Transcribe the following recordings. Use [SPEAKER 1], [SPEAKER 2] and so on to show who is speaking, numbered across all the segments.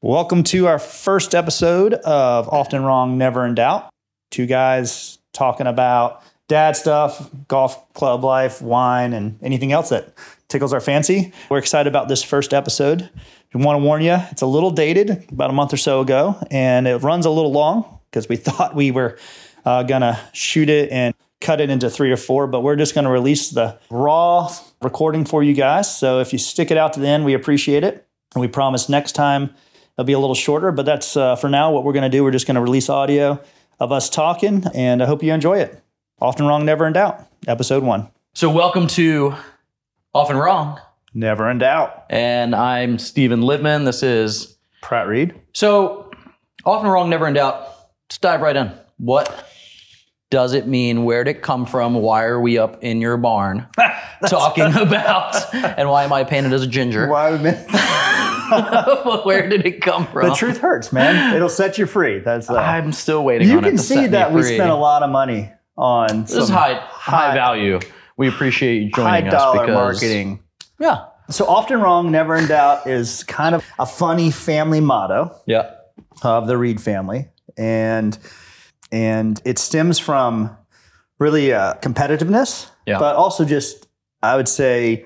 [SPEAKER 1] Welcome to our first episode of Often Wrong, Never in Doubt. Two guys talking about dad stuff, golf club life, wine, and anything else that tickles our fancy. We're excited about this first episode. We want to warn you, it's a little dated, about a month or so ago, and it runs a little long because we thought we were uh, going to shoot it and cut it into three or four, but we're just going to release the raw recording for you guys. So if you stick it out to the end, we appreciate it. And we promise next time it'll be a little shorter, but that's uh, for now what we're going to do. We're just going to release audio of us talking, and I hope you enjoy it. Often Wrong, Never in Doubt, episode one.
[SPEAKER 2] So, welcome to Often Wrong.
[SPEAKER 1] Never in Doubt.
[SPEAKER 2] And I'm Steven Libman. This is
[SPEAKER 1] Pratt Reed.
[SPEAKER 2] so Often Wrong, Never in Doubt. Let's dive right in. What does it mean? Where did it come from? Why are we up in your barn talking about? And why am I painted as a ginger?
[SPEAKER 1] Why would men-
[SPEAKER 2] Where did it come from?
[SPEAKER 1] the truth hurts, man. It'll set you free. That's uh,
[SPEAKER 2] I'm still waiting
[SPEAKER 1] you
[SPEAKER 2] on it.
[SPEAKER 1] can
[SPEAKER 2] to
[SPEAKER 1] see
[SPEAKER 2] set me
[SPEAKER 1] that we
[SPEAKER 2] free.
[SPEAKER 1] spent a lot of money on
[SPEAKER 2] This is
[SPEAKER 1] some
[SPEAKER 2] high, high value. We appreciate you joining
[SPEAKER 1] high
[SPEAKER 2] us
[SPEAKER 1] dollar
[SPEAKER 2] because
[SPEAKER 1] marketing.
[SPEAKER 2] Yeah,
[SPEAKER 1] So often wrong, never in doubt is kind of a funny family motto.
[SPEAKER 2] yeah.
[SPEAKER 1] of the Reed family, and and it stems from really uh, competitiveness,
[SPEAKER 2] Yeah.
[SPEAKER 1] but also just I would say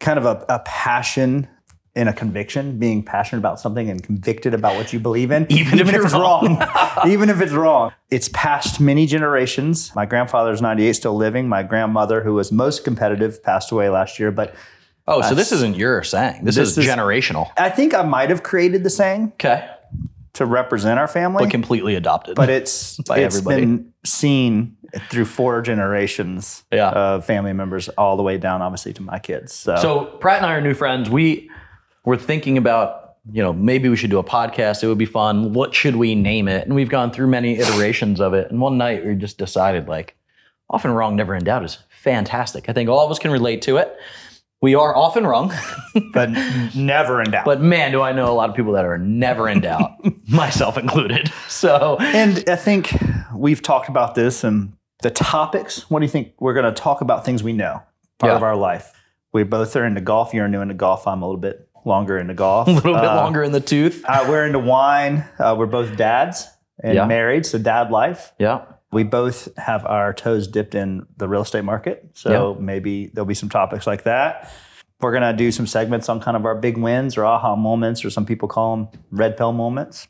[SPEAKER 1] kind of a, a passion and a conviction, being passionate about something and convicted about what you believe in,
[SPEAKER 2] Even if you're
[SPEAKER 1] it's wrong. even if it's wrong, it's passed many generations. My grandfather's ninety eight, still living. My grandmother, who was most competitive, passed away last year, but.
[SPEAKER 2] Oh, so this isn't your saying. This,
[SPEAKER 1] This
[SPEAKER 2] is
[SPEAKER 1] is-
[SPEAKER 2] generational.
[SPEAKER 1] I think I might have created the saying
[SPEAKER 2] Okay.
[SPEAKER 1] to represent our family.
[SPEAKER 2] But completely adopted.
[SPEAKER 1] but it's it's
[SPEAKER 2] By everybody.
[SPEAKER 1] been seen through four generations
[SPEAKER 2] Yeah.
[SPEAKER 1] of family members all the way down obviously to my kids so,
[SPEAKER 2] So Pratt and I are new friends. We were thinking about, you know, maybe we should do a podcast. It would be fun. What should we name it? And we've gone through many iterations of it. And one night we just decided, like, often wrong, never in doubt is fantastic. I think all of us can relate to it. We are often wrong,
[SPEAKER 1] but never in doubt
[SPEAKER 2] but man, do I know a lot of people that are never in doubt, myself included. So
[SPEAKER 1] and i think we've talked about this and the topics what do you think we're going to talk about things we know part
[SPEAKER 2] Yeah.
[SPEAKER 1] of our life we both are into golf you're new into golf i'm a little bit longer into golf
[SPEAKER 2] a little bit longer in the tooth.
[SPEAKER 1] uh, we're into wine uh, we're both dads and
[SPEAKER 2] Yeah.
[SPEAKER 1] married so dad life
[SPEAKER 2] Yeah.
[SPEAKER 1] We both have our toes dipped in the real estate market. So maybe there'll be some topics like that. We're going to do some segments on kind of our big wins or aha moments, or some people call them red pill moments.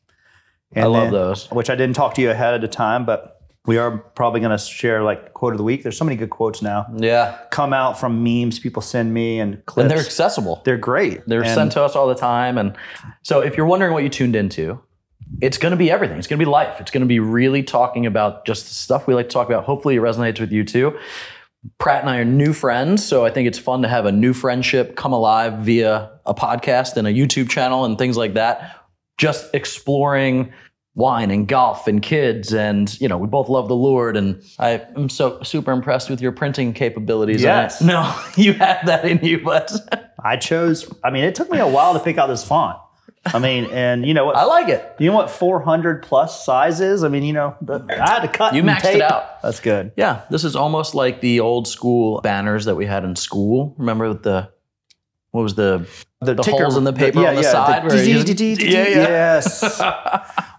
[SPEAKER 1] And
[SPEAKER 2] I love
[SPEAKER 1] then-
[SPEAKER 2] those.
[SPEAKER 1] Which I didn't talk to you ahead of the time, but we are probably going to share like quote of the week. There's so many good quotes now
[SPEAKER 2] Yeah.
[SPEAKER 1] come out from memes people send me and clips.
[SPEAKER 2] And they're accessible.
[SPEAKER 1] they're great.
[SPEAKER 2] They're
[SPEAKER 1] And
[SPEAKER 2] sent to us all the time. And so if you're wondering what you tuned into, it's going to be everything. It's going to be life. It's going to be really talking about just the stuff we like to talk about. Hopefully it resonates with you too. Pratt and I are new friends, so I think it's fun to have a new friendship come alive via a podcast and a YouTube channel and things like that. Just exploring wine and golf and kids and you know we both love the lord and i am so super impressed with your printing capabilities on it.
[SPEAKER 1] Yes.
[SPEAKER 2] no you had that in you but
[SPEAKER 1] I chose, I mean, it took me a while to pick out this font. I mean, and you know what?
[SPEAKER 2] i like it
[SPEAKER 1] Do you know what 400 plus size is? I mean, you know, the, I had to cut.
[SPEAKER 2] You
[SPEAKER 1] and
[SPEAKER 2] maxed it
[SPEAKER 1] tape.
[SPEAKER 2] out.
[SPEAKER 1] That's good.
[SPEAKER 2] Yeah, this is almost like the old school banners that we had in school. Remember with the what was the The holes in the paper on the side where you- Yeah,
[SPEAKER 1] Yeah, yeah.
[SPEAKER 2] yeah.
[SPEAKER 1] Yes.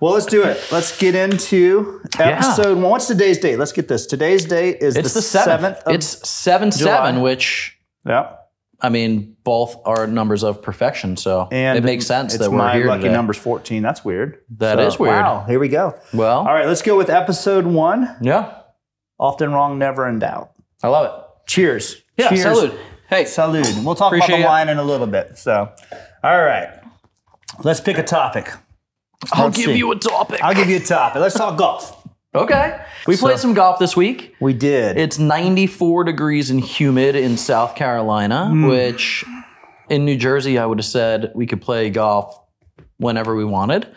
[SPEAKER 1] Well, let's do it. Let's get into episode one. What's today's date? Let's get this. Today's date is
[SPEAKER 2] It's the
[SPEAKER 1] seventh.
[SPEAKER 2] seventh.
[SPEAKER 1] of-
[SPEAKER 2] It's seven seven, which
[SPEAKER 1] yeah,
[SPEAKER 2] I mean, both are numbers of perfection. So
[SPEAKER 1] and
[SPEAKER 2] it makes sense
[SPEAKER 1] it's
[SPEAKER 2] that we're
[SPEAKER 1] my
[SPEAKER 2] here
[SPEAKER 1] lucky
[SPEAKER 2] today.
[SPEAKER 1] number's fourteen. That's weird.
[SPEAKER 2] That
[SPEAKER 1] That
[SPEAKER 2] is
[SPEAKER 1] is
[SPEAKER 2] weird.
[SPEAKER 1] Wow. Here we go.
[SPEAKER 2] Well,
[SPEAKER 1] All right, let's go with episode one.
[SPEAKER 2] yeah,
[SPEAKER 1] Often wrong, never in doubt.
[SPEAKER 2] I love
[SPEAKER 1] Cheers.
[SPEAKER 2] it. Yeah,
[SPEAKER 1] Cheers.
[SPEAKER 2] salute. Hey,
[SPEAKER 1] Salud. And We'll talk
[SPEAKER 2] Appreciate
[SPEAKER 1] about
[SPEAKER 2] it.
[SPEAKER 1] the wine in a little bit. So, all right. Let's pick a topic.
[SPEAKER 2] I'll
[SPEAKER 1] let's
[SPEAKER 2] give
[SPEAKER 1] see.
[SPEAKER 2] you a topic.
[SPEAKER 1] I'll give you a topic. Let's talk golf.
[SPEAKER 2] okay, we played some golf this week.
[SPEAKER 1] We did.
[SPEAKER 2] It's 94 degrees and humid in South Carolina,
[SPEAKER 1] Hmm.
[SPEAKER 2] which in New Jersey, I would have said we could play golf whenever we wanted,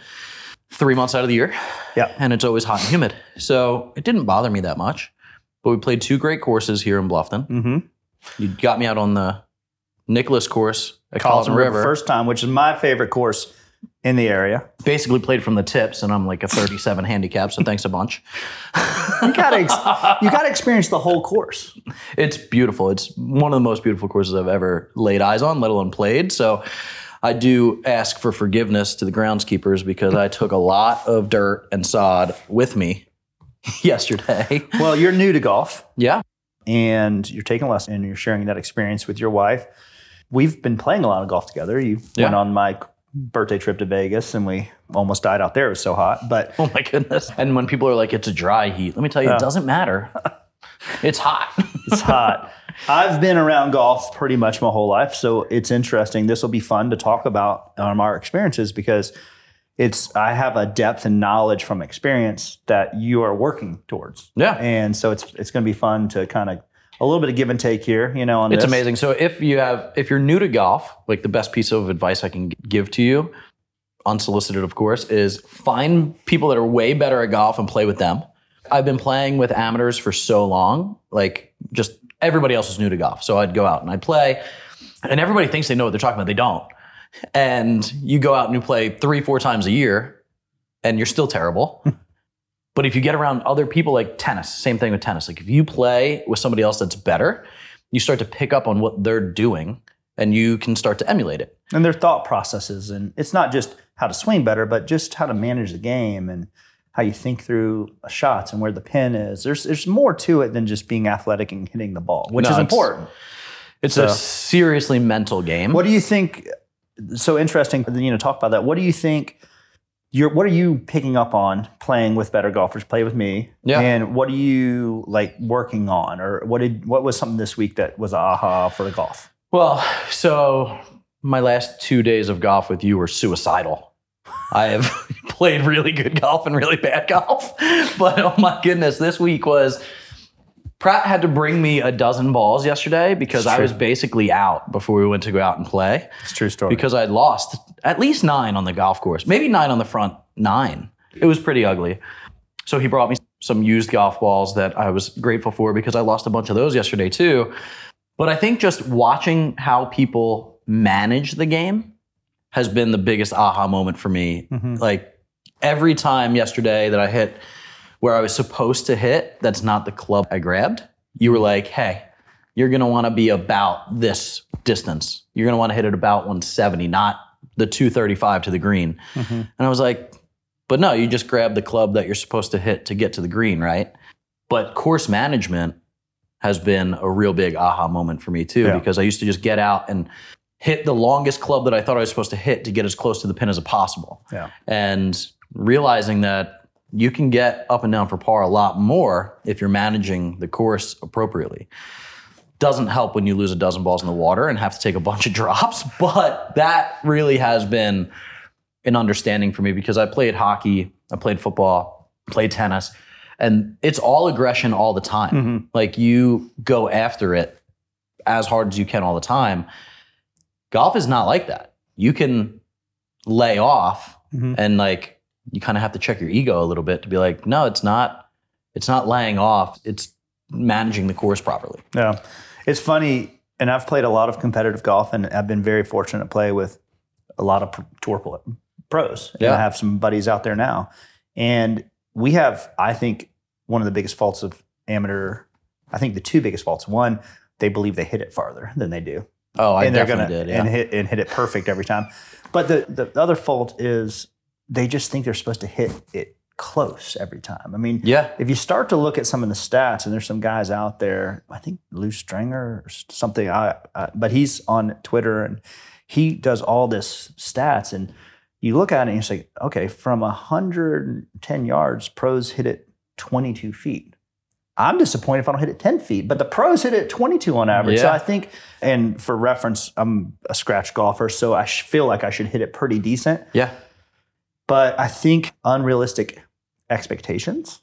[SPEAKER 2] three months out of the year.
[SPEAKER 1] Yeah.
[SPEAKER 2] And it's always hot and humid. So it didn't bother me that much. But we played two great courses here in Bluffton.
[SPEAKER 1] mm-hmm.
[SPEAKER 2] You got me out on the Nicholas course at Carlton,
[SPEAKER 1] Carlton
[SPEAKER 2] River.
[SPEAKER 1] River first time, which is my favorite course in the area.
[SPEAKER 2] Basically played from the tips, and I'm like a 37 handicap, so thanks a bunch.
[SPEAKER 1] You gotta, ex- you gotta experience the whole course.
[SPEAKER 2] It's beautiful. It's one of the most beautiful courses I've ever laid eyes on, let alone played. So I do ask for forgiveness to the groundskeepers because I took a lot of dirt and sod with me yesterday.
[SPEAKER 1] Well, you're new to golf
[SPEAKER 2] yeah.
[SPEAKER 1] and you're taking lessons and you're sharing that experience with your wife. We've been playing a lot of golf together. You
[SPEAKER 2] Yeah.
[SPEAKER 1] went on my birthday trip to Vegas and we almost died out there. It was so hot. But
[SPEAKER 2] Oh my goodness. And when people are like, it's a dry heat, let me tell you, it doesn't matter. It's hot.
[SPEAKER 1] it's hot. I've been around golf pretty much my whole life, so it's interesting. This will be fun to talk about um, our experiences because it's I have a depth and knowledge from experience that you are working towards,
[SPEAKER 2] yeah.
[SPEAKER 1] and so it's it's going to be fun to kind of a little bit of give and take here. You know, on
[SPEAKER 2] It's
[SPEAKER 1] this.
[SPEAKER 2] amazing. So if you have if you're new to golf, like the best piece of advice I can g- give to you, unsolicited of course, is find people that are way better at golf and play with them. I've been playing with amateurs for so long, like just everybody else is new to golf. So I'd go out and I'd play and everybody thinks they know what they're talking about. They don't. And you go out and you play 3 4 times a year and you're still terrible. But if you get around other people like tennis, same thing with tennis. Like if you play with somebody else that's better, you start to pick up on what they're doing and you can start to emulate it.
[SPEAKER 1] and their thought processes, and it's not just how to swing better, but just how to manage the game and how you think through shots and where the pin is. There's there's more to it than just being athletic and hitting the ball, which
[SPEAKER 2] No,
[SPEAKER 1] is
[SPEAKER 2] it's-
[SPEAKER 1] important.
[SPEAKER 2] It's a
[SPEAKER 1] So-
[SPEAKER 2] seriously mental game.
[SPEAKER 1] What do you think? So interesting, you know, talk about that. What do you think? You're, what are you picking up on playing with better golfers? Play with me,
[SPEAKER 2] Yeah.
[SPEAKER 1] And what are you like working on, or what did what was something this week that was a aha for the golf?
[SPEAKER 2] Well, so my last two days of golf with you were suicidal. I have played really good golf and really bad golf, but oh my goodness, this week was. Pratt had to bring me a dozen balls yesterday because I
[SPEAKER 1] Sure.
[SPEAKER 2] was basically out before we went to go out and play
[SPEAKER 1] It's a true story.
[SPEAKER 2] because I'd lost at least nine on the golf course, maybe nine on the front nine. It was pretty ugly. So he brought me some used golf balls that I was grateful for because I lost a bunch of those yesterday too. But I think just watching how people manage the game has been the biggest aha moment for me.
[SPEAKER 1] Mhm.
[SPEAKER 2] Like every time yesterday that I hit where I was supposed to hit, that's not the club I grabbed. You were like, hey, you're going to want to be about this distance. You're going to want to hit it about 170, not the 235 to the green.
[SPEAKER 1] Mhm.
[SPEAKER 2] And I was like, but no, you just grab the club that you're supposed to hit to get to the green, right? But course management has been a real big aha moment for me too,
[SPEAKER 1] Yeah.
[SPEAKER 2] because I used to just get out and hit the longest club that I thought I was supposed to hit to get as close to the pin as possible.
[SPEAKER 1] Yeah.
[SPEAKER 2] And realizing that you can get up and down for par a lot more if you're managing the course appropriately. Doesn't help when you lose a dozen balls in the water and have to take a bunch of drops, but that really has been an understanding for me because I played hockey, I played football, played tennis, and it's all aggression all the time.
[SPEAKER 1] Mhm.
[SPEAKER 2] Like you go after it as hard as you can all the time. Golf is not like that. You can lay off
[SPEAKER 1] Mhm.
[SPEAKER 2] and like you kind of have to check your ego a little bit to be like, no, it's not it's not laying off. It's managing the course properly.
[SPEAKER 1] Yeah. It's funny, and I've played a lot of competitive golf, and I've been very fortunate to play with a lot of pro- tour pl- pros. And
[SPEAKER 2] Yeah.
[SPEAKER 1] I have some buddies out there now. And we have, I think, one of the biggest faults of amateur, I think the two biggest faults. One, they believe they hit it farther than they do.
[SPEAKER 2] Oh, I
[SPEAKER 1] and they're
[SPEAKER 2] definitely
[SPEAKER 1] gonna
[SPEAKER 2] did. Yeah.
[SPEAKER 1] and hit and hit it perfect every time. But the, the other fault is they just think they're supposed to hit it close every time. I mean,
[SPEAKER 2] yeah.
[SPEAKER 1] if you start to look at some of the stats, and there's some guys out there, I think Lou Stringer or s- something, I, I, but he's on Twitter and he does all this stats. And you look at it and you say, okay, from 110 yards, pros hit it 22 feet. I'm disappointed if I don't hit it 10 feet, but the pros hit it 22 on average. So
[SPEAKER 2] Yeah.
[SPEAKER 1] I think, and for reference, I'm a scratch golfer, so I sh- feel like I should hit it pretty decent
[SPEAKER 2] Yeah.
[SPEAKER 1] but I think unrealistic expectations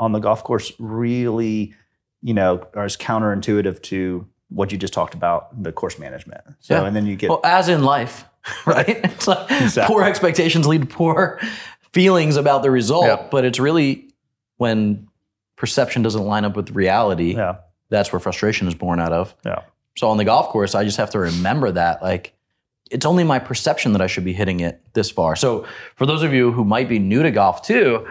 [SPEAKER 1] on the golf course really, you know, are as counterintuitive to what you just talked about the course management. So,
[SPEAKER 2] Yeah.
[SPEAKER 1] and then you get
[SPEAKER 2] Well, as in life, right? It's like
[SPEAKER 1] Exactly.
[SPEAKER 2] poor expectations lead to poor feelings about the result,
[SPEAKER 1] Yeah.
[SPEAKER 2] but it's really when perception doesn't line up with reality,
[SPEAKER 1] yeah,
[SPEAKER 2] that's where frustration is born out of.
[SPEAKER 1] Yeah.
[SPEAKER 2] So on the golf course, I just have to remember that like it's only my perception that I should be hitting it this far. So for those of you who might be new to golf too,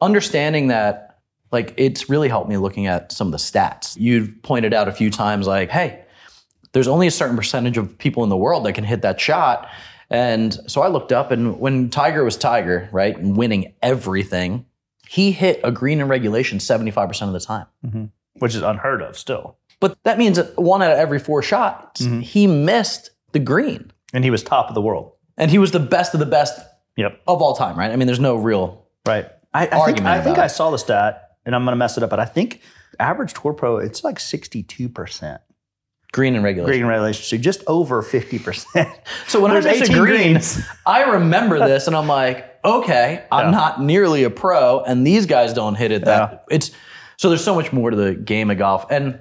[SPEAKER 2] understanding that like it's really helped me looking at some of the stats. You pointed out a few times like, hey, there's only a certain percentage of people in the world that can hit that shot And so I looked up, and when Tiger was Tiger, right, and winning everything, he hit a green in regulation 75% of the time.
[SPEAKER 1] which is unheard of still.
[SPEAKER 2] But that means that one out of every four shots,
[SPEAKER 1] Mhm.
[SPEAKER 2] he missed the green.
[SPEAKER 1] And he was top of the world.
[SPEAKER 2] And he was the best of the best
[SPEAKER 1] Yep.
[SPEAKER 2] of all time, right? I mean, there's no real.
[SPEAKER 1] Right. I, I think,
[SPEAKER 2] Argument
[SPEAKER 1] I, think
[SPEAKER 2] about
[SPEAKER 1] I
[SPEAKER 2] it.
[SPEAKER 1] saw the stat, and I'm going to mess it up, but I think average tour pro, it's like 62%
[SPEAKER 2] Green in regulation.
[SPEAKER 1] green regulation. So just over 50%.
[SPEAKER 2] So when I
[SPEAKER 1] There's
[SPEAKER 2] miss a
[SPEAKER 1] 18
[SPEAKER 2] green,
[SPEAKER 1] greens.
[SPEAKER 2] I remember this and I'm like, okay, I'm
[SPEAKER 1] Yeah.
[SPEAKER 2] not nearly a pro, and these guys don't hit it that it's so there's so much more to the game of golf. And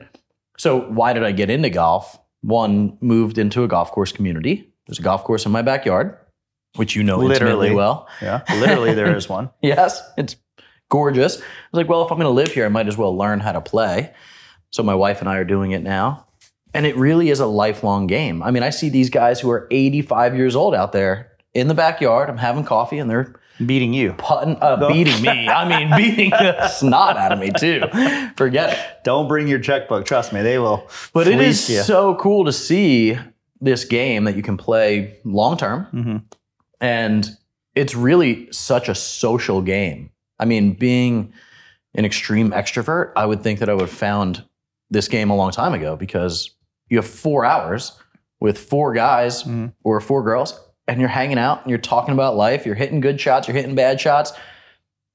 [SPEAKER 2] so why did I get into golf? One moved into a golf course community. There's a golf course in my backyard, which you know
[SPEAKER 1] Literally.
[SPEAKER 2] intimately well.
[SPEAKER 1] yeah. Literally, there is one.
[SPEAKER 2] Yes, it's gorgeous. I was like, well, if I'm going to live here, I might as well learn how to play. So my wife and I are doing it now. And it really is a lifelong game. I mean, I see these guys who are 85 years old out there in the backyard. I'm having coffee and they're
[SPEAKER 1] Beating you.
[SPEAKER 2] putting, uh,
[SPEAKER 1] No.
[SPEAKER 2] beating me. I mean, beating the snot out of me, too. Forget it.
[SPEAKER 1] Don't bring your checkbook. Trust me, they will.
[SPEAKER 2] But it is
[SPEAKER 1] you.
[SPEAKER 2] so cool to see this game that you can play long term.
[SPEAKER 1] Mhm.
[SPEAKER 2] And it's really such a social game. I mean, being an extreme extrovert, I would think that I would have found this game a long time ago because you have four hours with four guys
[SPEAKER 1] Mhm.
[SPEAKER 2] or four girls, and you're hanging out and you're talking about life. You're hitting good shots, you're hitting bad shots,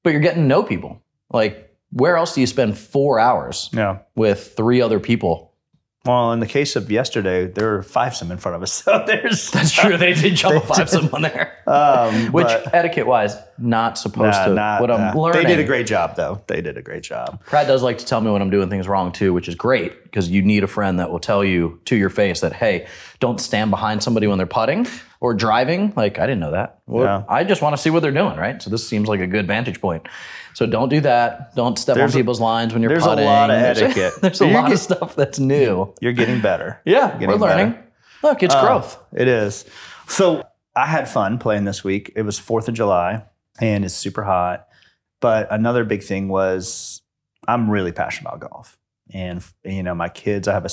[SPEAKER 2] but you're getting to know people. Like, where else do you spend four hours
[SPEAKER 1] Yeah.
[SPEAKER 2] with three other people
[SPEAKER 1] Well, in the case of yesterday, there were five some in front of us. So there's.
[SPEAKER 2] That's true. They did jump
[SPEAKER 1] They
[SPEAKER 2] a five
[SPEAKER 1] did.
[SPEAKER 2] someone there.
[SPEAKER 1] Um,
[SPEAKER 2] Which
[SPEAKER 1] but-
[SPEAKER 2] etiquette wise, not supposed
[SPEAKER 1] Nah,
[SPEAKER 2] to.
[SPEAKER 1] nah,
[SPEAKER 2] what I'm
[SPEAKER 1] nah.
[SPEAKER 2] learning.
[SPEAKER 1] They did a great job, though. They did a great job.
[SPEAKER 2] Pratt does like to tell me when I'm doing things wrong too, which is great because you need a friend that will tell you to your face that hey, don't stand behind somebody when they're putting or driving. Like I didn't know that. Well,
[SPEAKER 1] Yeah.
[SPEAKER 2] I just want to see what they're doing, right? So this seems like a good vantage point. So don't do that. Don't step
[SPEAKER 1] There's
[SPEAKER 2] on
[SPEAKER 1] a-
[SPEAKER 2] people's lines when you're
[SPEAKER 1] there's a
[SPEAKER 2] putting.
[SPEAKER 1] lot of
[SPEAKER 2] There's a-
[SPEAKER 1] etiquette.
[SPEAKER 2] there's a
[SPEAKER 1] You're
[SPEAKER 2] lot
[SPEAKER 1] get-
[SPEAKER 2] of stuff that's new.
[SPEAKER 1] You're getting better.
[SPEAKER 2] Yeah, we're
[SPEAKER 1] Getting
[SPEAKER 2] learning.
[SPEAKER 1] better.
[SPEAKER 2] Look, it's
[SPEAKER 1] Uh,
[SPEAKER 2] growth.
[SPEAKER 1] It is. So I had fun playing this week. It was 4th of July and it's super hot. But another big thing was I'm really passionate about golf. And, you know, my kids, I have a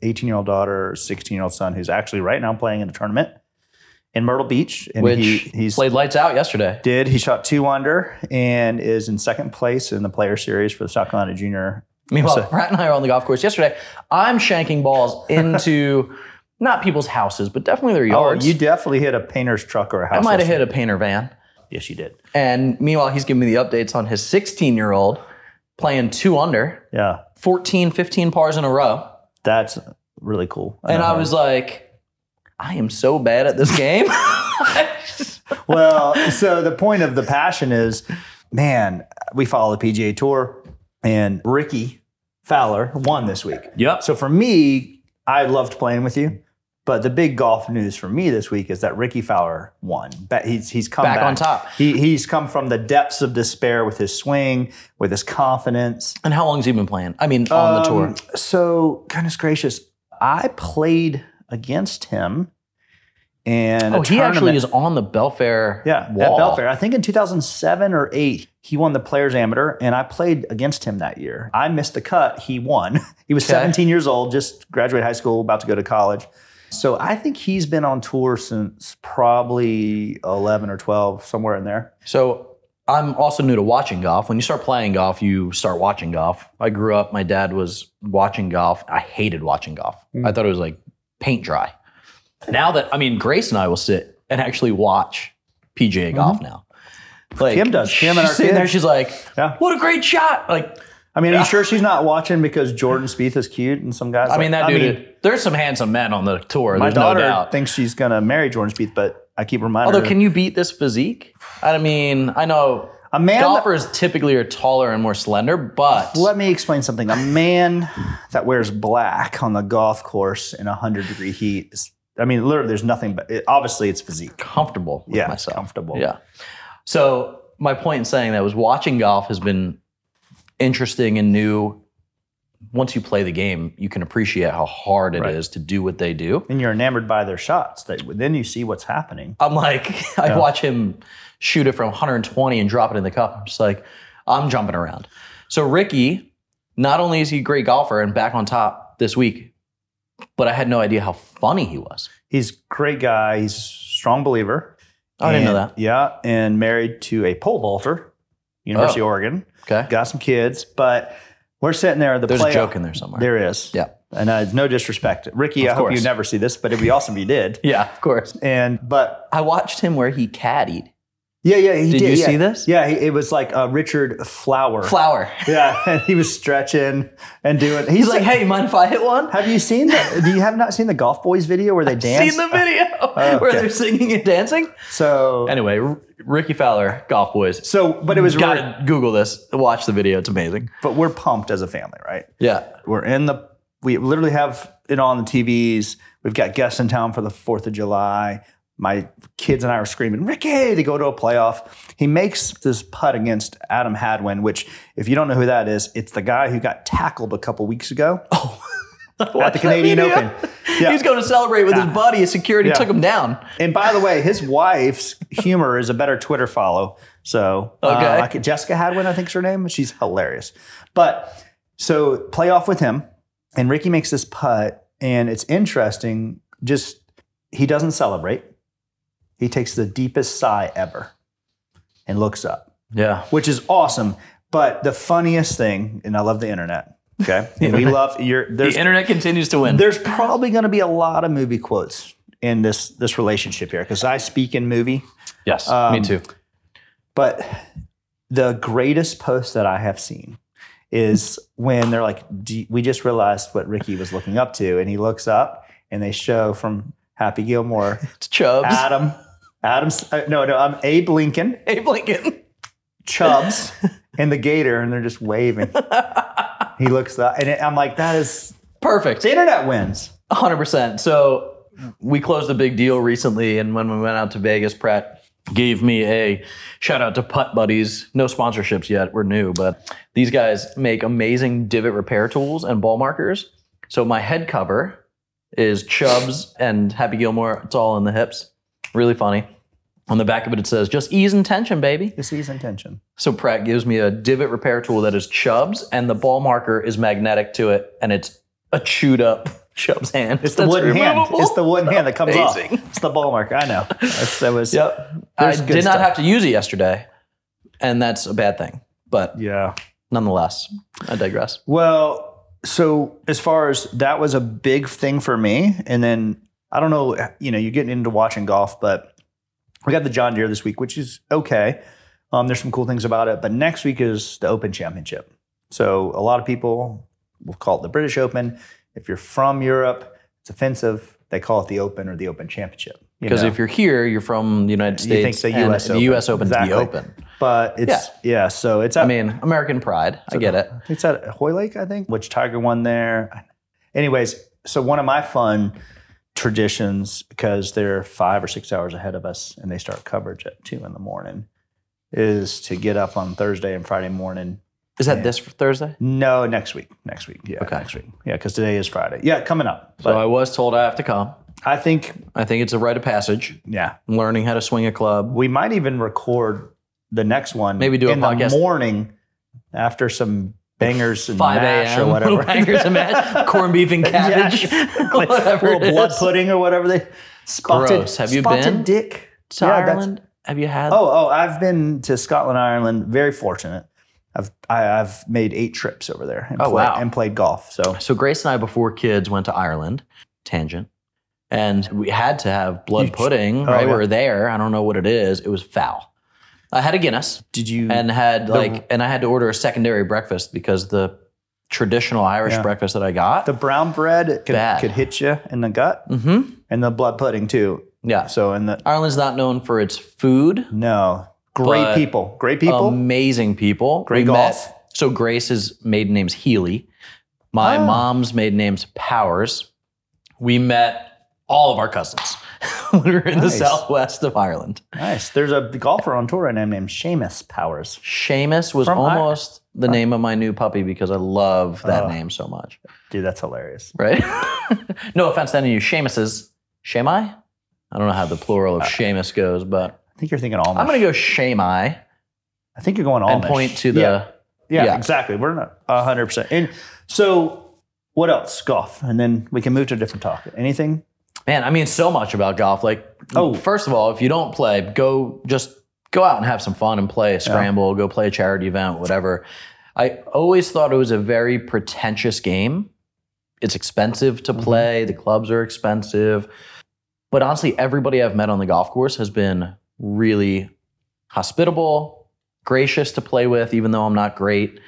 [SPEAKER 1] 18 year old daughter, 16 year old son who's actually right now playing in a tournament in Myrtle Beach. And
[SPEAKER 2] Which
[SPEAKER 1] he, he's
[SPEAKER 2] played lights out yesterday.
[SPEAKER 1] did. He shot two under and is in second place in the player series for the South Carolina Junior.
[SPEAKER 2] Meanwhile,
[SPEAKER 1] So-
[SPEAKER 2] Brad and I are on the golf course yesterday. I'm shanking balls into not people's houses, but definitely their
[SPEAKER 1] Oh,
[SPEAKER 2] yards.
[SPEAKER 1] you definitely hit a painter's truck or a house.
[SPEAKER 2] I might have hit
[SPEAKER 1] yesterday.
[SPEAKER 2] a painter van.
[SPEAKER 1] Yes, you did.
[SPEAKER 2] And meanwhile, he's giving me the updates on his 16 year old playing two under,
[SPEAKER 1] Yeah,
[SPEAKER 2] 14, 15 pars in a row.
[SPEAKER 1] that's really cool.
[SPEAKER 2] And I
[SPEAKER 1] know.
[SPEAKER 2] was like, I am so bad at this game.
[SPEAKER 1] well, so the point of the passion is, man, we follow the PGA Tour, and Ricky Fowler won this week.
[SPEAKER 2] yep.
[SPEAKER 1] So for me, I loved playing with you. But the big golf news for me this week is that Ricky Fowler won. Ba- He's he's come
[SPEAKER 2] Back
[SPEAKER 1] back,
[SPEAKER 2] on top.
[SPEAKER 1] He he's come from the depths of despair with his swing, with his confidence.
[SPEAKER 2] And how long has he been playing? I mean, on the tour.
[SPEAKER 1] Um, So goodness gracious, I played against him, and
[SPEAKER 2] Oh,
[SPEAKER 1] a
[SPEAKER 2] he actually
[SPEAKER 1] tournament-
[SPEAKER 2] is on the Belfair
[SPEAKER 1] yeah,
[SPEAKER 2] wall.
[SPEAKER 1] at Belfair. I think in 2007 or 8, he won the Players Amateur, and I played against him that year. I missed the cut. He won. He was
[SPEAKER 2] Okay.
[SPEAKER 1] 17 years old, just graduated high school, about to go to college. So I think he's been on tour since probably 11 or 12, somewhere in there.
[SPEAKER 2] So I'm also new to watching golf. When you start playing golf, you start watching golf. I grew up, my dad was watching golf. I hated watching golf.
[SPEAKER 1] Mm.
[SPEAKER 2] I thought it was like paint dry. Now that I mean Grace and I will sit and actually watch PGA golf now. Like
[SPEAKER 1] Mm-hmm. Kim does. Kim and
[SPEAKER 2] she's
[SPEAKER 1] our
[SPEAKER 2] sitting there,
[SPEAKER 1] kids.
[SPEAKER 2] she's like,
[SPEAKER 1] Yeah.
[SPEAKER 2] what a great shot. Like,
[SPEAKER 1] I mean, are you sure she's not watching because Jordan Spieth is cute and some guys?
[SPEAKER 2] I mean,
[SPEAKER 1] like-
[SPEAKER 2] that dude there's some handsome men on the tour.
[SPEAKER 1] my
[SPEAKER 2] there's
[SPEAKER 1] daughter
[SPEAKER 2] no doubt.
[SPEAKER 1] thinks she's going to marry Jordan Spieth, but I keep reminding
[SPEAKER 2] Although,
[SPEAKER 1] her.
[SPEAKER 2] can you beat this physique? I mean, I know
[SPEAKER 1] a man
[SPEAKER 2] golfers typically are taller and more slender, but
[SPEAKER 1] Let me explain something. A man that wears black on the golf course in 100 degree heat is, I mean, literally, there's nothing but it, obviously it's physique.
[SPEAKER 2] comfortable with
[SPEAKER 1] Yeah, it's
[SPEAKER 2] myself.
[SPEAKER 1] comfortable.
[SPEAKER 2] Yeah. So my point in saying that was watching golf has been interesting and new. Once you play the game, you can appreciate how hard it is
[SPEAKER 1] Right.
[SPEAKER 2] to do what they do.
[SPEAKER 1] And you're enamored by their shots. That then you see what's happening.
[SPEAKER 2] I'm like, I
[SPEAKER 1] Yeah.
[SPEAKER 2] watch him shoot it from 120 and drop it in the cup. I'm just like, I'm jumping around. So Ricky, not only is he a great golfer and back on top this week, but I had no idea how funny he was.
[SPEAKER 1] He's a great guy. He's a strong believer.
[SPEAKER 2] I didn't know
[SPEAKER 1] And-
[SPEAKER 2] that.
[SPEAKER 1] Yeah, and married to a pole vaulter, University of
[SPEAKER 2] Oh.
[SPEAKER 1] Oregon.
[SPEAKER 2] Okay.
[SPEAKER 1] Got some kids, but we're sitting there. The
[SPEAKER 2] There's
[SPEAKER 1] playoff.
[SPEAKER 2] a joke in there somewhere.
[SPEAKER 1] There is.
[SPEAKER 2] Yeah.
[SPEAKER 1] And uh, no disrespect, Ricky.
[SPEAKER 2] Of
[SPEAKER 1] I hope
[SPEAKER 2] course.
[SPEAKER 1] you never see this, but it'd be awesome if you did.
[SPEAKER 2] Yeah, of course.
[SPEAKER 1] And but
[SPEAKER 2] I watched him where he caddied.
[SPEAKER 1] yeah, yeah, he
[SPEAKER 2] Did
[SPEAKER 1] did.
[SPEAKER 2] you
[SPEAKER 1] yeah.
[SPEAKER 2] see this?
[SPEAKER 1] Yeah, he, it was like uh, Richard Flower.
[SPEAKER 2] Flower.
[SPEAKER 1] yeah, and he was stretching and doing. He's,
[SPEAKER 2] He's like, hey, mind if I hit one?
[SPEAKER 1] have you seen the? Do you have not seen the Golf Boys video where they dance?
[SPEAKER 2] Seen the video where
[SPEAKER 1] okay.
[SPEAKER 2] they're singing and dancing.
[SPEAKER 1] so
[SPEAKER 2] oh, Anyway, R- Ricky Fowler, golf boys.
[SPEAKER 1] so, but it was.
[SPEAKER 2] Got
[SPEAKER 1] really-
[SPEAKER 2] to Google this. Watch the video. It's amazing.
[SPEAKER 1] But we're pumped as a family, right?
[SPEAKER 2] Yeah.
[SPEAKER 1] We're in the. We literally have it on the TVs. We've got guests in town for the Fourth of July. My kids and I are screaming, Ricky, to go to a playoff. He makes this putt against Adam Hadwin, which, if you don't know who that is, it's the guy who got tackled a couple weeks ago at
[SPEAKER 2] Watch
[SPEAKER 1] the
[SPEAKER 2] that
[SPEAKER 1] Canadian
[SPEAKER 2] video.
[SPEAKER 1] Open. Yeah.
[SPEAKER 2] He's going to celebrate with his buddy. His security
[SPEAKER 1] Yeah.
[SPEAKER 2] took him down.
[SPEAKER 1] And by the way, his wife's humor is a better Twitter follow. So, uh,
[SPEAKER 2] Okay.
[SPEAKER 1] like Jessica Hadwin, I think's her name. She's hilarious. But so play off with him, and Ricky makes this putt, and it's interesting. Just he doesn't celebrate. He takes the deepest sigh ever, and looks up,
[SPEAKER 2] Yeah.
[SPEAKER 1] which is awesome. But the funniest thing, and I love the internet. Okay, and we love your
[SPEAKER 2] The
[SPEAKER 1] there's
[SPEAKER 2] internet continues to win.
[SPEAKER 1] there's probably going to be a lot of movie quotes in this this relationship here because I speak in movie,
[SPEAKER 2] yes.
[SPEAKER 1] um,
[SPEAKER 2] me too.
[SPEAKER 1] but the greatest post that I have seen is when they're like, "Do you- "We just realized what Ricky was looking up to," and he looks up and they show from Happy Gilmore,
[SPEAKER 2] It's Chubbs.
[SPEAKER 1] Adam, Adam's uh, no no I'm Abe Lincoln,
[SPEAKER 2] Abe Lincoln.
[SPEAKER 1] Chubbs, and the Gator, and they're just waving. he looks up and I'm like, "That is
[SPEAKER 2] Perfect.
[SPEAKER 1] the internet wins."
[SPEAKER 2] hundred percent. So we closed a big deal recently, and when we went out to Vegas, Pratt gave me a shout out to Putt Buddies. No sponsorships yet; we're new, but these guys make amazing divot repair tools and ball markers. So my head cover is Chubbs and Happy Gilmore. It's all in the hips. Really funny. On the back of it, it says "Just ease and tension, baby."
[SPEAKER 1] This is intention.
[SPEAKER 2] So Pratt gives me a divot repair tool that is Chubbs, and the ball marker is magnetic to it, and it's a chewed up Chubbs hand.
[SPEAKER 1] It's the
[SPEAKER 2] That's
[SPEAKER 1] wooden
[SPEAKER 2] removable.
[SPEAKER 1] hand. It's the wooden hand that comes
[SPEAKER 2] Amazing.
[SPEAKER 1] off. It's the ball marker. I know. That's, that was.
[SPEAKER 2] Yep. I
[SPEAKER 1] There's good
[SPEAKER 2] did not
[SPEAKER 1] stuff.
[SPEAKER 2] have to use it yesterday, and that's a bad thing. But
[SPEAKER 1] Yeah.
[SPEAKER 2] nonetheless, I digress.
[SPEAKER 1] Well, so as far as that was a big thing for me, and then I don't know, you know, you're getting into watching golf, but we got the John Deere this week, which is okay. Um, there's some cool things about it, but next week is the Open Championship. So a lot of people will call it the British Open. If you're from Europe, it's offensive. They call it the Open or the Open Championship. you
[SPEAKER 2] Because
[SPEAKER 1] know?
[SPEAKER 2] if you're here, you're from the United
[SPEAKER 1] You think
[SPEAKER 2] States.
[SPEAKER 1] the
[SPEAKER 2] and
[SPEAKER 1] US
[SPEAKER 2] the
[SPEAKER 1] Open.
[SPEAKER 2] U.S. Open's
[SPEAKER 1] Exactly.
[SPEAKER 2] the Open.
[SPEAKER 1] but it's yeah, so it's
[SPEAKER 2] I mean, American pride. I get it.
[SPEAKER 1] It's at Hoy Lake, I think, which Tiger won there. Anyways, so one of my fun traditions, because they're five or six hours ahead of us and they start coverage at two in the morning, is to get up on Thursday and Friday morning.
[SPEAKER 2] Is that
[SPEAKER 1] Yeah.
[SPEAKER 2] this Thursday?
[SPEAKER 1] No, next week. Next week. Yeah.
[SPEAKER 2] Okay.
[SPEAKER 1] Next week. Yeah, because today is Friday. Yeah, coming up.
[SPEAKER 2] So
[SPEAKER 1] But
[SPEAKER 2] I was told I have to come.
[SPEAKER 1] I think,
[SPEAKER 2] I think it's a rite of passage.
[SPEAKER 1] yeah,
[SPEAKER 2] Learning how to swing a club.
[SPEAKER 1] we might even record the next one.
[SPEAKER 2] Maybe do a
[SPEAKER 1] in the
[SPEAKER 2] podcast.
[SPEAKER 1] morning after some bangers and
[SPEAKER 2] 5
[SPEAKER 1] mash
[SPEAKER 2] a.m.
[SPEAKER 1] or whatever.
[SPEAKER 2] Bangers and mash, corned beef and cabbage,
[SPEAKER 1] Like,
[SPEAKER 2] whatever
[SPEAKER 1] little
[SPEAKER 2] it
[SPEAKER 1] blood
[SPEAKER 2] is.
[SPEAKER 1] pudding or whatever they spotted.
[SPEAKER 2] Gross. Have you
[SPEAKER 1] spotted
[SPEAKER 2] been?
[SPEAKER 1] Dick
[SPEAKER 2] To
[SPEAKER 1] Yeah, that's-
[SPEAKER 2] Ireland, have you had?
[SPEAKER 1] Oh, oh, I've been to Scotland, Ireland. Very fortunate. I've I, I've made eight trips over there. And
[SPEAKER 2] Oh,
[SPEAKER 1] play-
[SPEAKER 2] wow.
[SPEAKER 1] And played golf. So
[SPEAKER 2] So Grace and I, before kids, went to Ireland. Tangent. And we had to have blood
[SPEAKER 1] You-
[SPEAKER 2] pudding.
[SPEAKER 1] oh,
[SPEAKER 2] right, we
[SPEAKER 1] yeah.
[SPEAKER 2] were there. I don't know what it is. It was foul. I had a Guinness
[SPEAKER 1] did you?
[SPEAKER 2] and had
[SPEAKER 1] Mm. The-
[SPEAKER 2] like, and I had to order a secondary breakfast because the traditional Irish
[SPEAKER 1] Yeah.
[SPEAKER 2] breakfast that I got.
[SPEAKER 1] the brown bread could,
[SPEAKER 2] Bad.
[SPEAKER 1] could hit you in the gut,
[SPEAKER 2] mm-hmm.
[SPEAKER 1] and the blood pudding too.
[SPEAKER 2] Yeah.
[SPEAKER 1] So in the
[SPEAKER 2] Ireland's not known for its food.
[SPEAKER 1] no, great
[SPEAKER 2] But, um,
[SPEAKER 1] people, great people.
[SPEAKER 2] Amazing people.
[SPEAKER 1] Great
[SPEAKER 2] We
[SPEAKER 1] golf.
[SPEAKER 2] met- so Grace's maiden name's Healy. My
[SPEAKER 1] Ah.
[SPEAKER 2] mom's maiden name's Powers. We met all of our cousins when we were in
[SPEAKER 1] Nice.
[SPEAKER 2] the southwest of Ireland.
[SPEAKER 1] nice. There's a golfer on tour right now named Seamus Powers.
[SPEAKER 2] Seamus was
[SPEAKER 1] From Ir-
[SPEAKER 2] almost the name of my new puppy because I love that
[SPEAKER 1] Oh.
[SPEAKER 2] name so much.
[SPEAKER 1] Dude, that's hilarious.
[SPEAKER 2] Right? no offense to any of you Seamuses. Shamai? I don't know how the plural
[SPEAKER 1] Uh,
[SPEAKER 2] of Seamus goes, but
[SPEAKER 1] I think you're thinking Amish.
[SPEAKER 2] I'm going to go Shamai
[SPEAKER 1] I think you're going Amish.
[SPEAKER 2] and point to the.
[SPEAKER 1] Yeah. Yeah,
[SPEAKER 2] Yeah.
[SPEAKER 1] exactly. We're not hundred percent. And so, what else? Golf, and then we can move to a different topic. Anything?
[SPEAKER 2] Man, I mean so much about golf. Like,
[SPEAKER 1] Oh.
[SPEAKER 2] first of all, if you don't play, go just go out and have some fun and play a scramble, go play a charity event, whatever. I always thought it was a very pretentious game. It's expensive to play. The clubs are expensive. But honestly, everybody I've met on the golf course has been really hospitable, gracious to play with, even though I'm not great.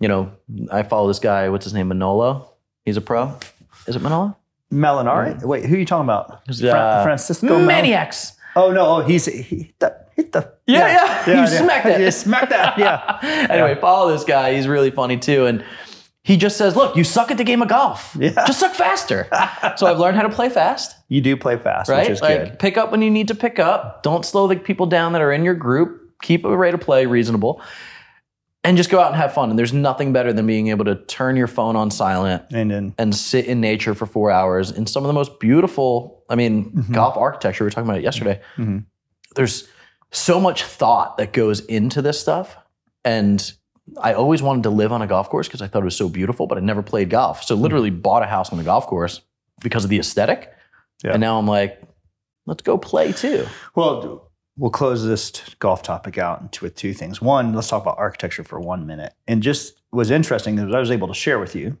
[SPEAKER 2] You know, I follow this guy, what's his name, Manolo? He's a pro. Is it Manolo?
[SPEAKER 1] Molinari?
[SPEAKER 2] Mm.
[SPEAKER 1] Wait, who are you talking about?
[SPEAKER 2] Who's,
[SPEAKER 1] Fra-
[SPEAKER 2] uh,
[SPEAKER 1] Francisco Mal-
[SPEAKER 2] Maniacs.
[SPEAKER 1] Oh no! Oh, he's he, the, hit the
[SPEAKER 2] Yeah, yeah. You
[SPEAKER 1] yeah.
[SPEAKER 2] smacked it.
[SPEAKER 1] You smacked that. Yeah.
[SPEAKER 2] anyway, follow this guy. He's really funny too. And he just says, Look, you suck at the game of golf.
[SPEAKER 1] Yeah.
[SPEAKER 2] Just suck faster. so I've learned how to play fast,
[SPEAKER 1] You do play fast,
[SPEAKER 2] right?
[SPEAKER 1] which is
[SPEAKER 2] like,
[SPEAKER 1] good.
[SPEAKER 2] pick up when you need to pick up. Don't slow the people down that are in your group. Keep a rate of play reasonable. And just go out and have fun. And there's nothing better than being able to turn your phone on silent
[SPEAKER 1] And then
[SPEAKER 2] and sit in nature for four hours in some of the most beautiful, I mean,
[SPEAKER 1] Mm-hmm.
[SPEAKER 2] golf architecture. We were talking about it yesterday.
[SPEAKER 1] Mhm.
[SPEAKER 2] There's so much thought that goes into this stuff. And I always wanted to live on a golf course because I thought it was so beautiful, but I never played golf. So literally bought a house on the golf course because of the aesthetic.
[SPEAKER 1] Yeah.
[SPEAKER 2] And now I'm like, let's go play too.
[SPEAKER 1] Well, we'll close this t- golf topic out into- with two things. One, let's talk about architecture for one minute. And just was interesting that I was able to share with you.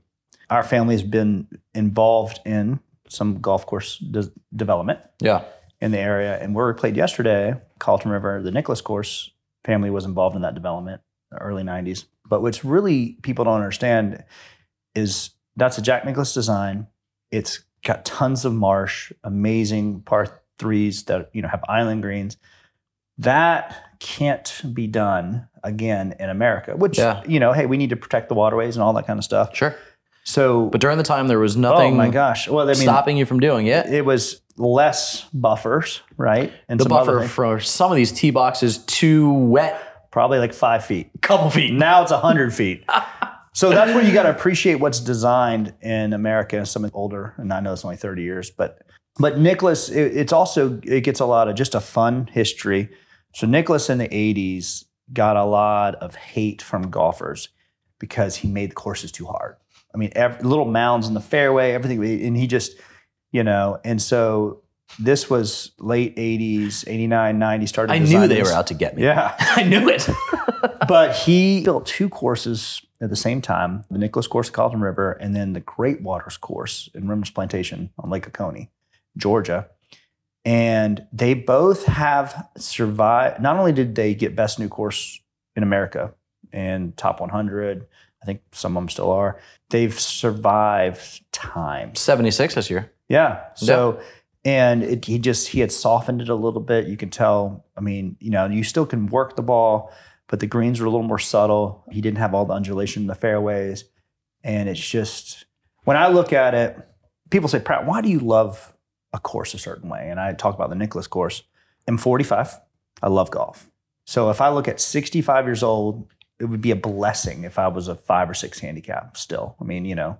[SPEAKER 1] Our family has been involved in some golf course de- development
[SPEAKER 2] Yeah.
[SPEAKER 1] in the area. And where we played yesterday, Carlton River, the Nicholas course, family was involved in that development in the early 90s. But what's really people don't understand is that's a Jack Nicholas design. It's got tons of marsh, amazing par threes that you know have island greens. That can't be done again in America, which
[SPEAKER 2] Yeah.
[SPEAKER 1] you know, hey, we need to protect the waterways and all that kind of stuff.
[SPEAKER 2] Sure.
[SPEAKER 1] So
[SPEAKER 2] But during the time, there was
[SPEAKER 1] oh
[SPEAKER 2] nothing
[SPEAKER 1] my gosh. Well, I mean
[SPEAKER 2] stopping you from doing it.
[SPEAKER 1] it was less buffers, right? And
[SPEAKER 2] The
[SPEAKER 1] some other
[SPEAKER 2] buffer
[SPEAKER 1] things.
[SPEAKER 2] for some of these tee boxes too wet,
[SPEAKER 1] probably like five feet.
[SPEAKER 2] couple feet.
[SPEAKER 1] Now it's a hundred feet. So that's where you got to appreciate what's designed in America and some of the older. And I know it's only thirty years, but but Nicholas, it, it's also it gets a lot of just a fun history. So Nicholas in the '80s got a lot of hate from golfers because he made the courses too hard. I mean, ev- little mounds in the fairway, everything, and he just, you know, and so this was late '80s, '89, '90. Started.
[SPEAKER 2] I knew they
[SPEAKER 1] designing
[SPEAKER 2] were
[SPEAKER 1] this-
[SPEAKER 2] out to get me.
[SPEAKER 1] Yeah.
[SPEAKER 2] I knew it.
[SPEAKER 1] but he built two courses at the same time the Nicholas course at Carlton River and then the Great Waters course in Remnants Plantation on Lake Oconee, Georgia. And they both have survived. Not only did they get best new course in America and top 100, I think some of them still are, they've survived times.
[SPEAKER 2] 76 this year.
[SPEAKER 1] Yeah. So, and it, he just he had softened it a little bit. You can tell. I mean, you know, you still can work the ball, but the greens were a little more subtle. He didn't have all the undulation in the fairways, and it's just when I look at it, people say, Pratt, why do you love a course a certain way? And I talk about the Nicholas course. I'm 45. I love golf. So if I look at 65 years old, it would be a blessing if I was a five or six handicap still. I mean, you know,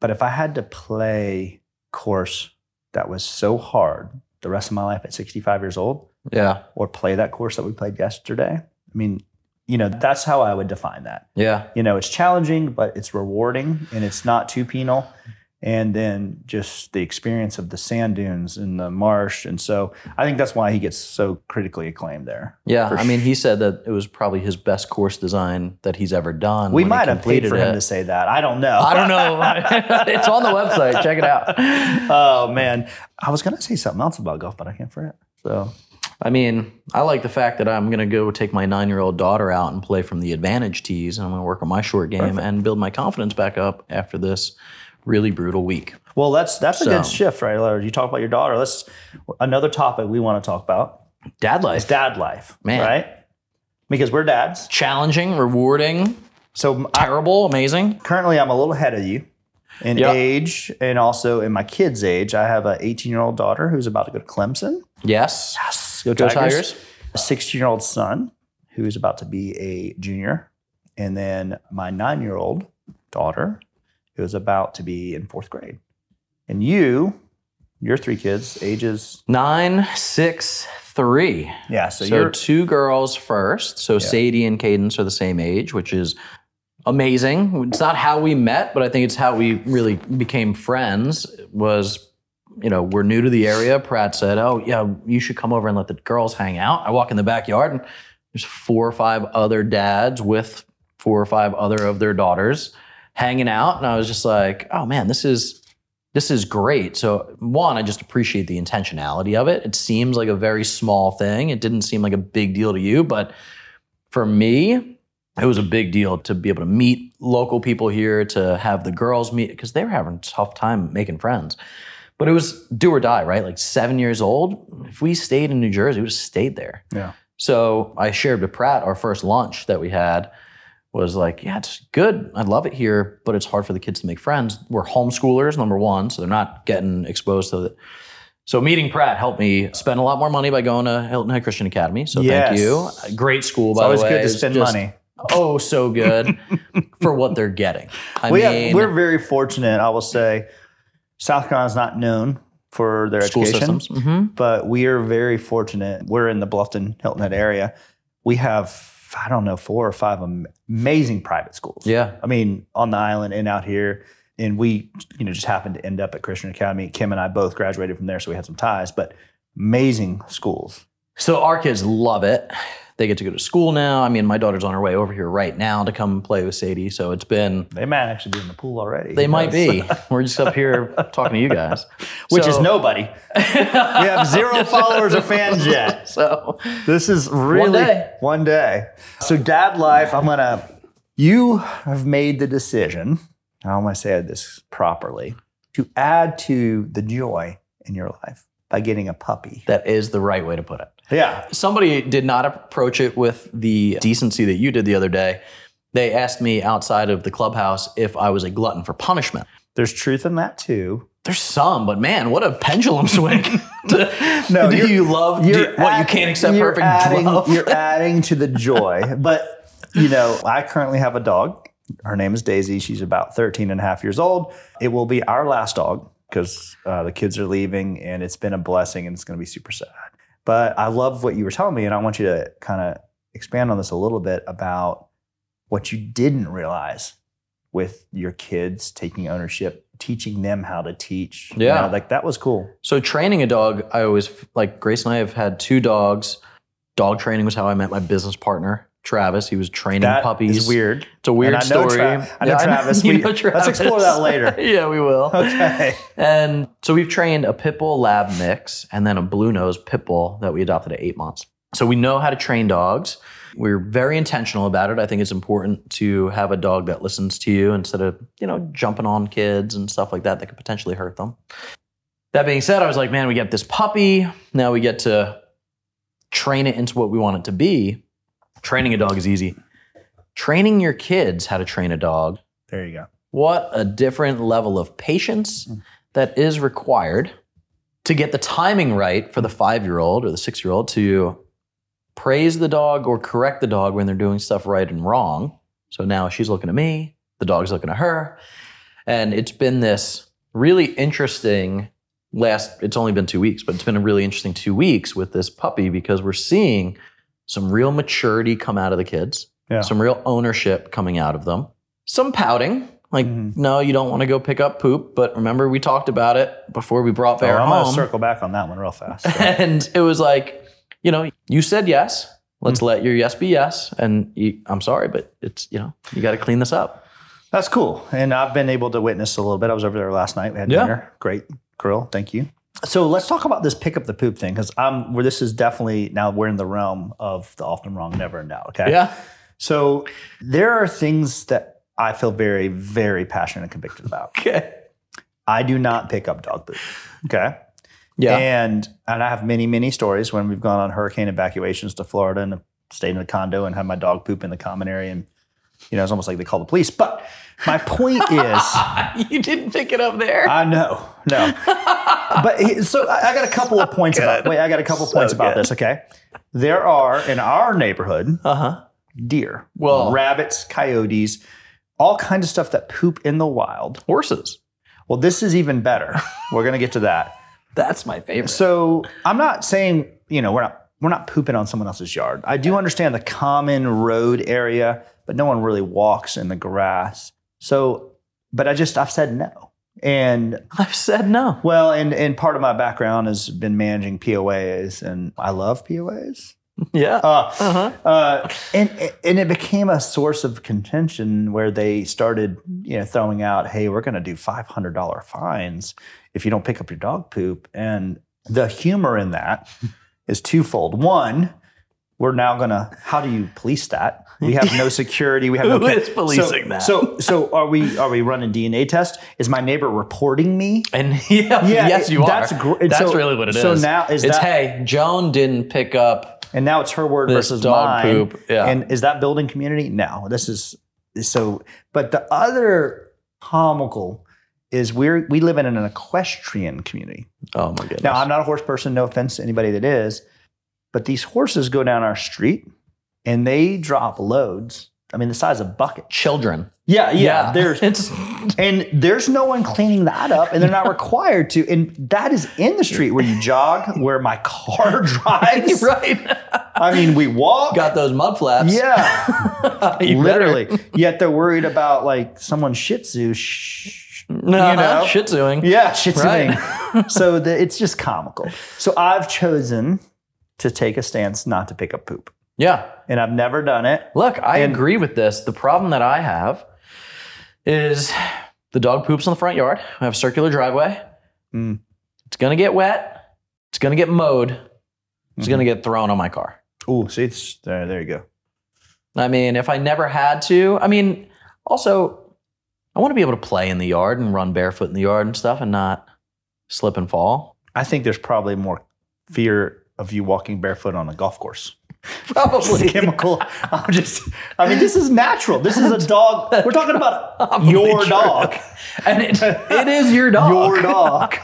[SPEAKER 1] but if I had to play course that was so hard the rest of my life at 65 years old,
[SPEAKER 2] Yeah.
[SPEAKER 1] or play that course that we played yesterday, I mean, you know, that's how I would define that
[SPEAKER 2] Yeah.
[SPEAKER 1] you know it's challenging but it's rewarding and it's not too penal and then just the experience of the sand dunes and the marsh and so i think that's why he gets so critically acclaimed there
[SPEAKER 2] Yeah.
[SPEAKER 1] For
[SPEAKER 2] I mean, he said that it was probably his best course design that he's ever done.
[SPEAKER 1] we
[SPEAKER 2] when he
[SPEAKER 1] might have paid
[SPEAKER 2] completed
[SPEAKER 1] for him
[SPEAKER 2] it.
[SPEAKER 1] to say that i don't know
[SPEAKER 2] I don't know. it's on the website. Check it out.
[SPEAKER 1] oh man i was gonna say something else about golf but i can't forget so
[SPEAKER 2] I mean, I like the fact that I'm going to go take my nine year old daughter out and play from the advantage tees, and I'm going to work on my short game and build my confidence back up after this really brutal week.
[SPEAKER 1] well that's that's a good
[SPEAKER 2] So-
[SPEAKER 1] shift right Larry? you talk about your daughter let's another topic we want to talk about
[SPEAKER 2] Dad
[SPEAKER 1] is
[SPEAKER 2] life.
[SPEAKER 1] dad life
[SPEAKER 2] Man.
[SPEAKER 1] right because we're dads
[SPEAKER 2] Challenging, rewarding,
[SPEAKER 1] so I,
[SPEAKER 2] terrible, amazing.
[SPEAKER 1] currently I'm a little ahead of you in
[SPEAKER 2] Yeah.
[SPEAKER 1] age and also in my kids' age. I have an 18 year old daughter who's about to go to Clemson.
[SPEAKER 2] Yes.
[SPEAKER 1] Yes, go
[SPEAKER 2] Go
[SPEAKER 1] Tigers.
[SPEAKER 2] Tigers.
[SPEAKER 1] A 16 year old son who is about to be a junior, and then my nine year old daughter who is about to be in fourth grade. And you, your three kids, ages
[SPEAKER 2] Nine, six, three.
[SPEAKER 1] yeah. So,
[SPEAKER 2] So,
[SPEAKER 1] you're
[SPEAKER 2] two girls first. So Sadie and Cadence are the same age, which is amazing. It's not how we met, but I think it's how we really became friends. Was you know, we're new to the area. Pratt said, "Oh, yeah, you should come over and let the girls hang out." I walk in the backyard and there's four or five other dads with four or five other of their daughters hanging out, and I was just like, "Oh man, this is this is great." So, one, I just appreciate the intentionality of it. It seems like a very small thing. It didn't seem like a big deal to you, but for me, it was a big deal to be able to meet local people here, to have the girls meet because they were having a tough time making friends. But it was do or die, right? Like seven years old. If we stayed in New Jersey, we just stayed there.
[SPEAKER 1] Yeah.
[SPEAKER 2] So I shared with Pratt our first lunch that we had was like, yeah, it's good. I love it here, but it's hard for the kids to make friends. We're homeschoolers, number one, so they're not getting exposed to it. So meeting Pratt helped me spend a lot more money by going to Hilton Head Christian Academy. So
[SPEAKER 1] Yes.
[SPEAKER 2] thank you. A Great school,
[SPEAKER 1] It's
[SPEAKER 2] by
[SPEAKER 1] always
[SPEAKER 2] the way.
[SPEAKER 1] good to
[SPEAKER 2] It's
[SPEAKER 1] spend
[SPEAKER 2] just
[SPEAKER 1] money.
[SPEAKER 2] Oh, so good for what they're getting. I
[SPEAKER 1] we
[SPEAKER 2] mean,
[SPEAKER 1] have, we're very fortunate, I will say. South Carolina's not known for their
[SPEAKER 2] school
[SPEAKER 1] education. Mm-hmm.
[SPEAKER 2] systems. hmm
[SPEAKER 1] but we are very fortunate. We're in the Bluffton Hilton Head area. We have, I don't know, four or five am- amazing private schools.
[SPEAKER 2] Yeah.
[SPEAKER 1] I mean, on the island and out here. And we, you know, just happened to end up at Christian Academy. Kim and I both graduated from there, so we had some ties, but amazing schools.
[SPEAKER 2] So our kids love it. They get to go to school now. I mean, my daughter's on her way over here right now to come play with Sadie. So it's been,
[SPEAKER 1] They might actually be in the pool already.
[SPEAKER 2] they
[SPEAKER 1] Who knows?
[SPEAKER 2] might be. We're just up here talking to you guys,
[SPEAKER 1] Which is
[SPEAKER 2] So-
[SPEAKER 1] nobody. We have zero followers or fans yet.
[SPEAKER 2] So
[SPEAKER 1] This is really
[SPEAKER 2] day.
[SPEAKER 1] one day. So, dad life, I'm going to, you have made the decision, I want to say this properly, to add to the joy in your life by getting a puppy.
[SPEAKER 2] that is the right way to put it.
[SPEAKER 1] Yeah.
[SPEAKER 2] Somebody did not approach it with the decency that you did the other day. They asked me outside of the clubhouse if I was a glutton for punishment.
[SPEAKER 1] There's truth in that too.
[SPEAKER 2] There's some, but man, what a pendulum swing. do
[SPEAKER 1] No,
[SPEAKER 2] do
[SPEAKER 1] you're-
[SPEAKER 2] you love do-
[SPEAKER 1] You're
[SPEAKER 2] what you
[SPEAKER 1] add-
[SPEAKER 2] can't accept
[SPEAKER 1] you're
[SPEAKER 2] perfect
[SPEAKER 1] adding,
[SPEAKER 2] love?
[SPEAKER 1] You're adding to the joy. But, you know, I currently have a dog. Her name is Daisy. She's about 13 and a half years old. It will be our last dog because uh, the kids are leaving and it's been a blessing and it's going to be super sad. But I love what you were telling me and I want you to kind of expand on this a little bit about what you didn't realize with your kids taking ownership, teaching them how to teach. You
[SPEAKER 2] Yeah.
[SPEAKER 1] know, like that was cool.
[SPEAKER 2] So training a dog, I always like Grace and I have had two dogs. Dog training was how I met my business partner, Travis. He was training
[SPEAKER 1] That is
[SPEAKER 2] puppies.
[SPEAKER 1] weird.
[SPEAKER 2] It's a weird
[SPEAKER 1] And I know
[SPEAKER 2] story.
[SPEAKER 1] Tra- I know
[SPEAKER 2] Yeah,
[SPEAKER 1] Travis.
[SPEAKER 2] you
[SPEAKER 1] We-
[SPEAKER 2] know
[SPEAKER 1] let's explore that later.
[SPEAKER 2] yeah, we will.
[SPEAKER 1] Okay.
[SPEAKER 2] And so we've trained a pit bull lab mix and then a blue nose pit bull that we adopted at eight months. So we know how to train dogs. We're very intentional about it. I think it's important to have a dog that listens to you instead of, you know, jumping on kids and stuff like that that could potentially hurt them. That being said, I was like, man, we get this puppy. Now we get to train it into what we want it to be. Training a dog is easy. Training your kids how to train a dog
[SPEAKER 1] There you go.
[SPEAKER 2] what a different level of patience that is required to get the timing right for the five year old or the six year old to praise the dog or correct the dog when they're doing stuff right and wrong. So now she's looking at me, the dog's looking at her. And it's been this really interesting last, it's only been two weeks, but it's been a really interesting two weeks with this puppy because we're seeing some real maturity come out of the kids,
[SPEAKER 1] Yeah.
[SPEAKER 2] some real ownership coming out of them, some pouting. Like,
[SPEAKER 1] Mhm.
[SPEAKER 2] no, you don't want to go pick up poop. But remember, we talked about it before we brought Bear
[SPEAKER 1] Oh, I'm
[SPEAKER 2] home.
[SPEAKER 1] gonna circle back on that one real fast.
[SPEAKER 2] and it was like, you know, you said yes. Let's
[SPEAKER 1] Mm-hmm.
[SPEAKER 2] let your yes be yes. And you, I'm sorry, but it's, you know, you got to clean this up.
[SPEAKER 1] That's cool. And I've been able to witness a little bit. I was over there last night. We had
[SPEAKER 2] Yeah.
[SPEAKER 1] dinner. Great grill. Thank you. So let's talk about this pick up the poop thing because I'm where this is definitely now we're in the realm of the often wrong, never in doubt. Okay.
[SPEAKER 2] Yeah.
[SPEAKER 1] So there are things that I feel very, very passionate and convicted about.
[SPEAKER 2] Okay.
[SPEAKER 1] I do not pick up dog poop. Okay.
[SPEAKER 2] Yeah.
[SPEAKER 1] And and I have many, many stories when we've gone on hurricane evacuations to Florida and stayed in a condo and had my dog poop in the common area. And, you know, it's almost like they call the police. But my point is.
[SPEAKER 2] you didn't pick it up there.
[SPEAKER 1] I know, no. but he- so I I got a couple of points about. Wait, I got a couple of points about
[SPEAKER 2] good.
[SPEAKER 1] this. Okay, there are in our neighborhood
[SPEAKER 2] Uh huh.
[SPEAKER 1] deer,
[SPEAKER 2] Well-
[SPEAKER 1] rabbits, coyotes, all kinds of stuff that poop in the wild.
[SPEAKER 2] Horses.
[SPEAKER 1] Well, this is even better. We're gonna get to that.
[SPEAKER 2] That's my favorite.
[SPEAKER 1] So I'm not saying you know we're not we're not pooping on someone else's yard. I do understand the common road area, but no one really walks in the grass. So, but I just I've said no. And
[SPEAKER 2] I've said no.
[SPEAKER 1] well, and and part of my background has been managing POAs, and I love POAs.
[SPEAKER 2] Yeah.
[SPEAKER 1] Uh,
[SPEAKER 2] Uh-huh.
[SPEAKER 1] uh, and and it became a source of contention where they started, you know, throwing out, "Hey, we're going to do five hundred dollar fines if you don't pick up your dog poop." And the humor in that is twofold. One, we're now going to how do you police that? We have no security. We have no
[SPEAKER 2] Who
[SPEAKER 1] ca-
[SPEAKER 2] is policing
[SPEAKER 1] so,
[SPEAKER 2] that?
[SPEAKER 1] So so are we are we running DNA test? Is my neighbor reporting me?
[SPEAKER 2] And yeah,
[SPEAKER 1] Yeah,
[SPEAKER 2] yes,
[SPEAKER 1] it-
[SPEAKER 2] you
[SPEAKER 1] that's
[SPEAKER 2] are.
[SPEAKER 1] gr- and
[SPEAKER 2] that's
[SPEAKER 1] so-
[SPEAKER 2] really what it is.
[SPEAKER 1] so now is
[SPEAKER 2] it's
[SPEAKER 1] that-
[SPEAKER 2] hey, Joan didn't pick up.
[SPEAKER 1] And now it's her word
[SPEAKER 2] This
[SPEAKER 1] versus
[SPEAKER 2] dog
[SPEAKER 1] mine.
[SPEAKER 2] poop, yeah.
[SPEAKER 1] And is that building community? No. This is so. But the other comical is we're we live in an equestrian community.
[SPEAKER 2] Oh my goodness!
[SPEAKER 1] Now I'm not a horse person. No offense to anybody that is, but these horses go down our street and they drop loads. I mean, the size of bucket.
[SPEAKER 2] Children.
[SPEAKER 1] Yeah, yeah. There's
[SPEAKER 2] it's
[SPEAKER 1] and there's no one cleaning that up, and they're not required to. And that is in the street where you jog, where my car drives.
[SPEAKER 2] right.
[SPEAKER 1] I mean, we walk.
[SPEAKER 2] Got those mud flaps.
[SPEAKER 1] Yeah,
[SPEAKER 2] You
[SPEAKER 1] literally. Yet they're worried about like someone Shih Tzu. Sh-
[SPEAKER 2] Better, uh-huh,
[SPEAKER 1] you know?
[SPEAKER 2] shih tzuing.
[SPEAKER 1] yeah, Shih Tzu.
[SPEAKER 2] Right.
[SPEAKER 1] thing. so the, it's just comical. So I've chosen to take a stance not to pick up poop,
[SPEAKER 2] Yeah.
[SPEAKER 1] and I've never done it.
[SPEAKER 2] Look, I
[SPEAKER 1] And-
[SPEAKER 2] agree with this. The problem that I have is the dog poops in the front yard. I have a circular driveway.
[SPEAKER 1] Mm.
[SPEAKER 2] It's gonna get wet. It's gonna get mowed. It's
[SPEAKER 1] Mm-hmm.
[SPEAKER 2] gonna get thrown on my car.
[SPEAKER 1] Oh, see, it's, there, there you go.
[SPEAKER 2] I mean, if I never had to, I mean, also, I want to be able to play in the yard and run barefoot in the yard and stuff and not slip and fall.
[SPEAKER 1] I think there's probably more fear of you walking barefoot on a golf course. It's
[SPEAKER 2] Probably.
[SPEAKER 1] chemical. I'm just. I mean, this is natural. This is a dog. We're talking about your
[SPEAKER 2] true.
[SPEAKER 1] dog.
[SPEAKER 2] and it, it is your dog.
[SPEAKER 1] Your dog.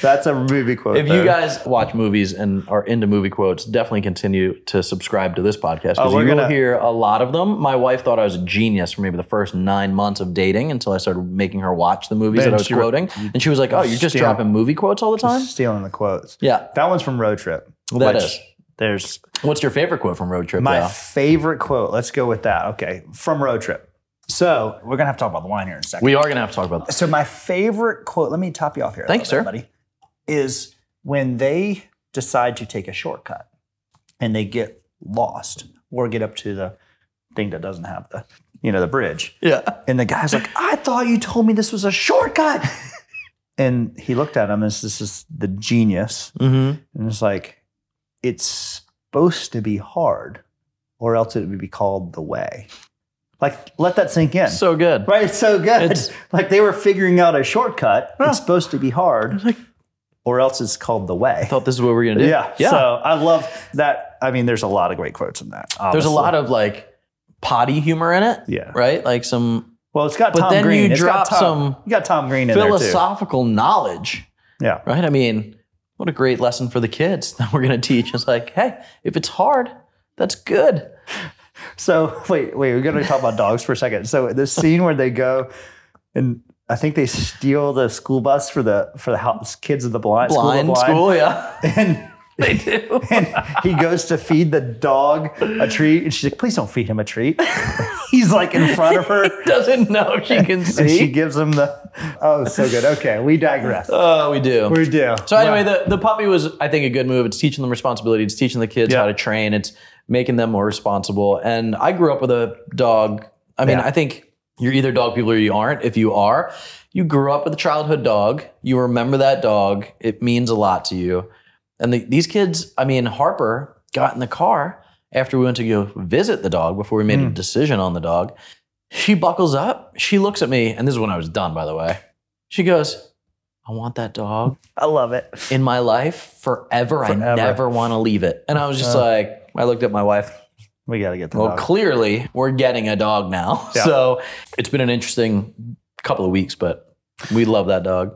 [SPEAKER 1] That's a movie quote.
[SPEAKER 2] If you
[SPEAKER 1] there.
[SPEAKER 2] guys watch movies and are into movie quotes, definitely continue to subscribe to this podcast because
[SPEAKER 1] Oh, we're
[SPEAKER 2] you will
[SPEAKER 1] gonna-
[SPEAKER 2] hear a lot of them. My wife thought I was a genius for maybe the first nine months of dating until I started making her watch the movies
[SPEAKER 1] Man,
[SPEAKER 2] that I was
[SPEAKER 1] she re-
[SPEAKER 2] quoting. and she was like, oh, you're just
[SPEAKER 1] Damn.
[SPEAKER 2] dropping movie quotes all the time?
[SPEAKER 1] stealing the quotes.
[SPEAKER 2] Yeah.
[SPEAKER 1] That one's from Road Trip.
[SPEAKER 2] That
[SPEAKER 1] That is.
[SPEAKER 2] is.
[SPEAKER 1] There's
[SPEAKER 2] What's your favorite quote from Road Trip?
[SPEAKER 1] my
[SPEAKER 2] though?
[SPEAKER 1] favorite quote. Let's go with that. Okay. From Road Trip. So we're going to have to talk about the wine here in a second.
[SPEAKER 2] We are going to have to talk about this.
[SPEAKER 1] so my favorite quote, let me top you off here. a
[SPEAKER 2] Thanks,
[SPEAKER 1] little
[SPEAKER 2] sir.
[SPEAKER 1] bit, Buddy, is when they decide to take a shortcut and they get lost or get up to the thing that doesn't have the, you know, the bridge.
[SPEAKER 2] Yeah.
[SPEAKER 1] And the guy's like, I thought you told me this was a shortcut. and he looked at him as this is the genius.
[SPEAKER 2] Mm-hmm.
[SPEAKER 1] And it's like, it's supposed to be hard, or else it would be called the way. Like, let that sink in.
[SPEAKER 2] So good.
[SPEAKER 1] right? It's so good.
[SPEAKER 2] It's-
[SPEAKER 1] like they were figuring out a shortcut. It's supposed to be hard, or else it's called the way.
[SPEAKER 2] I thought this is what we were going to do.
[SPEAKER 1] Yeah. So I love that. I mean, there's a lot of great quotes in that.
[SPEAKER 2] There's a lot of like potty humor in it.
[SPEAKER 1] Yeah.
[SPEAKER 2] Right? Like some
[SPEAKER 1] Well, it's got
[SPEAKER 2] But
[SPEAKER 1] Tom
[SPEAKER 2] then
[SPEAKER 1] Green.
[SPEAKER 2] you
[SPEAKER 1] It's got
[SPEAKER 2] drop
[SPEAKER 1] Tom-
[SPEAKER 2] some
[SPEAKER 1] You got Tom Green in there too.
[SPEAKER 2] philosophical knowledge.
[SPEAKER 1] Yeah.
[SPEAKER 2] Right? I mean, what a great lesson for the kids that we're going to teach. It's like, hey, if it's hard, that's good.
[SPEAKER 1] So wait, wait, we're gonna talk about dogs for a second. So the scene where they go and I think they steal the school bus for the for the house, kids of the blind,
[SPEAKER 2] Blind
[SPEAKER 1] school, of the blind.
[SPEAKER 2] school, yeah.
[SPEAKER 1] and
[SPEAKER 2] they do.
[SPEAKER 1] and he goes to feed the dog a treat, and she's like, "Please don't feed him a treat." He's like in front of her,
[SPEAKER 2] Doesn't know if she can
[SPEAKER 1] and she
[SPEAKER 2] see.
[SPEAKER 1] gives him the. Oh, so good. Okay, we digress.
[SPEAKER 2] Oh, we do.
[SPEAKER 1] We do.
[SPEAKER 2] So anyway, the, the puppy was, I think, a good move. It's teaching them responsibility. It's teaching the kids
[SPEAKER 1] Yeah.
[SPEAKER 2] how to train. It's making them more responsible. And I grew up with a dog. I mean,
[SPEAKER 1] Yeah.
[SPEAKER 2] I think you're either dog people or you aren't. If you are, you grew up with a childhood dog. You remember that dog. It means a lot to you. And the, these kids, I mean, Harper got in the car after we went to go visit the dog before we made
[SPEAKER 1] Hmm.
[SPEAKER 2] a decision on the dog. She buckles up. She looks at me, and this is when I was done, by the way. She goes, "I want that dog."
[SPEAKER 1] I love it.
[SPEAKER 2] in my life forever. I
[SPEAKER 1] Forever.
[SPEAKER 2] never want to leave it. And I was just
[SPEAKER 1] Uh.
[SPEAKER 2] like, I looked at my wife.
[SPEAKER 1] We gotta get the
[SPEAKER 2] Well,
[SPEAKER 1] dog.
[SPEAKER 2] clearly we're getting a dog now.
[SPEAKER 1] Yeah.
[SPEAKER 2] So it's been an interesting couple of weeks, but we love that dog.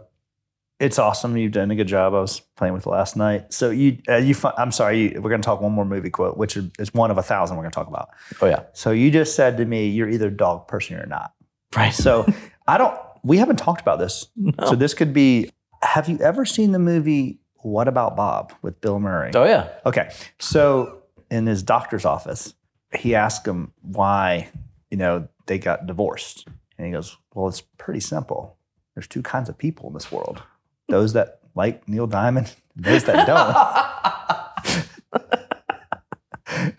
[SPEAKER 1] it's awesome. You've done a good job. I was playing with it last night. So you, uh, you. fi- I'm sorry. You, we're going to talk one more movie quote, which is one of a thousand we're going to talk about.
[SPEAKER 2] Oh yeah,
[SPEAKER 1] So you just said to me, you're either a dog person or you're not.
[SPEAKER 2] right.
[SPEAKER 1] So I don't. We haven't talked about this. So this could be. Have you ever seen the movie What About Bob with Bill Murray?
[SPEAKER 2] Oh yeah,
[SPEAKER 1] Okay. So in his doctor's office, he asked him why, you know, they got divorced. And he goes, Well, it's pretty simple. there's two kinds of people in this world those that like Neil Diamond, and those that don't.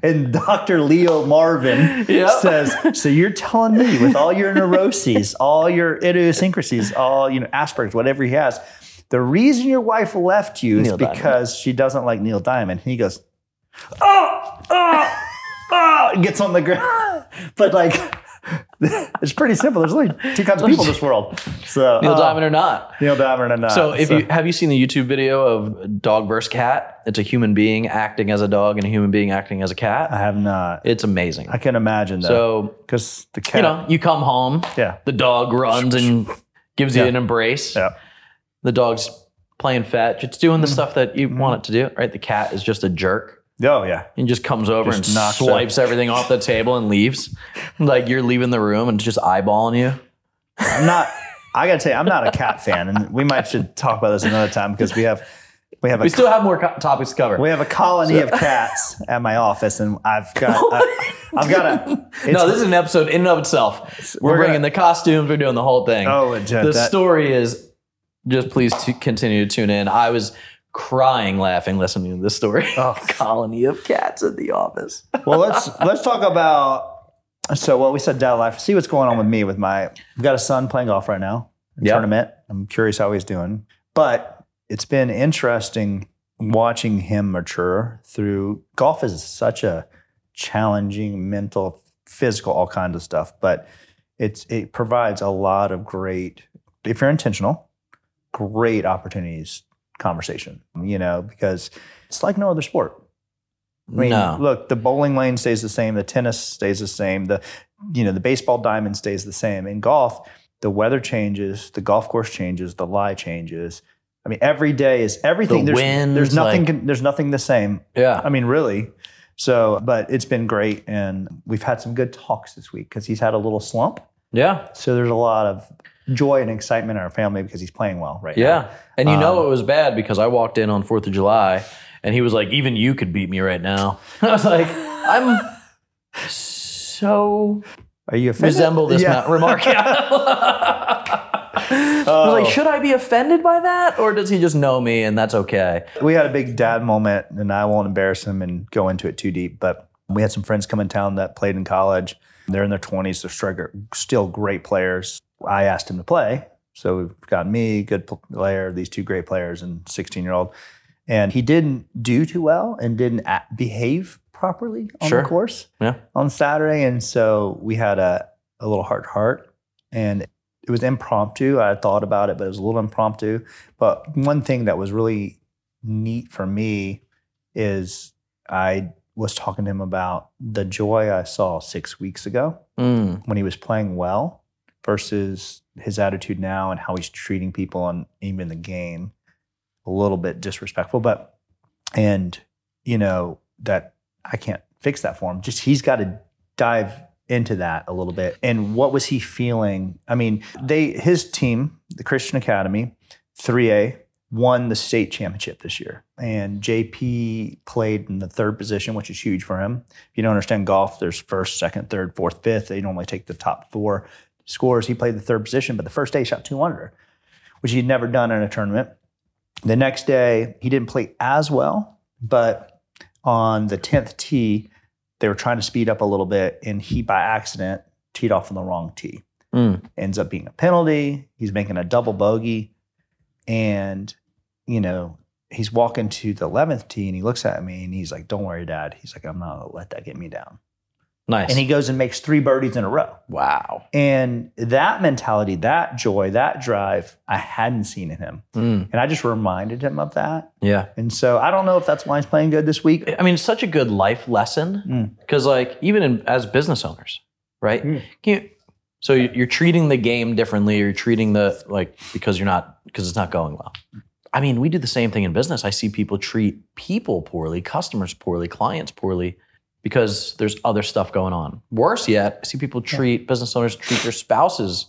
[SPEAKER 1] and Dr. Leo Marvin
[SPEAKER 2] Yep.
[SPEAKER 1] says, So you're telling me with all your neuroses, all your idiosyncrasies, all, you know, Asperger's, whatever he has, the reason your wife left you is
[SPEAKER 2] Neil Diamond.
[SPEAKER 1] because she doesn't like Neil Diamond. And he goes, Oh, oh, oh, and gets on the ground. But like, it's pretty simple. There's only two kinds of people in this world. So
[SPEAKER 2] Neil
[SPEAKER 1] uh,
[SPEAKER 2] Diamond or not.
[SPEAKER 1] Neil Diamond and uh, not.
[SPEAKER 2] So, if you have you seen the YouTube video of dog versus cat? It's a human being acting as a dog and a human being acting as
[SPEAKER 1] I
[SPEAKER 2] a cat.
[SPEAKER 1] have not.
[SPEAKER 2] It's amazing.
[SPEAKER 1] Uh, I can imagine though,
[SPEAKER 2] So,
[SPEAKER 1] because the cat.
[SPEAKER 2] you know, you come home,
[SPEAKER 1] yeah,
[SPEAKER 2] the dog runs and gives you
[SPEAKER 1] Yeah.
[SPEAKER 2] an embrace.
[SPEAKER 1] yeah. Mm.
[SPEAKER 2] The dog's playing fetch. It's doing the stuff that you want it to do, right? The cat is just a jerk
[SPEAKER 1] Oh yeah.
[SPEAKER 2] and just comes over
[SPEAKER 1] Just
[SPEAKER 2] and
[SPEAKER 1] knocks
[SPEAKER 2] swipes everything off the table and leaves. Like you're leaving the room and it's just eyeballing you.
[SPEAKER 1] I'm not. I gotta tell you, I'm not a cat fan, and we might should talk about this another time because we have we have a
[SPEAKER 2] We still have more co- topics to cover.
[SPEAKER 1] we have a colony of cats at my office, and I've got I, I've got a. It's,
[SPEAKER 2] no, this is an episode in and of itself. We're,
[SPEAKER 1] We're gonna-
[SPEAKER 2] bringing the costumes. We're doing the whole thing.
[SPEAKER 1] oh legit.
[SPEAKER 2] the
[SPEAKER 1] that-
[SPEAKER 2] story is just please to continue to tune in. I was crying laughing listening to this story.
[SPEAKER 1] Oh.
[SPEAKER 2] colony of cats at the office.
[SPEAKER 1] well, let's let's talk about. So, well, we said dad life. See what's going on with me with my. I've got a son playing golf right now. in
[SPEAKER 2] Yep.
[SPEAKER 1] Tournament. I'm curious how he's doing, but it's been interesting watching him mature through golf. Is such a challenging mental, physical, all kinds of stuff, but it's it provides a lot of great if you're intentional, great opportunities conversation. You know because it's like no other sport. I mean,
[SPEAKER 2] no.
[SPEAKER 1] look, the bowling lane stays the same, the tennis stays the same, the you know, the baseball diamond stays the same. In golf, the weather changes, the golf course changes, the lie changes. I mean, every day is everything.
[SPEAKER 2] The
[SPEAKER 1] there's, there's
[SPEAKER 2] winds,
[SPEAKER 1] nothing.
[SPEAKER 2] like-
[SPEAKER 1] there's nothing the same.
[SPEAKER 2] Yeah.
[SPEAKER 1] I mean, really. So, but it's been great, and we've had some good talks this week because he's had a little slump.
[SPEAKER 2] Yeah.
[SPEAKER 1] So there's a lot of joy and excitement in our family because he's playing well right now.
[SPEAKER 2] Yeah. And you know
[SPEAKER 1] Um,
[SPEAKER 2] it was bad because I walked in on 4th of July and he was like, even you could beat me right now. I was like, I'm so
[SPEAKER 1] Are you offended?
[SPEAKER 2] resemble this
[SPEAKER 1] Yeah.
[SPEAKER 2] ma- remark. Oh. Yeah. I was like, should I be offended by that? Or does he just know me and that's okay?
[SPEAKER 1] We had a big dad moment, and I won't embarrass him and go into it too deep, but we had some friends come in town that played in college. They're in their 20s, they're striker, still great players. I asked him to play. So we've got me, good pl- player, these two great players, and 16 year old. And he didn't do too well and didn't a- behave properly on
[SPEAKER 2] Sure.
[SPEAKER 1] the course
[SPEAKER 2] Yeah.
[SPEAKER 1] on Saturday. And so we had a, a little heart to heart, and it was impromptu. I thought about it, but it was a little impromptu. But one thing that was really neat for me is I was talking to him about the joy I saw six weeks ago
[SPEAKER 2] Mm.
[SPEAKER 1] when he was playing well versus his attitude now and how he's treating people and even the game a little bit disrespectful but and you know that i can't fix that for him just he's got to dive into that a little bit and what was he feeling i mean they his team the christian academy 3a won the state championship this year and jp played in the third position which is huge for him if you don't understand golf, there's first, second, third, fourth, fifth. They normally take the top four scores. He played the third position, but the first day he shot two under, which he'd never done in a tournament. The next day, he didn't play as well, but on the 10th tee, they were trying to speed up a little bit, and he by accident teed off on the wrong tee
[SPEAKER 2] Mm.
[SPEAKER 1] ends up being a penalty. He's making a double bogey. And, you know, he's walking to the 11th tee and he looks at me and he's like, Don't worry, dad. He's like, I'm not going to let that get me down.
[SPEAKER 2] Nice.
[SPEAKER 1] And he goes and makes three birdies in a row.
[SPEAKER 2] wow.
[SPEAKER 1] And that mentality, that joy, that drive, I hadn't seen in him.
[SPEAKER 2] Mm.
[SPEAKER 1] And I just reminded him of that.
[SPEAKER 2] Yeah.
[SPEAKER 1] And so I don't know if that's why he's playing good this week.
[SPEAKER 2] I mean, it's such a good life lesson because, like, even in, as business owners, right?
[SPEAKER 1] Mm.
[SPEAKER 2] Can you, so you- you're treating the game differently. You're treating the like because you're not because it's not going well. I mean, we do the same thing in business. I see people treat people poorly, customers poorly, clients poorly because there's other stuff going on. Worse yet, I see people treat business owners treat their spouses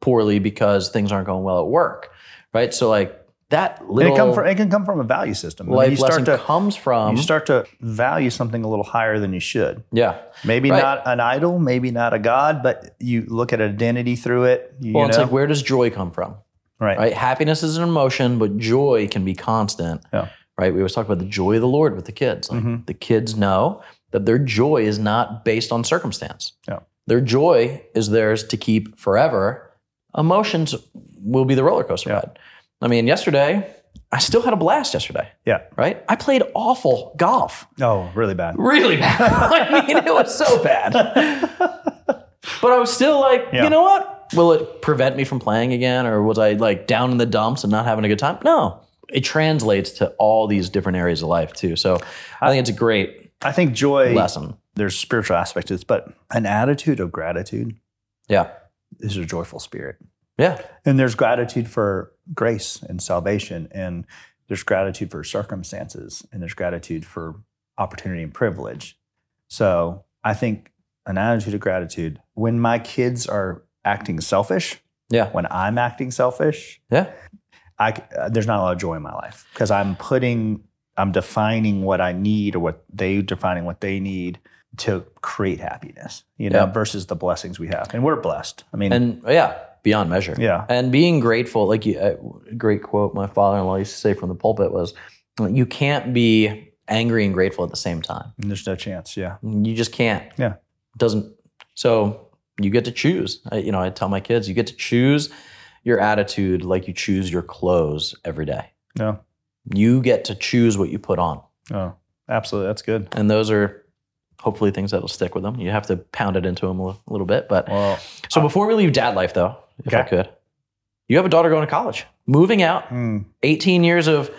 [SPEAKER 2] poorly because things aren't going well at work, right? So like that
[SPEAKER 1] And
[SPEAKER 2] little
[SPEAKER 1] it, come from, it can come from a value system. I mean,
[SPEAKER 2] life
[SPEAKER 1] you start
[SPEAKER 2] lesson
[SPEAKER 1] to
[SPEAKER 2] comes from
[SPEAKER 1] you start to value something a little higher than you should.
[SPEAKER 2] yeah.
[SPEAKER 1] Maybe
[SPEAKER 2] Right.
[SPEAKER 1] not an idol, maybe not a god, but you look at identity through it. You
[SPEAKER 2] Well, it's
[SPEAKER 1] know?
[SPEAKER 2] like where does joy come from?
[SPEAKER 1] Right.
[SPEAKER 2] right? Happiness is an emotion, but joy can be constant.
[SPEAKER 1] Yeah.
[SPEAKER 2] Right? We always talk about the joy of the Lord with the kids. Like,
[SPEAKER 1] Mhm.
[SPEAKER 2] The kids know that their joy is not based on circumstance.
[SPEAKER 1] Yeah.
[SPEAKER 2] Their joy is theirs to keep forever. Emotions will be the roller coaster
[SPEAKER 1] Yeah.
[SPEAKER 2] ride. I mean, yesterday, I still had a blast yesterday.
[SPEAKER 1] Yeah.
[SPEAKER 2] Right? I played awful golf
[SPEAKER 1] Oh, really bad.
[SPEAKER 2] really bad. I mean, it was so bad. But I was still like,
[SPEAKER 1] Yeah.
[SPEAKER 2] you know what? Will it prevent me from playing again, or was I like down in the dumps and not having a good time? No, it translates to all these different areas of life too. So I think it's a great
[SPEAKER 1] I think joy.
[SPEAKER 2] lesson.
[SPEAKER 1] There's spiritual aspect to this, but an attitude of gratitude
[SPEAKER 2] Yeah,
[SPEAKER 1] is a joyful spirit.
[SPEAKER 2] yeah,
[SPEAKER 1] And there's gratitude for grace and salvation, and there's gratitude for circumstances, and there's gratitude for opportunity and privilege. So I think an attitude of gratitude when my kids are acting selfish,
[SPEAKER 2] yeah,
[SPEAKER 1] when I'm acting selfish,
[SPEAKER 2] yeah,
[SPEAKER 1] I c- uh, there's not a lot of joy in my life because I'm putting, I'm defining what I need or what they defining what they need to create happiness, you know,
[SPEAKER 2] Yeah.
[SPEAKER 1] versus the blessings we have, and we're blessed. I mean,
[SPEAKER 2] and yeah, beyond measure.
[SPEAKER 1] yeah,
[SPEAKER 2] And being grateful, like you, uh, great quote my father-in-law used to say from the pulpit was, "You can't be angry and grateful at the same time."
[SPEAKER 1] and there's no chance, yeah.
[SPEAKER 2] You just can't.
[SPEAKER 1] Yeah.
[SPEAKER 2] Doesn't. So you get to choose. I, you know, I tell my kids, you get to choose your attitude like you choose your clothes every day.
[SPEAKER 1] Yeah.
[SPEAKER 2] You get to choose what you put on.
[SPEAKER 1] Oh, absolutely. That's good.
[SPEAKER 2] And those are hopefully things that'll stick with them. You have to pound it into them a li- little bit. But
[SPEAKER 1] Well,
[SPEAKER 2] so before we leave dad life, though, if I
[SPEAKER 1] Uh, Okay.
[SPEAKER 2] could, you have a daughter going to college, moving out,
[SPEAKER 1] hmm.
[SPEAKER 2] 18 years of,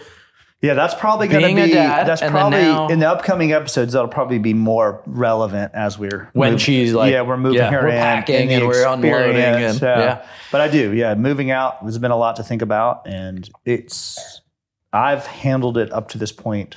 [SPEAKER 1] yeah, that's probably going to
[SPEAKER 2] Being a
[SPEAKER 1] be.
[SPEAKER 2] dad,
[SPEAKER 1] that's
[SPEAKER 2] and then
[SPEAKER 1] probably
[SPEAKER 2] now-
[SPEAKER 1] in the upcoming episodes. That'll probably be more relevant as we're
[SPEAKER 2] When
[SPEAKER 1] move-
[SPEAKER 2] she's like-
[SPEAKER 1] yeah, we're moving
[SPEAKER 2] yeah,
[SPEAKER 1] her
[SPEAKER 2] we're
[SPEAKER 1] in,
[SPEAKER 2] packing
[SPEAKER 1] the
[SPEAKER 2] and we're unloading
[SPEAKER 1] experience,
[SPEAKER 2] and-
[SPEAKER 1] yeah.
[SPEAKER 2] yeah.
[SPEAKER 1] But I do, yeah. Moving out has been a lot to think about, and it's I've handled it up to this point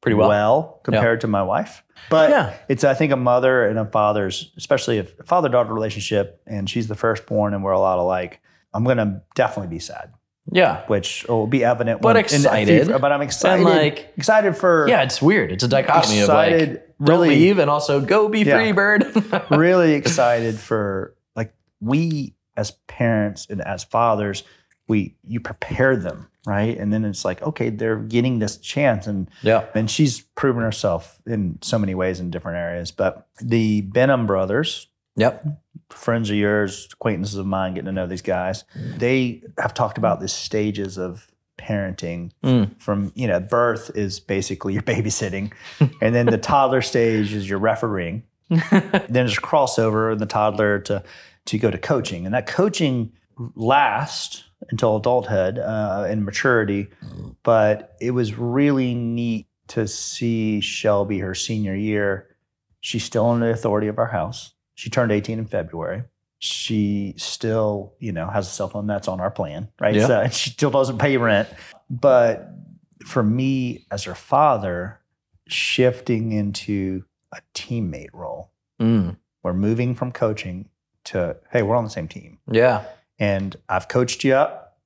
[SPEAKER 2] Pretty well.
[SPEAKER 1] compared to my wife. But
[SPEAKER 2] Yeah.
[SPEAKER 1] it's I think a mother and a father's, especially a father daughter relationship, and she's the firstborn, and we're a lot alike. I'm going to definitely be sad.
[SPEAKER 2] yeah.
[SPEAKER 1] which will be evident. when-
[SPEAKER 2] But
[SPEAKER 1] in a few-
[SPEAKER 2] excited.
[SPEAKER 1] but I'm excited.
[SPEAKER 2] like-
[SPEAKER 1] excited for
[SPEAKER 2] Yeah, it's weird. It's a dichotomy of
[SPEAKER 1] excited.
[SPEAKER 2] like, don't
[SPEAKER 1] really,
[SPEAKER 2] leave and also go be
[SPEAKER 1] Yeah.
[SPEAKER 2] free, bird.
[SPEAKER 1] really excited for like we as parents and as fathers, we you prepare them right, and then it's like okay, they're getting this chance, and
[SPEAKER 2] yeah.
[SPEAKER 1] and she's proven herself in so many ways in different areas. But the Benham brothers,
[SPEAKER 2] Yep.
[SPEAKER 1] friends of yours, acquaintances of mine, getting to know these guys. They have talked about the stages of parenting
[SPEAKER 2] Mm.
[SPEAKER 1] from, you know, birth is basically your babysitting. and then the toddler stage is your refereeing. then there's crossover in the toddler to to go to coaching. And that coaching lasts until adulthood uh, and maturity. But it was really neat to see Shelby her senior year. She's still under the authority of our house. She turned 18 in February. She still, you know, has a cell phone that's on our plan, right?
[SPEAKER 2] Yeah.
[SPEAKER 1] So and she still doesn't pay rent. But for me as her father, shifting into a teammate role
[SPEAKER 2] Mm.
[SPEAKER 1] we're moving from coaching to hey we're on the same team
[SPEAKER 2] Yeah.
[SPEAKER 1] and i've coached you up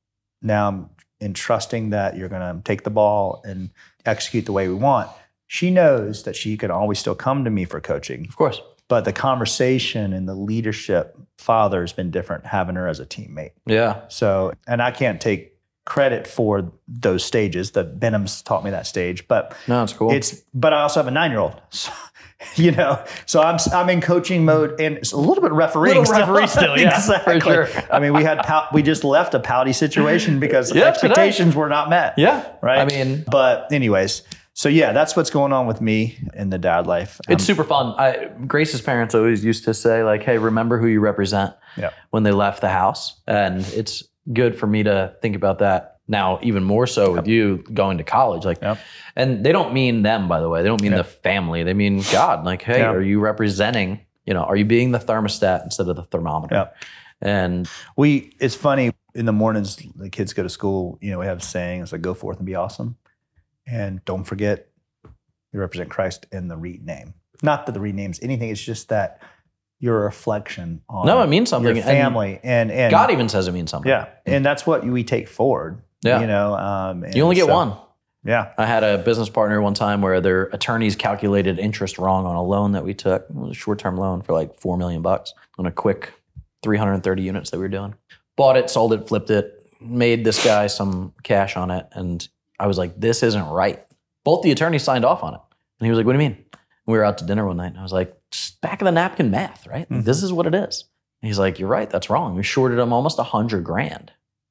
[SPEAKER 1] now i'm entrusting that you're going to take the ball and execute the way we want she knows that she can always still come to me for coaching
[SPEAKER 2] Of course.
[SPEAKER 1] but the conversation and the leadership father has been different having her as a teammate
[SPEAKER 2] Yeah.
[SPEAKER 1] so, and I can't take credit for those stages. The Benhams taught me that stage, but
[SPEAKER 2] No, it's cool.
[SPEAKER 1] it's. But I also have a nine-year-old, so, you know. So I'm I'm in coaching mode and it's a little bit refereeing,
[SPEAKER 2] Little referee still, yeah, for
[SPEAKER 1] exactly.
[SPEAKER 2] sure.
[SPEAKER 1] I mean, we had pout, we just left a pouty situation because
[SPEAKER 2] Yeah, today.
[SPEAKER 1] expectations were not met.
[SPEAKER 2] yeah.
[SPEAKER 1] right.
[SPEAKER 2] I mean,
[SPEAKER 1] But anyways, so yeah, that's what's going on with me in the dad life.
[SPEAKER 2] it's super fun. I, Grace's parents always used to say, like, hey, remember who you represent
[SPEAKER 1] Yeah.
[SPEAKER 2] when they left the house. And it's good for me to think about that now, even more so with you going to college. Like,
[SPEAKER 1] Yep.
[SPEAKER 2] and they don't mean them, by the way. They don't mean
[SPEAKER 1] Yeah.
[SPEAKER 2] the family. They mean God. Like, hey,
[SPEAKER 1] Yeah.
[SPEAKER 2] are you representing, you know, are you being the thermostat instead of the thermometer?
[SPEAKER 1] Yeah.
[SPEAKER 2] And
[SPEAKER 1] We it's funny in the mornings the kids go to school. You know, we have sayings like "Go forth and be awesome," and don't forget you represent Christ in the read name. Not that the read name's anything. It's just that you're a reflection on
[SPEAKER 2] no, it means something.
[SPEAKER 1] your
[SPEAKER 2] And
[SPEAKER 1] family and and
[SPEAKER 2] God even says it means something.
[SPEAKER 1] yeah, and that's what we take forward.
[SPEAKER 2] Yeah.
[SPEAKER 1] you know, um, and
[SPEAKER 2] You only get
[SPEAKER 1] so-
[SPEAKER 2] one.
[SPEAKER 1] Yeah,
[SPEAKER 2] I had a business partner one time where their attorneys calculated interest wrong on a loan that we took, It was a short-term loan for like four million bucks on a quick 330 units that we were doing. Bought it, sold it, flipped it, made this guy some cash on it, and I was like, "This isn't right." Both the attorneys signed off on it, and he was like, "What do you mean?" And we were out to dinner one night, and I was like, "Just "Back of the napkin math, right?
[SPEAKER 1] Mhm.
[SPEAKER 2] This is what it is." And he's like, "You're right. That's wrong. We shorted him almost a hundred grand."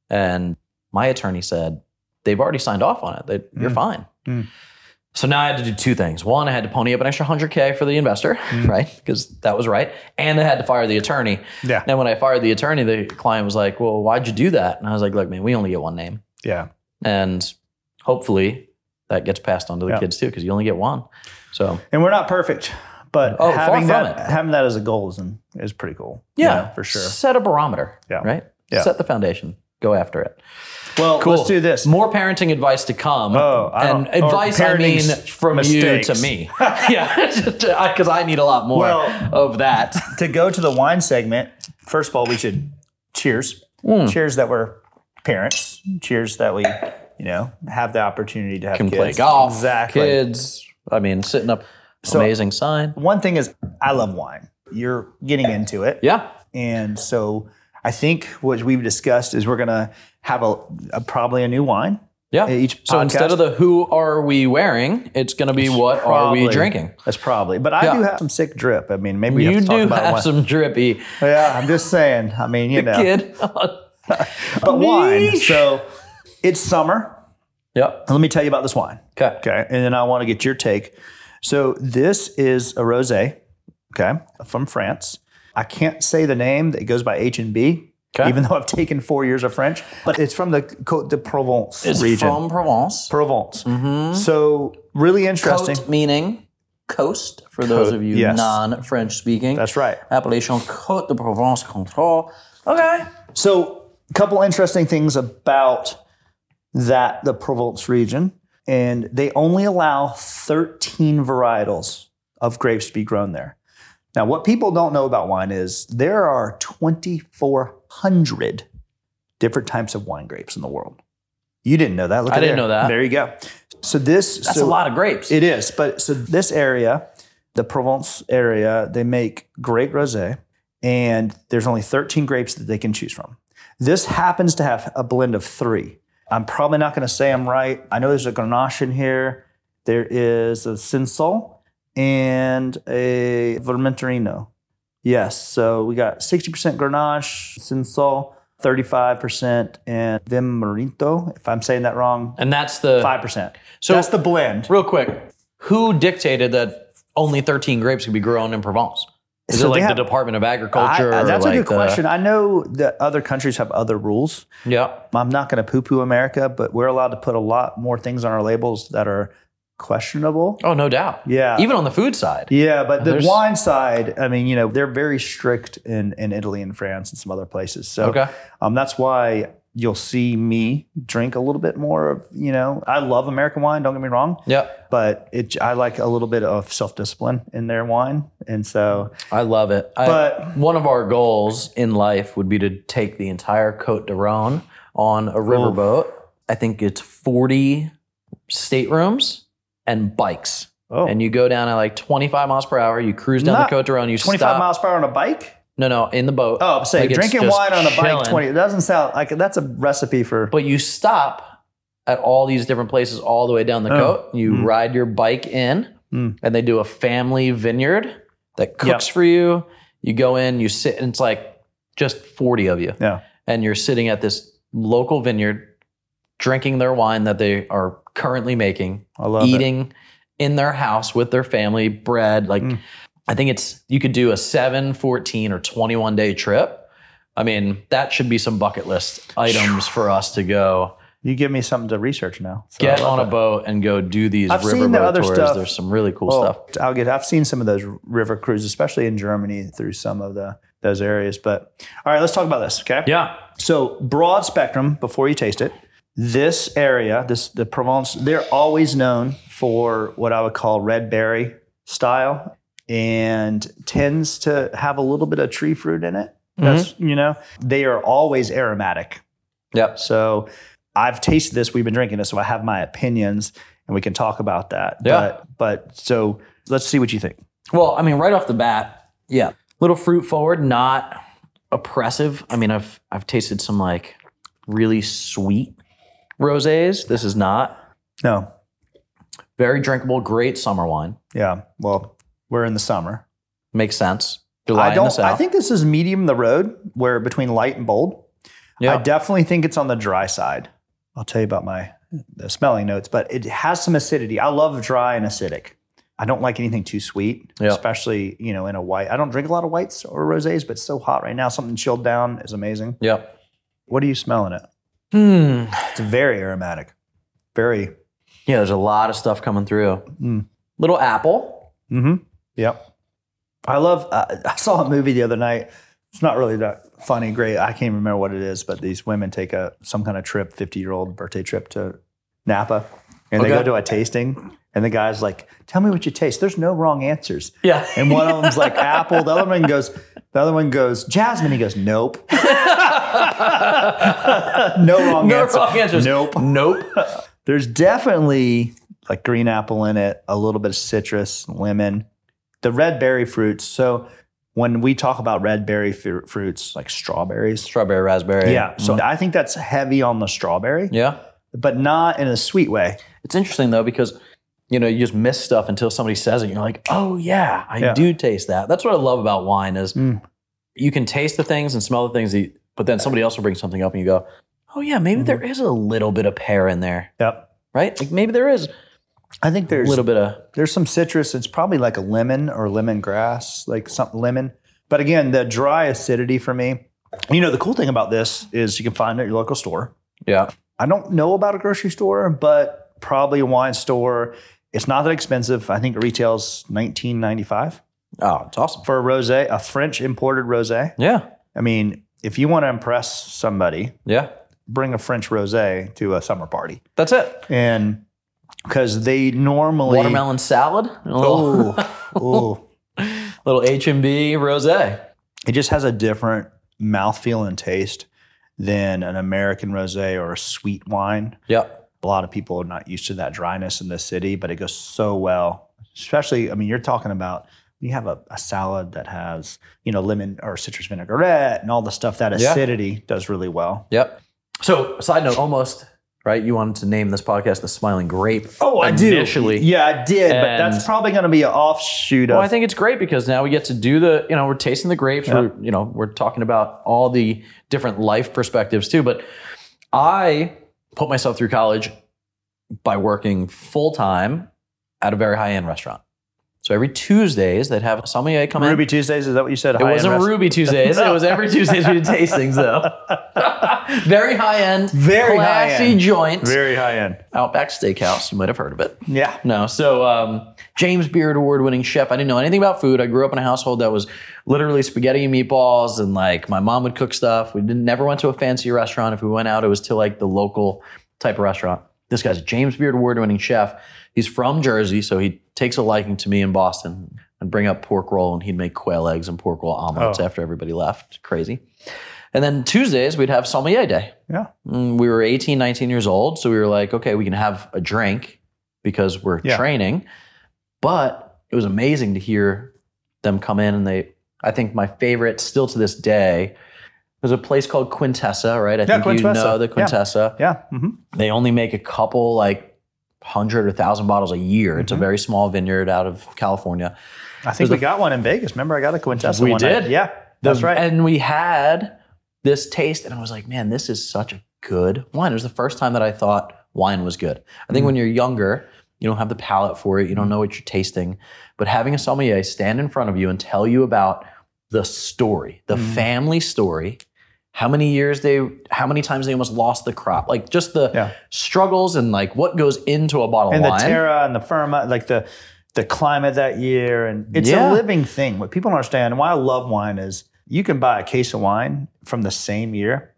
[SPEAKER 2] And my attorney said, "They've already signed off on it. They, You're
[SPEAKER 1] Mm.
[SPEAKER 2] fine."
[SPEAKER 1] Mm.
[SPEAKER 2] So now I had to do two things. One, I had to pony up an extra 100K for the investor,
[SPEAKER 1] Mm.
[SPEAKER 2] right? Because that was right. And I had to fire the attorney.
[SPEAKER 1] Yeah.
[SPEAKER 2] And when I fired the attorney, the client was like, Well, why'd you do that? And I was like, Look, man, we only get one name.
[SPEAKER 1] Yeah.
[SPEAKER 2] And hopefully that gets passed on to the
[SPEAKER 1] Yeah.
[SPEAKER 2] kids too, because you only get one. So,
[SPEAKER 1] And we're not perfect, but
[SPEAKER 2] Oh, far
[SPEAKER 1] having
[SPEAKER 2] from
[SPEAKER 1] that
[SPEAKER 2] it.
[SPEAKER 1] having that as a goal is, is pretty cool.
[SPEAKER 2] yeah,
[SPEAKER 1] for sure.
[SPEAKER 2] Set a barometer,
[SPEAKER 1] Yeah.
[SPEAKER 2] right?
[SPEAKER 1] Yeah.
[SPEAKER 2] Set the foundation, go after it.
[SPEAKER 1] Well,
[SPEAKER 2] Cool.
[SPEAKER 1] let's do this.
[SPEAKER 2] More parenting advice to come.
[SPEAKER 1] Oh, I
[SPEAKER 2] and
[SPEAKER 1] don't- or
[SPEAKER 2] advice I
[SPEAKER 1] parenting
[SPEAKER 2] mean
[SPEAKER 1] s-
[SPEAKER 2] from you
[SPEAKER 1] mistakes.
[SPEAKER 2] to me. yeah, because I need a lot more
[SPEAKER 1] Well-
[SPEAKER 2] of that.
[SPEAKER 1] to go to the wine segment, first of all, we should cheers.
[SPEAKER 2] Mm.
[SPEAKER 1] Cheers that we're parents. Cheers that we, you know, have the opportunity to have
[SPEAKER 2] Can
[SPEAKER 1] kids.
[SPEAKER 2] play golf.
[SPEAKER 1] Exactly.
[SPEAKER 2] Kids. I mean, sitting up.
[SPEAKER 1] So-
[SPEAKER 2] amazing sign.
[SPEAKER 1] One thing is, I love wine. You're getting into it.
[SPEAKER 2] Yeah.
[SPEAKER 1] And so I think what we've discussed is we're going to have a, a probably a new wine.
[SPEAKER 2] Yeah.
[SPEAKER 1] Each
[SPEAKER 2] so instead
[SPEAKER 1] podcast-
[SPEAKER 2] of the who are we wearing, it's going to be what are we
[SPEAKER 1] Probably.
[SPEAKER 2] drinking.
[SPEAKER 1] That's probably. But I
[SPEAKER 2] Yeah.
[SPEAKER 1] do have some sick drip. I mean, maybe we
[SPEAKER 2] you
[SPEAKER 1] have to talk
[SPEAKER 2] do
[SPEAKER 1] about
[SPEAKER 2] have
[SPEAKER 1] wine.
[SPEAKER 2] some drippy
[SPEAKER 1] yeah, I'm just saying. I mean, you know,
[SPEAKER 2] kid.
[SPEAKER 1] but wine.
[SPEAKER 2] Niche.
[SPEAKER 1] So it's summer.
[SPEAKER 2] yep.
[SPEAKER 1] Let me tell you about this wine.
[SPEAKER 2] Okay.
[SPEAKER 1] Okay. And then I want to get your take. So this is a rosé, okay, from France. I can't say the name that goes by H and B,
[SPEAKER 2] Okay.
[SPEAKER 1] even though I've taken four years of French. But it's from the Côte de Provence
[SPEAKER 2] It's
[SPEAKER 1] region.
[SPEAKER 2] from Provence.
[SPEAKER 1] Provence.
[SPEAKER 2] Mm-hmm.
[SPEAKER 1] So really interesting.
[SPEAKER 2] Cote meaning coast for those of you
[SPEAKER 1] yes.
[SPEAKER 2] non-French speaking.
[SPEAKER 1] That's right.
[SPEAKER 2] Appellation Côte de Provence Control. Okay.
[SPEAKER 1] So a couple interesting things about that the Provence region, and they only allow 13 varietals of grapes to be grown there. Now, what people don't know about wine is there are 2,400 different types of wine grapes in the world. You didn't know that. Look
[SPEAKER 2] I
[SPEAKER 1] at
[SPEAKER 2] didn't
[SPEAKER 1] there.
[SPEAKER 2] know that.
[SPEAKER 1] There you go. So this
[SPEAKER 2] That's
[SPEAKER 1] so
[SPEAKER 2] a lot of grapes.
[SPEAKER 1] It is, but so this area, the Provence area, they make great rosé, and there's only 13 grapes that they can choose from. This happens to have a blend of three. I'm probably not going to say I'm right. I know there's a Grenache in here. There is a Cinsault and a Vermentorino. Yes, so we got 60% Grenache, Cinsault, 35%, and Vimmerito. If I'm saying that wrong,
[SPEAKER 2] and that's the
[SPEAKER 1] 5%. So
[SPEAKER 2] So-
[SPEAKER 1] that's the blend.
[SPEAKER 2] real quick. Who dictated that only 13 grapes could be grown in Provence? Is
[SPEAKER 1] So
[SPEAKER 2] it
[SPEAKER 1] they
[SPEAKER 2] like
[SPEAKER 1] have-
[SPEAKER 2] the Department of
[SPEAKER 1] I-
[SPEAKER 2] Agriculture?
[SPEAKER 1] I-
[SPEAKER 2] or
[SPEAKER 1] that's
[SPEAKER 2] like uh,
[SPEAKER 1] a good
[SPEAKER 2] the-
[SPEAKER 1] question. I know that other countries have other rules.
[SPEAKER 2] Yeah.
[SPEAKER 1] I'm not going to poo poo America, but we're allowed to put a lot more things on our labels that are questionable.
[SPEAKER 2] Oh, no doubt.
[SPEAKER 1] Yeah.
[SPEAKER 2] Even on the food side.
[SPEAKER 1] yeah, but the
[SPEAKER 2] There's-
[SPEAKER 1] wine side, I mean, you know, they're very strict in, in Italy and France and some other places. So
[SPEAKER 2] Okay.
[SPEAKER 1] um, that's why you'll see me drink a little bit more of, you know, I love American wine, don't get me wrong,
[SPEAKER 2] Yeah.
[SPEAKER 1] but it, I like a little bit of self discipline in their wine. And so,
[SPEAKER 2] I love it. I-
[SPEAKER 1] But-
[SPEAKER 2] one of our goals in life would be to take the entire Cote de Rhone on a riverboat. I think it's 40 staterooms and bikes.
[SPEAKER 1] oh,
[SPEAKER 2] And you go down at like 25 miles per hour. You cruise down
[SPEAKER 1] Not
[SPEAKER 2] the Cote de Rhone. You
[SPEAKER 1] 25
[SPEAKER 2] stop.
[SPEAKER 1] miles per hour on a bike?
[SPEAKER 2] No, no, in the boat.
[SPEAKER 1] Oh, I'm saying
[SPEAKER 2] Like, it's
[SPEAKER 1] drinking
[SPEAKER 2] just
[SPEAKER 1] wine on a
[SPEAKER 2] chilling.
[SPEAKER 1] bike twenty. It doesn't sound like that's a recipe for.
[SPEAKER 2] But you stop at all these different places all the way down the
[SPEAKER 1] Oh.
[SPEAKER 2] Cote. You
[SPEAKER 1] Mm.
[SPEAKER 2] ride your bike in,
[SPEAKER 1] Mm.
[SPEAKER 2] and they do a family vineyard that cooks for you. You go in, you sit, and it's like just 40 of you.
[SPEAKER 1] Yeah.
[SPEAKER 2] And you're sitting at this local vineyard drinking their wine that they are currently making,
[SPEAKER 1] I love it.
[SPEAKER 2] eating in their house with their family, bread. Like,
[SPEAKER 1] Mm.
[SPEAKER 2] I think it's, you could do a 7, 14, or 21 day trip. I mean, that should be some bucket list items for us to go
[SPEAKER 1] You give me something to research now. So
[SPEAKER 2] get
[SPEAKER 1] I love
[SPEAKER 2] on a
[SPEAKER 1] it.
[SPEAKER 2] boat and go do these
[SPEAKER 1] I've seen the
[SPEAKER 2] riverboat
[SPEAKER 1] other
[SPEAKER 2] tours.
[SPEAKER 1] stuff.
[SPEAKER 2] There's some really cool
[SPEAKER 1] Well,
[SPEAKER 2] stuff.
[SPEAKER 1] I'll get. I've seen some of those river cruises, especially in Germany, through some of the those areas. But all right, let's talk about this. Okay.
[SPEAKER 2] Yeah.
[SPEAKER 1] So broad spectrum. Before you taste it, this area, this the Provence, they're always known for what I would call red berry style, and tends to have a little bit of tree fruit in it.
[SPEAKER 2] Mm-hmm.
[SPEAKER 1] That's you know they are always aromatic.
[SPEAKER 2] Yep.
[SPEAKER 1] So I've tasted this. We've been drinking this, so I have my opinions, and we can talk about that.
[SPEAKER 2] Yeah.
[SPEAKER 1] But, but so let's see what you think.
[SPEAKER 2] Well, I mean, right off the bat, yeah. Little fruit forward, not oppressive. I mean, I've I've tasted some like really sweet rosés. This is not
[SPEAKER 1] No.
[SPEAKER 2] very drinkable. Great summer wine.
[SPEAKER 1] Yeah. Well, we're in the summer.
[SPEAKER 2] Makes sense. July
[SPEAKER 1] I
[SPEAKER 2] in the
[SPEAKER 1] don't.
[SPEAKER 2] south.
[SPEAKER 1] I think this is medium the road, where between light and bold.
[SPEAKER 2] yeah.
[SPEAKER 1] I definitely think it's on the dry side. I'll tell you about my the smelling notes, but it has some acidity. I love dry and acidic. I don't like anything too sweet,
[SPEAKER 2] Yeah.
[SPEAKER 1] especially you know in a white. I don't drink a lot of whites or rosés, but it's so hot right now. Something chilled down is amazing.
[SPEAKER 2] yeah.
[SPEAKER 1] What are you smelling? It.
[SPEAKER 2] Hmm.
[SPEAKER 1] It's very aromatic. Very.
[SPEAKER 2] Yeah, there's a lot of stuff coming through.
[SPEAKER 1] Mm.
[SPEAKER 2] Little apple.
[SPEAKER 1] Mm-hmm. Yep. I love. Uh, I saw a movie the other night. It's not really that funny. Great. I can't remember what it is, but these women take a some kind of trip, fifty year old birthday trip to Napa, and they
[SPEAKER 2] Okay.
[SPEAKER 1] go to a tasting, and the guy's like, "Tell me what you taste." There's no wrong answers.
[SPEAKER 2] Yeah.
[SPEAKER 1] And one of them's like apple. The other one goes. The other one goes jasmine. He goes, "Nope." no wrong
[SPEAKER 2] no
[SPEAKER 1] answer.
[SPEAKER 2] wrong answers.
[SPEAKER 1] Nope.
[SPEAKER 2] Nope.
[SPEAKER 1] There's definitely like green apple in it, a little bit of citrus, lemon, the red berry fruits. So when we talk about red berry fru- fruits, like strawberries,
[SPEAKER 2] Strawberry raspberry. Mm.
[SPEAKER 1] yeah. So I think that's heavy on the strawberry,
[SPEAKER 2] mm-hmm. Yeah.
[SPEAKER 1] but not in a sweet way.
[SPEAKER 2] It's interesting though because you know you just miss stuff until somebody says it. And you're like, oh yeah, I
[SPEAKER 1] Yeah.
[SPEAKER 2] do taste that. That's what I love about wine is
[SPEAKER 1] Mm.
[SPEAKER 2] you can taste the things and smell the things, that you, but then somebody else will bring something up and you go, oh yeah, maybe
[SPEAKER 1] Hmm.
[SPEAKER 2] there is a little bit of pear in there,
[SPEAKER 1] Yep.
[SPEAKER 2] right? Like maybe there is
[SPEAKER 1] I think
[SPEAKER 2] a
[SPEAKER 1] there's
[SPEAKER 2] little bit of
[SPEAKER 1] there's some citrus. It's probably like a lemon or lemongrass, like something lemon. But again, the dry acidity for me. You know, the cool thing about this is you can find it at your local store.
[SPEAKER 2] yeah.
[SPEAKER 1] I don't know about a grocery store, but probably a wine store. It's not that expensive. I think it retails nineteen ninety five
[SPEAKER 2] Oh, it's awesome.
[SPEAKER 1] for a rosé, a French imported rosé.
[SPEAKER 2] Yeah.
[SPEAKER 1] I mean, if you want to impress somebody,
[SPEAKER 2] Yeah.
[SPEAKER 1] bring a French rosé to a summer party,
[SPEAKER 2] That's it.
[SPEAKER 1] and because they normally
[SPEAKER 2] Watermelon salad. and a little-
[SPEAKER 1] Oh, oh,
[SPEAKER 2] little H&B rosé.
[SPEAKER 1] it just has a different mouthfeel and taste than an American rosé or a sweet wine.
[SPEAKER 2] Yep.
[SPEAKER 1] a lot of people are not used to that dryness in this city, but it goes so well. Especially, I mean, you're talking about you have a, a salad that has, you know, lemon or citrus vinaigrette and all the stuff that
[SPEAKER 2] Yeah.
[SPEAKER 1] acidity does really well.
[SPEAKER 2] Yep. So, side note, almost right. You wanted to name this podcast "The Smiling Grape."
[SPEAKER 1] Oh,
[SPEAKER 2] Initially,
[SPEAKER 1] Yeah, I did, but
[SPEAKER 2] And-
[SPEAKER 1] that's probably going to be an offshoot
[SPEAKER 2] Well,
[SPEAKER 1] of.
[SPEAKER 2] I think it's great because now we get to do the, you know, we're tasting the grapes. We're, you know, we're talking about all the different life perspectives too. But I put myself through college by working full time at a very high end restaurant. So every Tuesdays they'd have a sommelier come in.
[SPEAKER 1] Ruby Tuesdays, is that what you said?
[SPEAKER 2] It wasn't Ruby Tuesdays. It was every Tuesdays we did tastings though. very high end,
[SPEAKER 1] Very
[SPEAKER 2] classy
[SPEAKER 1] high-end.
[SPEAKER 2] joint.
[SPEAKER 1] Very high end.
[SPEAKER 2] Outback Steakhouse. You might have heard of it.
[SPEAKER 1] Yeah.
[SPEAKER 2] No. So um, James Beard, award-winning chef. I didn't know anything about food. I grew up in a household that was literally spaghetti and meatballs, and like my mom would cook stuff. We didn't, never went to a fancy restaurant. If we went out, it was to like the local type of restaurant. This guy's a James Beard, award-winning chef. He's from Jersey, so he takes a liking to me in Boston. I'd bring up pork roll, and he'd make quail eggs and pork roll omelets
[SPEAKER 1] Oh.
[SPEAKER 2] after everybody left. Crazy. And then Tuesdays we'd have sommelier day.
[SPEAKER 1] Yeah.
[SPEAKER 2] Mm, we were 18, 19 years old. So we were like, okay, we can have a drink because we're
[SPEAKER 1] Yeah.
[SPEAKER 2] training. But it was amazing to hear them come in and they, I think my favorite still to this day, there's a place called Quintessa, right? I
[SPEAKER 1] Yeah,
[SPEAKER 2] think you
[SPEAKER 1] Quintessa.
[SPEAKER 2] know the
[SPEAKER 1] Yeah.
[SPEAKER 2] Quintessa.
[SPEAKER 1] Yeah. hmm
[SPEAKER 2] They only make a couple like hundred or thousand bottles a year. It's a
[SPEAKER 1] Mhm.
[SPEAKER 2] very small vineyard out of California.
[SPEAKER 1] I think
[SPEAKER 2] There's
[SPEAKER 1] we
[SPEAKER 2] a-
[SPEAKER 1] got one in Vegas. Remember, I got a Quintessa
[SPEAKER 2] We
[SPEAKER 1] one night.
[SPEAKER 2] did.
[SPEAKER 1] Yeah. That's
[SPEAKER 2] The-
[SPEAKER 1] right.
[SPEAKER 2] And we had this taste, and I was like, man, this is such a good wine. It was the first time that I thought wine was good. I
[SPEAKER 1] Mm.
[SPEAKER 2] think when you're younger, you don't have the palate for it, you don't know what you're tasting. But having a sommelier stand in front of you and tell you about the story, the
[SPEAKER 1] Mm.
[SPEAKER 2] family story, how many years they, how many times they almost lost the crop, like just the
[SPEAKER 1] Yeah.
[SPEAKER 2] struggles and like what goes into a bottle
[SPEAKER 1] and
[SPEAKER 2] of
[SPEAKER 1] the
[SPEAKER 2] wine.
[SPEAKER 1] terra and the firma, like the the climate that year, and it's a
[SPEAKER 2] Yeah.
[SPEAKER 1] living thing. What people don't understand, and why I love wine is you can buy a case of wine from the same year,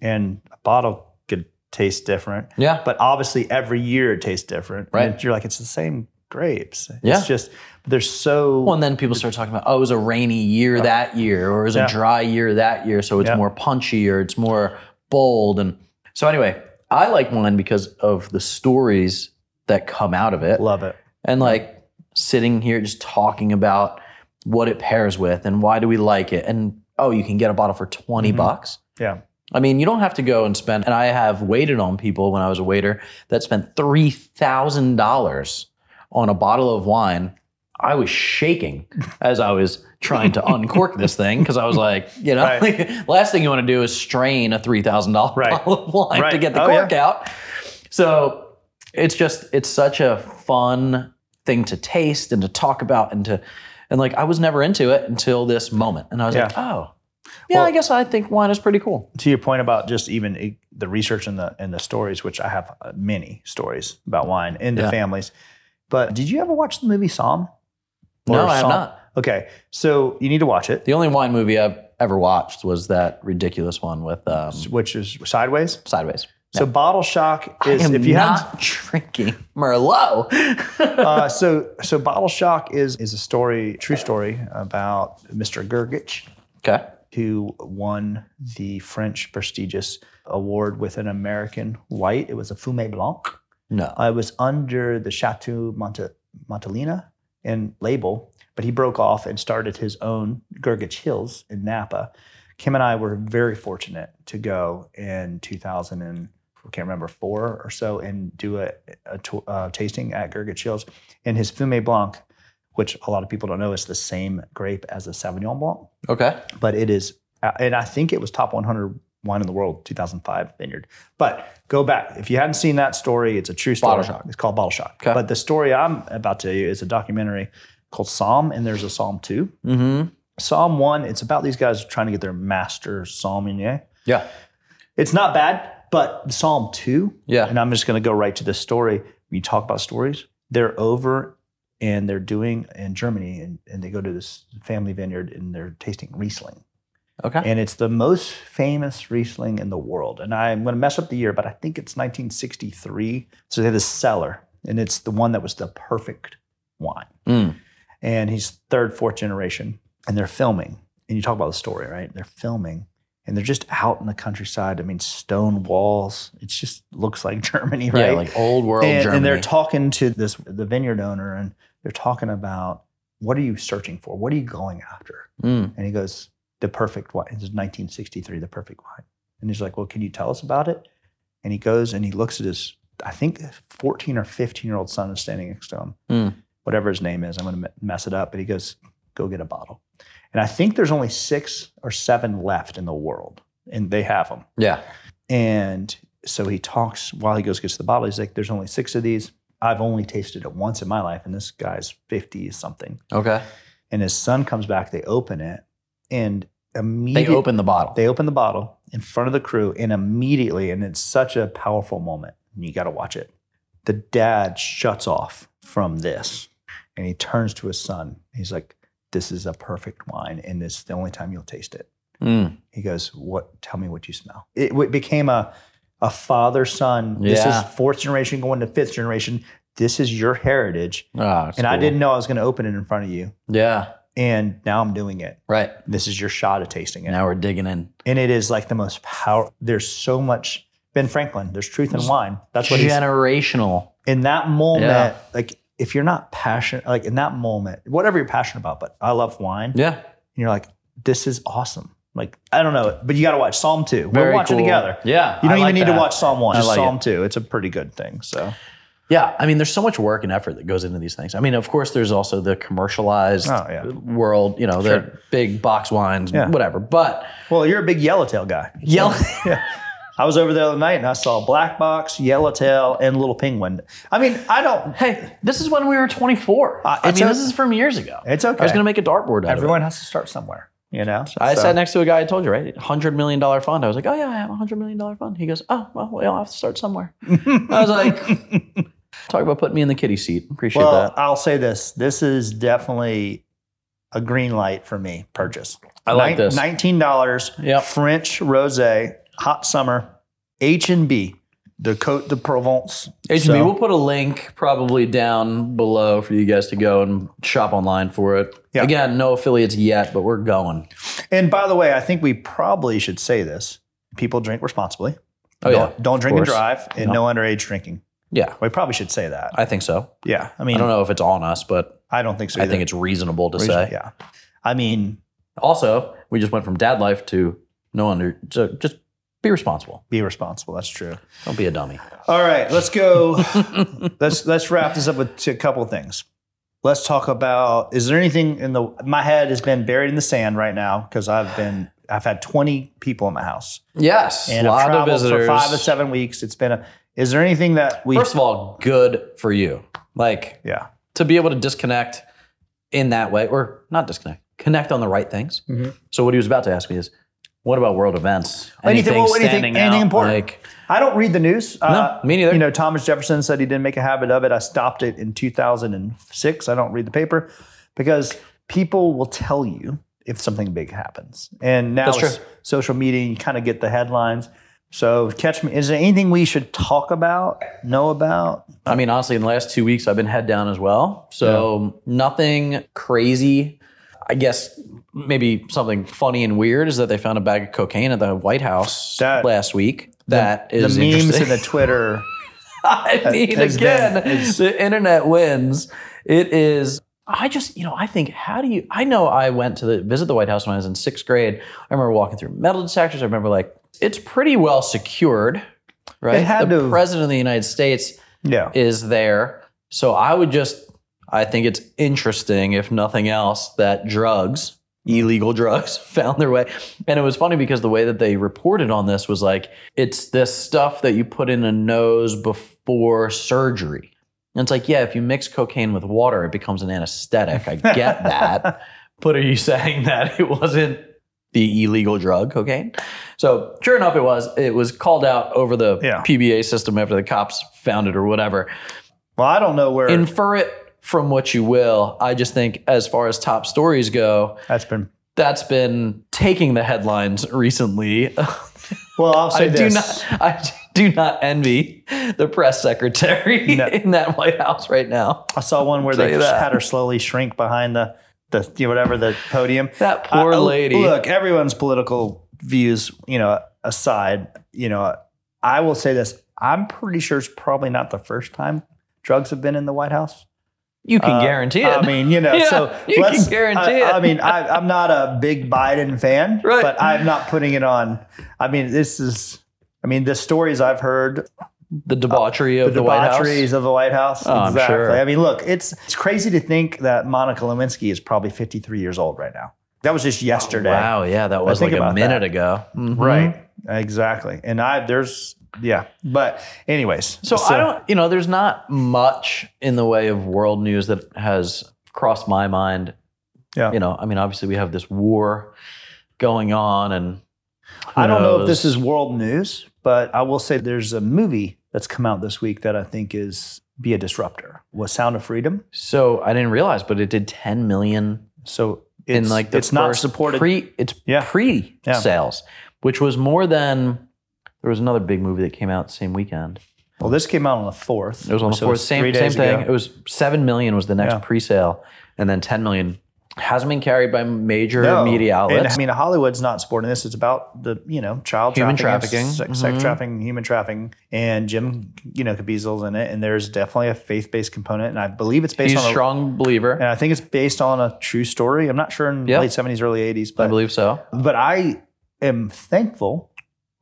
[SPEAKER 1] and a bottle could taste different,
[SPEAKER 2] yeah.
[SPEAKER 1] but obviously every year it tastes different.
[SPEAKER 2] Right.
[SPEAKER 1] And you're like it's the same grapes.
[SPEAKER 2] Yeah.
[SPEAKER 1] It's just they're so
[SPEAKER 2] Well, and then people start talking about, oh, it was a rainy year that year, or it was
[SPEAKER 1] Yeah.
[SPEAKER 2] a dry year that year, so it's
[SPEAKER 1] Yeah.
[SPEAKER 2] more punchy or it's more bold. And so, anyway, I like wine because of the stories that come out of it,
[SPEAKER 1] love it.
[SPEAKER 2] and like sitting here just talking about what it pairs with and why do we like it, and oh, you can get a bottle for 20
[SPEAKER 1] Mhm.
[SPEAKER 2] bucks.
[SPEAKER 1] Yeah.
[SPEAKER 2] I mean, you don't have to go and spend, and I have waited on people when I was a waiter that spent $3,000 on a bottle of wine. I was shaking as I was trying to uncork this thing because I was like, you know,
[SPEAKER 1] Right.
[SPEAKER 2] like, last thing you want to do is strain a $3,000
[SPEAKER 1] Right.
[SPEAKER 2] bottle of wine to
[SPEAKER 1] Right.
[SPEAKER 2] get the
[SPEAKER 1] Oh, yeah.
[SPEAKER 2] cork out. So it's just, it's such a fun thing to taste and to talk about and to, and like, I was never into it until this moment. And I was like, oh, yeah,
[SPEAKER 1] Well-
[SPEAKER 2] I guess I think wine is pretty cool.
[SPEAKER 1] to your point about just even i- the research and the and the stories, which I have uh, many stories about wine in the
[SPEAKER 2] Yeah.
[SPEAKER 1] families. But did you ever watch the movie Psalm?
[SPEAKER 2] No,
[SPEAKER 1] Or
[SPEAKER 2] I have
[SPEAKER 1] Psalm-
[SPEAKER 2] not.
[SPEAKER 1] Okay, so you need to watch it,
[SPEAKER 2] The only wine movie I've ever watched was that ridiculous one with um,
[SPEAKER 1] which is Sideways.
[SPEAKER 2] Sideways.
[SPEAKER 1] So Bottle Shock is
[SPEAKER 2] I am
[SPEAKER 1] if you haven't
[SPEAKER 2] not drinking Merlot.
[SPEAKER 1] uh, so so Bottle Shock is is a story, true story about Mr. Gergich.
[SPEAKER 2] okay.
[SPEAKER 1] who won the French prestigious award with an American white. It was a Fumé Blanc.
[SPEAKER 2] No.
[SPEAKER 1] I was under the Chateau Monte, Montelina and label, but he broke off and started his own Gergich Hills in Napa. Kim and I were very fortunate to go in 2000 and I can't remember four or so and do a, a to- uh, tasting at Gergich Hills. And his Fumé Blanc, which a lot of people don't know, is the same grape as a Sauvignon Blanc
[SPEAKER 2] Okay.
[SPEAKER 1] but it is, uh, and I think it was top 100 wine in the world, 2005 vineyard. But go back if you hadn't seen that story, it's a true story.
[SPEAKER 2] Bottle Shock.
[SPEAKER 1] It's called Bottle Shock.
[SPEAKER 2] Okay.
[SPEAKER 1] But the story I'm about to tell you is a documentary called Psalm, and there's a Psalm two.
[SPEAKER 2] Mm-hmm.
[SPEAKER 1] Psalm one, it's about these guys trying to get their master sommelier.
[SPEAKER 2] Yeah.
[SPEAKER 1] It's not bad, but Psalm two,
[SPEAKER 2] Yeah.
[SPEAKER 1] and I'm just going to go right to this story. When you talk about stories, they're over and they're doing in Germany, and, and they go to this family vineyard and they're tasting Riesling
[SPEAKER 2] Okay.
[SPEAKER 1] and it's the most famous Riesling in the world. And I'm going to mess up the year, but I think it's 1963. So they had this cellar, and it's the one that was the perfect wine.
[SPEAKER 2] Mm.
[SPEAKER 1] And he's third, fourth generation, and they're filming. And you talk about the story, right? They're filming, and they're just out in the countryside. I mean, stone walls. It just looks like Germany, right?
[SPEAKER 2] Yeah, like old world
[SPEAKER 1] and,
[SPEAKER 2] Germany.
[SPEAKER 1] and they're talking to this the vineyard owner, and they're talking about what are you searching for? What are you going after?
[SPEAKER 2] Mm.
[SPEAKER 1] And he goes, The perfect wine. This is 1963, the perfect wine. And he's like, Well, can you tell us about it? And he goes and he looks at his, I think, 14 or 15 year old son is standing next to him,
[SPEAKER 2] Hmm.
[SPEAKER 1] whatever his name is. I'm going to mess it up. But he goes, Go get a bottle. And I think there's only six or seven left in the world, and they have them.
[SPEAKER 2] Yeah.
[SPEAKER 1] And so he talks while he goes gets the bottle. He's like, There's only six of these. I've only tasted it once in my life. And this guy's 50 something
[SPEAKER 2] Okay.
[SPEAKER 1] and his son comes back. They open it, and
[SPEAKER 2] They
[SPEAKER 1] immediately
[SPEAKER 2] open the bottle.
[SPEAKER 1] they open the bottle in front of the crew, and immediately, and it's such a powerful moment. And you got to watch it. The dad shuts off from this, and he turns to his son. He's like, "This is a perfect wine, and it's the only time you'll taste it."
[SPEAKER 2] Mm.
[SPEAKER 1] He goes, "What? Tell me what you smell." It, w- became a a father son. This
[SPEAKER 2] Yeah.
[SPEAKER 1] is fourth generation going to fifth generation. This is your heritage,
[SPEAKER 2] Ah, it's
[SPEAKER 1] and I
[SPEAKER 2] cool.
[SPEAKER 1] didn't know I was going to open it in front of you,
[SPEAKER 2] Yeah.
[SPEAKER 1] and now I'm doing it
[SPEAKER 2] Right.
[SPEAKER 1] this is your shot at tasting it.
[SPEAKER 2] Now we're digging in.
[SPEAKER 1] And it is like the most power. There's so much. Ben Franklin, there's truth in
[SPEAKER 2] Just
[SPEAKER 1] wine. That's what he's
[SPEAKER 2] Generational.
[SPEAKER 1] in that moment.
[SPEAKER 2] Yeah.
[SPEAKER 1] Like if you're not passionate, like in that moment, whatever you're passionate about, but I love wine.
[SPEAKER 2] Yeah.
[SPEAKER 1] And you're like, this is awesome. Like, I don't know, but you got to watch Psalm 2.
[SPEAKER 2] Very
[SPEAKER 1] We're watching
[SPEAKER 2] cool.
[SPEAKER 1] together.
[SPEAKER 2] Yeah.
[SPEAKER 1] You don't
[SPEAKER 2] I
[SPEAKER 1] even
[SPEAKER 2] like
[SPEAKER 1] need
[SPEAKER 2] that.
[SPEAKER 1] to watch Psalm 1,
[SPEAKER 2] I
[SPEAKER 1] just
[SPEAKER 2] like
[SPEAKER 1] Psalm 2. It's a pretty good thing. So,
[SPEAKER 2] Yeah, I mean, there's so much work and effort that goes into these things. I mean, of course, there's also the commercialized
[SPEAKER 1] Oh, yeah.
[SPEAKER 2] world, you know, the
[SPEAKER 1] Sure.
[SPEAKER 2] big box wines,
[SPEAKER 1] Yeah.
[SPEAKER 2] whatever. But
[SPEAKER 1] well, you're a big yellowtail guy.
[SPEAKER 2] yell,
[SPEAKER 1] I was over the other night and I saw black box, yellowtail, and little penguin. I mean, I don't,
[SPEAKER 2] hey, this is when we were 24.
[SPEAKER 1] Uh,
[SPEAKER 2] I
[SPEAKER 1] it's
[SPEAKER 2] mean,
[SPEAKER 1] o-
[SPEAKER 2] this is from years ago.
[SPEAKER 1] it's okay.
[SPEAKER 2] I was going to make a dartboard out
[SPEAKER 1] Everyone has to start somewhere, you know.
[SPEAKER 2] of it. I
[SPEAKER 1] So-
[SPEAKER 2] sat next to a guy I told you, right? $100 million fund. I was like, oh, yeah, I have a $100 million fund. He goes, oh, well, we all have to start somewhere. I was like, talk about putting me in the kitty seat. Appreciate
[SPEAKER 1] Well,
[SPEAKER 2] that.
[SPEAKER 1] I'll say this: this is definitely a green light for me. Purchase.
[SPEAKER 2] I like
[SPEAKER 1] Nin-
[SPEAKER 2] this.
[SPEAKER 1] Nineteen dollars.
[SPEAKER 2] Yep.
[SPEAKER 1] French rosé, hot summer, H and B, the Côte de Provence.
[SPEAKER 2] HB,
[SPEAKER 1] So-
[SPEAKER 2] we'll put a link probably down below for you guys to go and shop online for it.
[SPEAKER 1] Yeah.
[SPEAKER 2] Again, no affiliates yet, but we're going.
[SPEAKER 1] And by the way, I think we probably should say this: people drink responsibly.
[SPEAKER 2] Oh, yeah.
[SPEAKER 1] don't, don't drink and
[SPEAKER 2] course.
[SPEAKER 1] drive, and no. underage drinking.
[SPEAKER 2] Yeah,
[SPEAKER 1] We probably should say that.
[SPEAKER 2] I think so.
[SPEAKER 1] yeah, I
[SPEAKER 2] I
[SPEAKER 1] mean,
[SPEAKER 2] don't know if it's on us, but
[SPEAKER 1] I don't think so.
[SPEAKER 2] I think it's reasonable to say.
[SPEAKER 1] yeah. I mean,
[SPEAKER 2] Also, we just went from dad life to no under, so just Be responsible.
[SPEAKER 1] Be responsible. That's true.
[SPEAKER 2] Don't be a dummy.
[SPEAKER 1] All right, let's go. let's let's wrap this up with t- a couple of things. Let's talk about. Is there anything in the my head has been buried in the sand right now because I've been I've had twenty people in my house
[SPEAKER 2] Yes.
[SPEAKER 1] and
[SPEAKER 2] a
[SPEAKER 1] I've
[SPEAKER 2] lot of
[SPEAKER 1] traveled
[SPEAKER 2] visitors.
[SPEAKER 1] for five to seven weeks. It's been a. Is there anything that we?
[SPEAKER 2] First of all, good for you. Like
[SPEAKER 1] yeah.
[SPEAKER 2] to be able to disconnect in that way, or not disconnect, connect on the right things.
[SPEAKER 1] Mhm.
[SPEAKER 2] So what he was about to ask me is, what about world events?
[SPEAKER 1] Anything- well, anything-
[SPEAKER 2] standing
[SPEAKER 1] anything
[SPEAKER 2] out?
[SPEAKER 1] important.
[SPEAKER 2] Like,
[SPEAKER 1] I don't read the news. Uh,
[SPEAKER 2] no, me neither.
[SPEAKER 1] You know, Thomas Jefferson said he didn't make a habit of it. I stopped it in 2006. I don't read the paper because people will tell you if something big happens. And now
[SPEAKER 2] That's true.
[SPEAKER 1] it's social media, you kind of get the headlines. So catch me. Is there anything we should talk about, know about?
[SPEAKER 2] I mean, honestly, in the last two weeks, I've been head down as well. So nothing crazy. I guess maybe something funny and weird is that they found a bag of cocaine at the White House
[SPEAKER 1] That-
[SPEAKER 2] last week. That
[SPEAKER 1] The
[SPEAKER 2] is
[SPEAKER 1] memes
[SPEAKER 2] interesting.
[SPEAKER 1] and the Twitter.
[SPEAKER 2] I mean,
[SPEAKER 1] has
[SPEAKER 2] again,
[SPEAKER 1] been- is-
[SPEAKER 2] the internet wins. It is. I just, you know, I think, how do you? I know I went to the visit the White House when I was in sixth grade. I remember walking through metal detectors. I remember like it's pretty well secured, right?
[SPEAKER 1] It had
[SPEAKER 2] the
[SPEAKER 1] to-
[SPEAKER 2] president of the United States
[SPEAKER 1] yeah.
[SPEAKER 2] is there. So I would just, I think it's interesting, if nothing else, that drugs, illegal drugs, found their way. And it was funny because the way that they reported on this was like, it's this stuff that you put in a nose before surgery. And it's like, yeah, if you mix cocaine with water, it becomes an anesthetic. I get that. but are you saying that it wasn't the illegal drug cocaine? So sure enough, it was. It was called out over the
[SPEAKER 1] Yeah.
[SPEAKER 2] PBA system after the cops found it or whatever.
[SPEAKER 1] Well, I don't know where
[SPEAKER 2] Infer it from what you will. I just think, as far as top stories go,
[SPEAKER 1] that's been.
[SPEAKER 2] that's been taking the headlines recently.
[SPEAKER 1] Well, I'll say
[SPEAKER 2] I do
[SPEAKER 1] this.
[SPEAKER 2] not. I do not envy the press secretary
[SPEAKER 1] No.
[SPEAKER 2] in that White House right now.
[SPEAKER 1] I saw one where
[SPEAKER 2] Tell
[SPEAKER 1] they
[SPEAKER 2] you that.
[SPEAKER 1] had her slowly shrink behind the the you know, whatever the podium.
[SPEAKER 2] That poor
[SPEAKER 1] I- I-
[SPEAKER 2] lady.
[SPEAKER 1] Look, everyone's political views, you know, aside, you know, I will say this: I'm pretty sure it's probably not the first time drugs have been in the White House.
[SPEAKER 2] you can
[SPEAKER 1] uh,
[SPEAKER 2] guarantee it.
[SPEAKER 1] I mean, you know,
[SPEAKER 2] Yeah,
[SPEAKER 1] so
[SPEAKER 2] you can
[SPEAKER 1] let's-
[SPEAKER 2] guarantee
[SPEAKER 1] I,
[SPEAKER 2] it.
[SPEAKER 1] I mean, I, I'm not a big Biden fan,
[SPEAKER 2] Right.
[SPEAKER 1] but I'm not putting it on. I mean, this is. I mean, the stories I've heard
[SPEAKER 2] the debauchery of the,
[SPEAKER 1] uh, the,
[SPEAKER 2] White House.
[SPEAKER 1] debaucheries of the White House.
[SPEAKER 2] Oh, I'm
[SPEAKER 1] exactly.
[SPEAKER 2] sure.
[SPEAKER 1] I mean, look, it's it's crazy to think that Monica Lewinsky is probably 53 years old right now. That was just yesterday.
[SPEAKER 2] Oh, Wow, yeah, that was
[SPEAKER 1] think
[SPEAKER 2] like a
[SPEAKER 1] about
[SPEAKER 2] minute
[SPEAKER 1] that.
[SPEAKER 2] ago.
[SPEAKER 1] Mm-hmm.
[SPEAKER 2] Mhm.
[SPEAKER 1] Right. Exactly. And I there's yeah. But anyways.
[SPEAKER 2] So, I don't, you know, there's not much in the way of world news that has crossed my mind.
[SPEAKER 1] Yeah.
[SPEAKER 2] You know, I mean, obviously we have this war going on, and who
[SPEAKER 1] I don't know if
[SPEAKER 2] knows?
[SPEAKER 1] this is world news, but I will say there's a movie that's come out this week that I think is be a disruptor. Was Sound of Freedom.
[SPEAKER 2] So I didn't realize, but it did 10 million
[SPEAKER 1] So it's
[SPEAKER 2] in like the
[SPEAKER 1] it's not
[SPEAKER 2] first
[SPEAKER 1] supported.
[SPEAKER 2] Pre, it's
[SPEAKER 1] Yeah.
[SPEAKER 2] pre
[SPEAKER 1] Yeah.
[SPEAKER 2] sales, which was more than. There was another big movie that came out the same weekend.
[SPEAKER 1] well, this came out on the fourth.
[SPEAKER 2] It was on the
[SPEAKER 1] so
[SPEAKER 2] fourth.
[SPEAKER 1] it's
[SPEAKER 2] Same
[SPEAKER 1] three
[SPEAKER 2] same
[SPEAKER 1] days
[SPEAKER 2] thing.
[SPEAKER 1] ago.
[SPEAKER 2] It was seven million was the next
[SPEAKER 1] Yeah.
[SPEAKER 2] pre-sale, and then ten million hasn't been carried by major
[SPEAKER 1] No.
[SPEAKER 2] media
[SPEAKER 1] And,
[SPEAKER 2] outlets.
[SPEAKER 1] I mean, Hollywood's not supporting this. It's about the you know child
[SPEAKER 2] Human
[SPEAKER 1] trafficking,
[SPEAKER 2] trafficking.
[SPEAKER 1] sex, sex
[SPEAKER 2] Mhm.
[SPEAKER 1] trafficking, human trafficking, and Jim you know Caviezel's in it. And there's definitely a faith based component, and I believe it's based
[SPEAKER 2] He's
[SPEAKER 1] on
[SPEAKER 2] a
[SPEAKER 1] a-
[SPEAKER 2] strong believer.
[SPEAKER 1] and I think it's based on a true story. I'm not sure in
[SPEAKER 2] Yep.
[SPEAKER 1] late seventies, early eighties,
[SPEAKER 2] I
[SPEAKER 1] but
[SPEAKER 2] believe so.
[SPEAKER 1] but I am thankful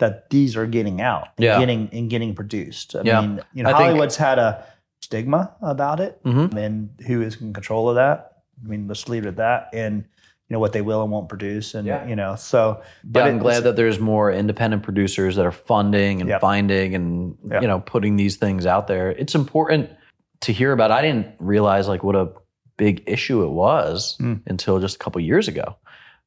[SPEAKER 1] that these are getting out, and
[SPEAKER 2] Yeah.
[SPEAKER 1] getting and getting produced. I
[SPEAKER 2] Yeah.
[SPEAKER 1] mean, you know,
[SPEAKER 2] I think-
[SPEAKER 1] Hollywood's had a stigma about it,
[SPEAKER 2] hmm
[SPEAKER 1] and who is in control of that. I mean, let's leave it at that. And you know what they will and won't produce, and
[SPEAKER 2] Yeah.
[SPEAKER 1] you know, so.
[SPEAKER 2] But I'm
[SPEAKER 1] it-
[SPEAKER 2] glad that there's more independent producers that are funding and
[SPEAKER 1] Yep.
[SPEAKER 2] finding and
[SPEAKER 1] Yep.
[SPEAKER 2] you know putting these things out there. It's important to hear about. I didn't realize like what a big issue it was
[SPEAKER 1] Mm.
[SPEAKER 2] until just a couple years ago.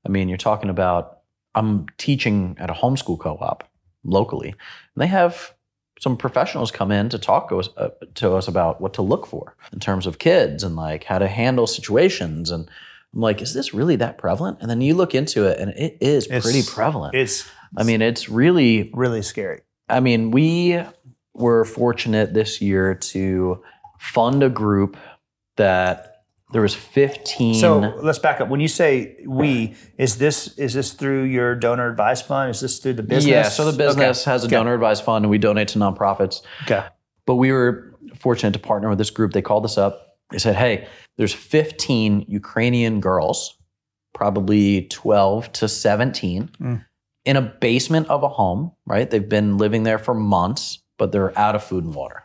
[SPEAKER 2] I mean, you're talking about I'm teaching at a homeschool co-op locally, and they have some professionals come in to talk to us, uh, to us about what to look for in terms of kids and like how to handle situations and. I'm like, is this really that prevalent? And then you look into it, and it is
[SPEAKER 1] It's-
[SPEAKER 2] pretty prevalent.
[SPEAKER 1] It's
[SPEAKER 2] I mean, it's really,
[SPEAKER 1] really scary.
[SPEAKER 2] I mean, we were fortunate this year to fund a group that there was 15.
[SPEAKER 1] So let's back up. When you say we, is this is this through your donor advice fund? Is this through the business?
[SPEAKER 2] Yeah, so the business has a
[SPEAKER 1] Okay.
[SPEAKER 2] donor advised fund and we donate to nonprofits.
[SPEAKER 1] Okay.
[SPEAKER 2] But we were fortunate to partner with this group. They called us up. They said, hey, there's 15 Ukrainian girls, probably 12 to 17,
[SPEAKER 1] Mm.
[SPEAKER 2] in a basement of a home, right? They've been living there for months, but they're out of food and water.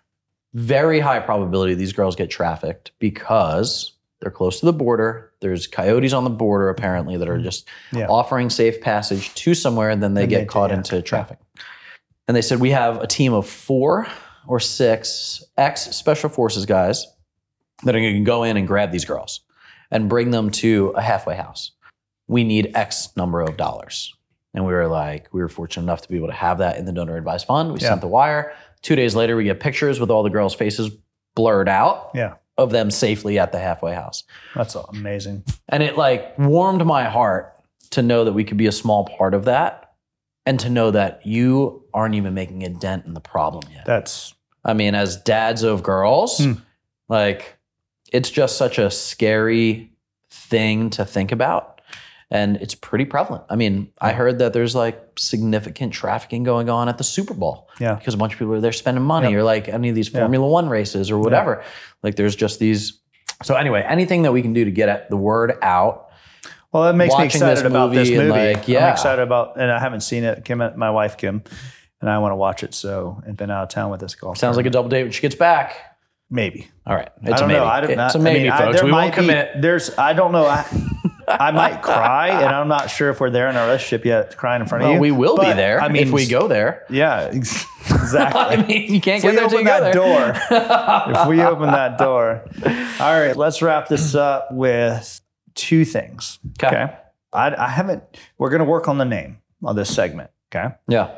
[SPEAKER 2] Very high probability these girls get trafficked because they're close to the border. There's coyotes on the border, apparently, that are just
[SPEAKER 1] Mm. Yeah.
[SPEAKER 2] offering safe passage to somewhere, and then they
[SPEAKER 1] And
[SPEAKER 2] get
[SPEAKER 1] they do,
[SPEAKER 2] caught
[SPEAKER 1] yeah.
[SPEAKER 2] into traffic. And they said, We have a team of four or six ex special forces guys that are going to go in and grab these girls and bring them to a halfway house. We need X number of dollars. And we were like, we were fortunate enough to be able to have that in the donor advised fund. We
[SPEAKER 1] Yeah.
[SPEAKER 2] sent the wire. Two days later, we get pictures with all the girls' faces blurred out
[SPEAKER 1] Yeah.
[SPEAKER 2] of them safely at the halfway house.
[SPEAKER 1] That's amazing.
[SPEAKER 2] And it like warmed my heart to know that we could be a small part of that and to know that you aren't even making a dent in the problem yet.
[SPEAKER 1] That's
[SPEAKER 2] I mean, as dads of girls,
[SPEAKER 1] Hmm.
[SPEAKER 2] like it's just such a scary thing to think about. And it's pretty prevalent. I mean, I heard that there's like significant trafficking going on at the Super Bowl.
[SPEAKER 1] Yeah.
[SPEAKER 2] Because a bunch of people are there spending money
[SPEAKER 1] Yep.
[SPEAKER 2] or like any of these
[SPEAKER 1] Yeah.
[SPEAKER 2] Formula One races or whatever. Like there's just these. So, anyway, anything that we can do to get at the word out.
[SPEAKER 1] well. That makes me
[SPEAKER 2] Watching
[SPEAKER 1] excited
[SPEAKER 2] this
[SPEAKER 1] about this
[SPEAKER 2] movie
[SPEAKER 1] movie.
[SPEAKER 2] and, like, yeah.
[SPEAKER 1] I'm excited about, and I haven't seen it. Kim, my wife Kim, and I want to watch it. So, and been out of town with this golf.
[SPEAKER 2] Sounds like a double date when she gets back.
[SPEAKER 1] maybe.
[SPEAKER 2] All right. It's
[SPEAKER 1] I don't
[SPEAKER 2] a maybe.
[SPEAKER 1] know. I don't
[SPEAKER 2] it's
[SPEAKER 1] not-
[SPEAKER 2] a maybe,
[SPEAKER 1] I mean, I-
[SPEAKER 2] folks.
[SPEAKER 1] there
[SPEAKER 2] we won't
[SPEAKER 1] might be-
[SPEAKER 2] commit.
[SPEAKER 1] There's. I don't know. I, I might cry, and I'm not sure if we're there in our relationship yet. Crying in front of
[SPEAKER 2] Well,
[SPEAKER 1] you.
[SPEAKER 2] we will
[SPEAKER 1] But,
[SPEAKER 2] be there
[SPEAKER 1] I mean,
[SPEAKER 2] if we go there.
[SPEAKER 1] Yeah. ex- Exactly.
[SPEAKER 2] I mean, you
[SPEAKER 1] if
[SPEAKER 2] can't get
[SPEAKER 1] we
[SPEAKER 2] there
[SPEAKER 1] open
[SPEAKER 2] till you go
[SPEAKER 1] that
[SPEAKER 2] there.
[SPEAKER 1] door, if we open that door, all right, let's wrap this up with two things.
[SPEAKER 2] 'Kay.
[SPEAKER 1] I, I haven't, we're going to work on the name on this segment. Okay.
[SPEAKER 2] Yeah.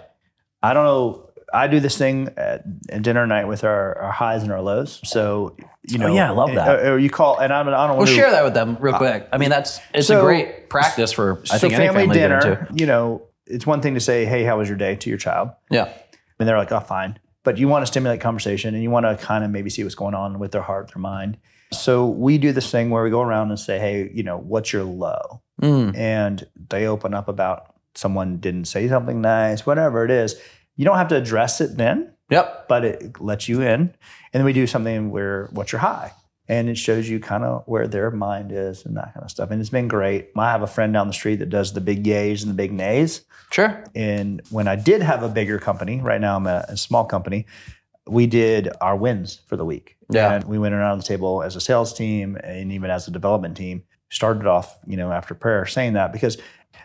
[SPEAKER 1] I don't know. I do this thing at, at dinner night with our, our highs and our lows. So, you
[SPEAKER 2] Oh,
[SPEAKER 1] know,
[SPEAKER 2] yeah, I love that.
[SPEAKER 1] Or, or you call, and I'm, I don't
[SPEAKER 2] We'll
[SPEAKER 1] want to
[SPEAKER 2] share that with them real quick. I mean, that's it's
[SPEAKER 1] so-
[SPEAKER 2] a great practice for I
[SPEAKER 1] so
[SPEAKER 2] think any
[SPEAKER 1] family,
[SPEAKER 2] family dinner.
[SPEAKER 1] dinner,
[SPEAKER 2] too.
[SPEAKER 1] you know, it's one thing to say, Hey, how was your day to your child?
[SPEAKER 2] Yeah.
[SPEAKER 1] and they're like, oh, fine. But you want to stimulate conversation and you want to kind of maybe see what's going on with their heart, their mind. So we do this thing where we go around and say, hey, you know, what's your low?
[SPEAKER 2] Mm.
[SPEAKER 1] And they open up about someone didn't say something nice, whatever it is. You don't have to address it then,
[SPEAKER 2] Yep.
[SPEAKER 1] but it lets you in. And then we do something where what's your high? And it shows you kind of where their mind is and that kind of stuff. And it's been great. I have a friend down the street that does the big yays and the big nays.
[SPEAKER 2] Sure.
[SPEAKER 1] And when I did have a bigger company, right now I'm a, a small company, we did our wins for the week.
[SPEAKER 2] Yeah.
[SPEAKER 1] And we went around the table as a sales team and even as a development team. Started off, you know, after prayer saying that because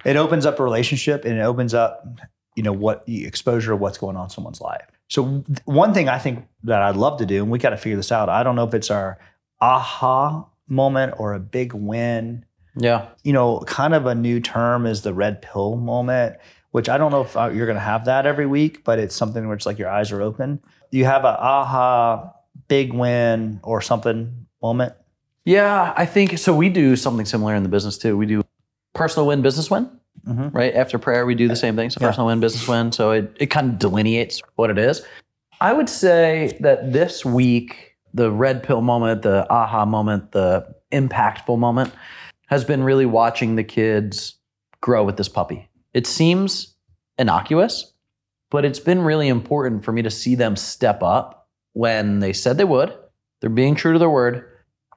[SPEAKER 1] it opens up a relationship and it opens up, you know, what the exposure of what's going on in someone's life. So th- one thing I think that I'd love to do, and we got to figure this out. I don't know if it's our aha moment or a big win
[SPEAKER 2] Yeah.
[SPEAKER 1] you know, kind of a new term is the red pill moment, which I don't know if uh, you're going to have that every week, but it's something where it's like your eyes are open. You have a aha, big win, or something moment.
[SPEAKER 2] Yeah. I think so. We do something similar in the business too. We do personal win, business win.
[SPEAKER 1] Mhm.
[SPEAKER 2] Right after prayer, we do the same thing. So
[SPEAKER 1] Yeah.
[SPEAKER 2] personal win, business win. So it it kind of delineates what it is. I would say that this week, the red pill moment, the aha moment, the impactful moment has been really watching the kids grow with this puppy. It seems innocuous, but it's been really important for me to see them step up when they said they would. They're being true to their word.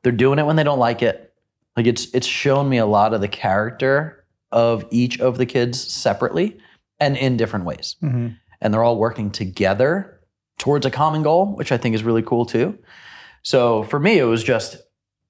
[SPEAKER 2] They're doing it when they don't like it. Like it's it's shown me a lot of the character of each of the kids separately and in different ways and they're all working together towards a common goal, which I think is really cool too. So for me, it was just,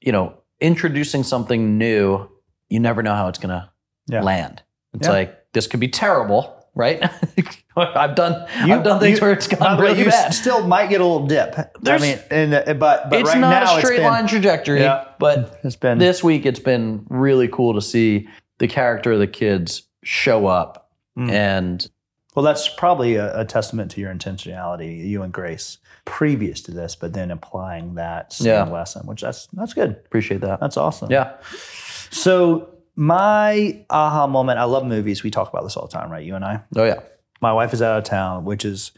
[SPEAKER 2] you know, introducing something new. You never know how it's going to
[SPEAKER 1] Yeah.
[SPEAKER 2] land. It's
[SPEAKER 1] Yeah.
[SPEAKER 2] like, this could be terrible, right? I've done,
[SPEAKER 1] You-
[SPEAKER 2] I've done things
[SPEAKER 1] you-
[SPEAKER 2] where it's
[SPEAKER 1] By
[SPEAKER 2] gone
[SPEAKER 1] the way,
[SPEAKER 2] really
[SPEAKER 1] you
[SPEAKER 2] bad.
[SPEAKER 1] s- still might get a little dip. I
[SPEAKER 2] There's-
[SPEAKER 1] mean, and, uh, but but
[SPEAKER 2] it's
[SPEAKER 1] right
[SPEAKER 2] not
[SPEAKER 1] now
[SPEAKER 2] a straight
[SPEAKER 1] it's been,
[SPEAKER 2] line trajectory,
[SPEAKER 1] Yeah.
[SPEAKER 2] but
[SPEAKER 1] It's been
[SPEAKER 2] this week it's been really cool to see the character of the kids show up
[SPEAKER 1] Mm.
[SPEAKER 2] and
[SPEAKER 1] well. That's probably a, a testament to your intentionality, you and Grace, previous to this, but then applying that same
[SPEAKER 2] Yeah.
[SPEAKER 1] lesson, which that's that's good.
[SPEAKER 2] appreciate that.
[SPEAKER 1] That's awesome.
[SPEAKER 2] Yeah.
[SPEAKER 1] So my aha moment, I love movies. We talk about this all the time, right? You and I.
[SPEAKER 2] Oh yeah.
[SPEAKER 1] My wife is out of town, which is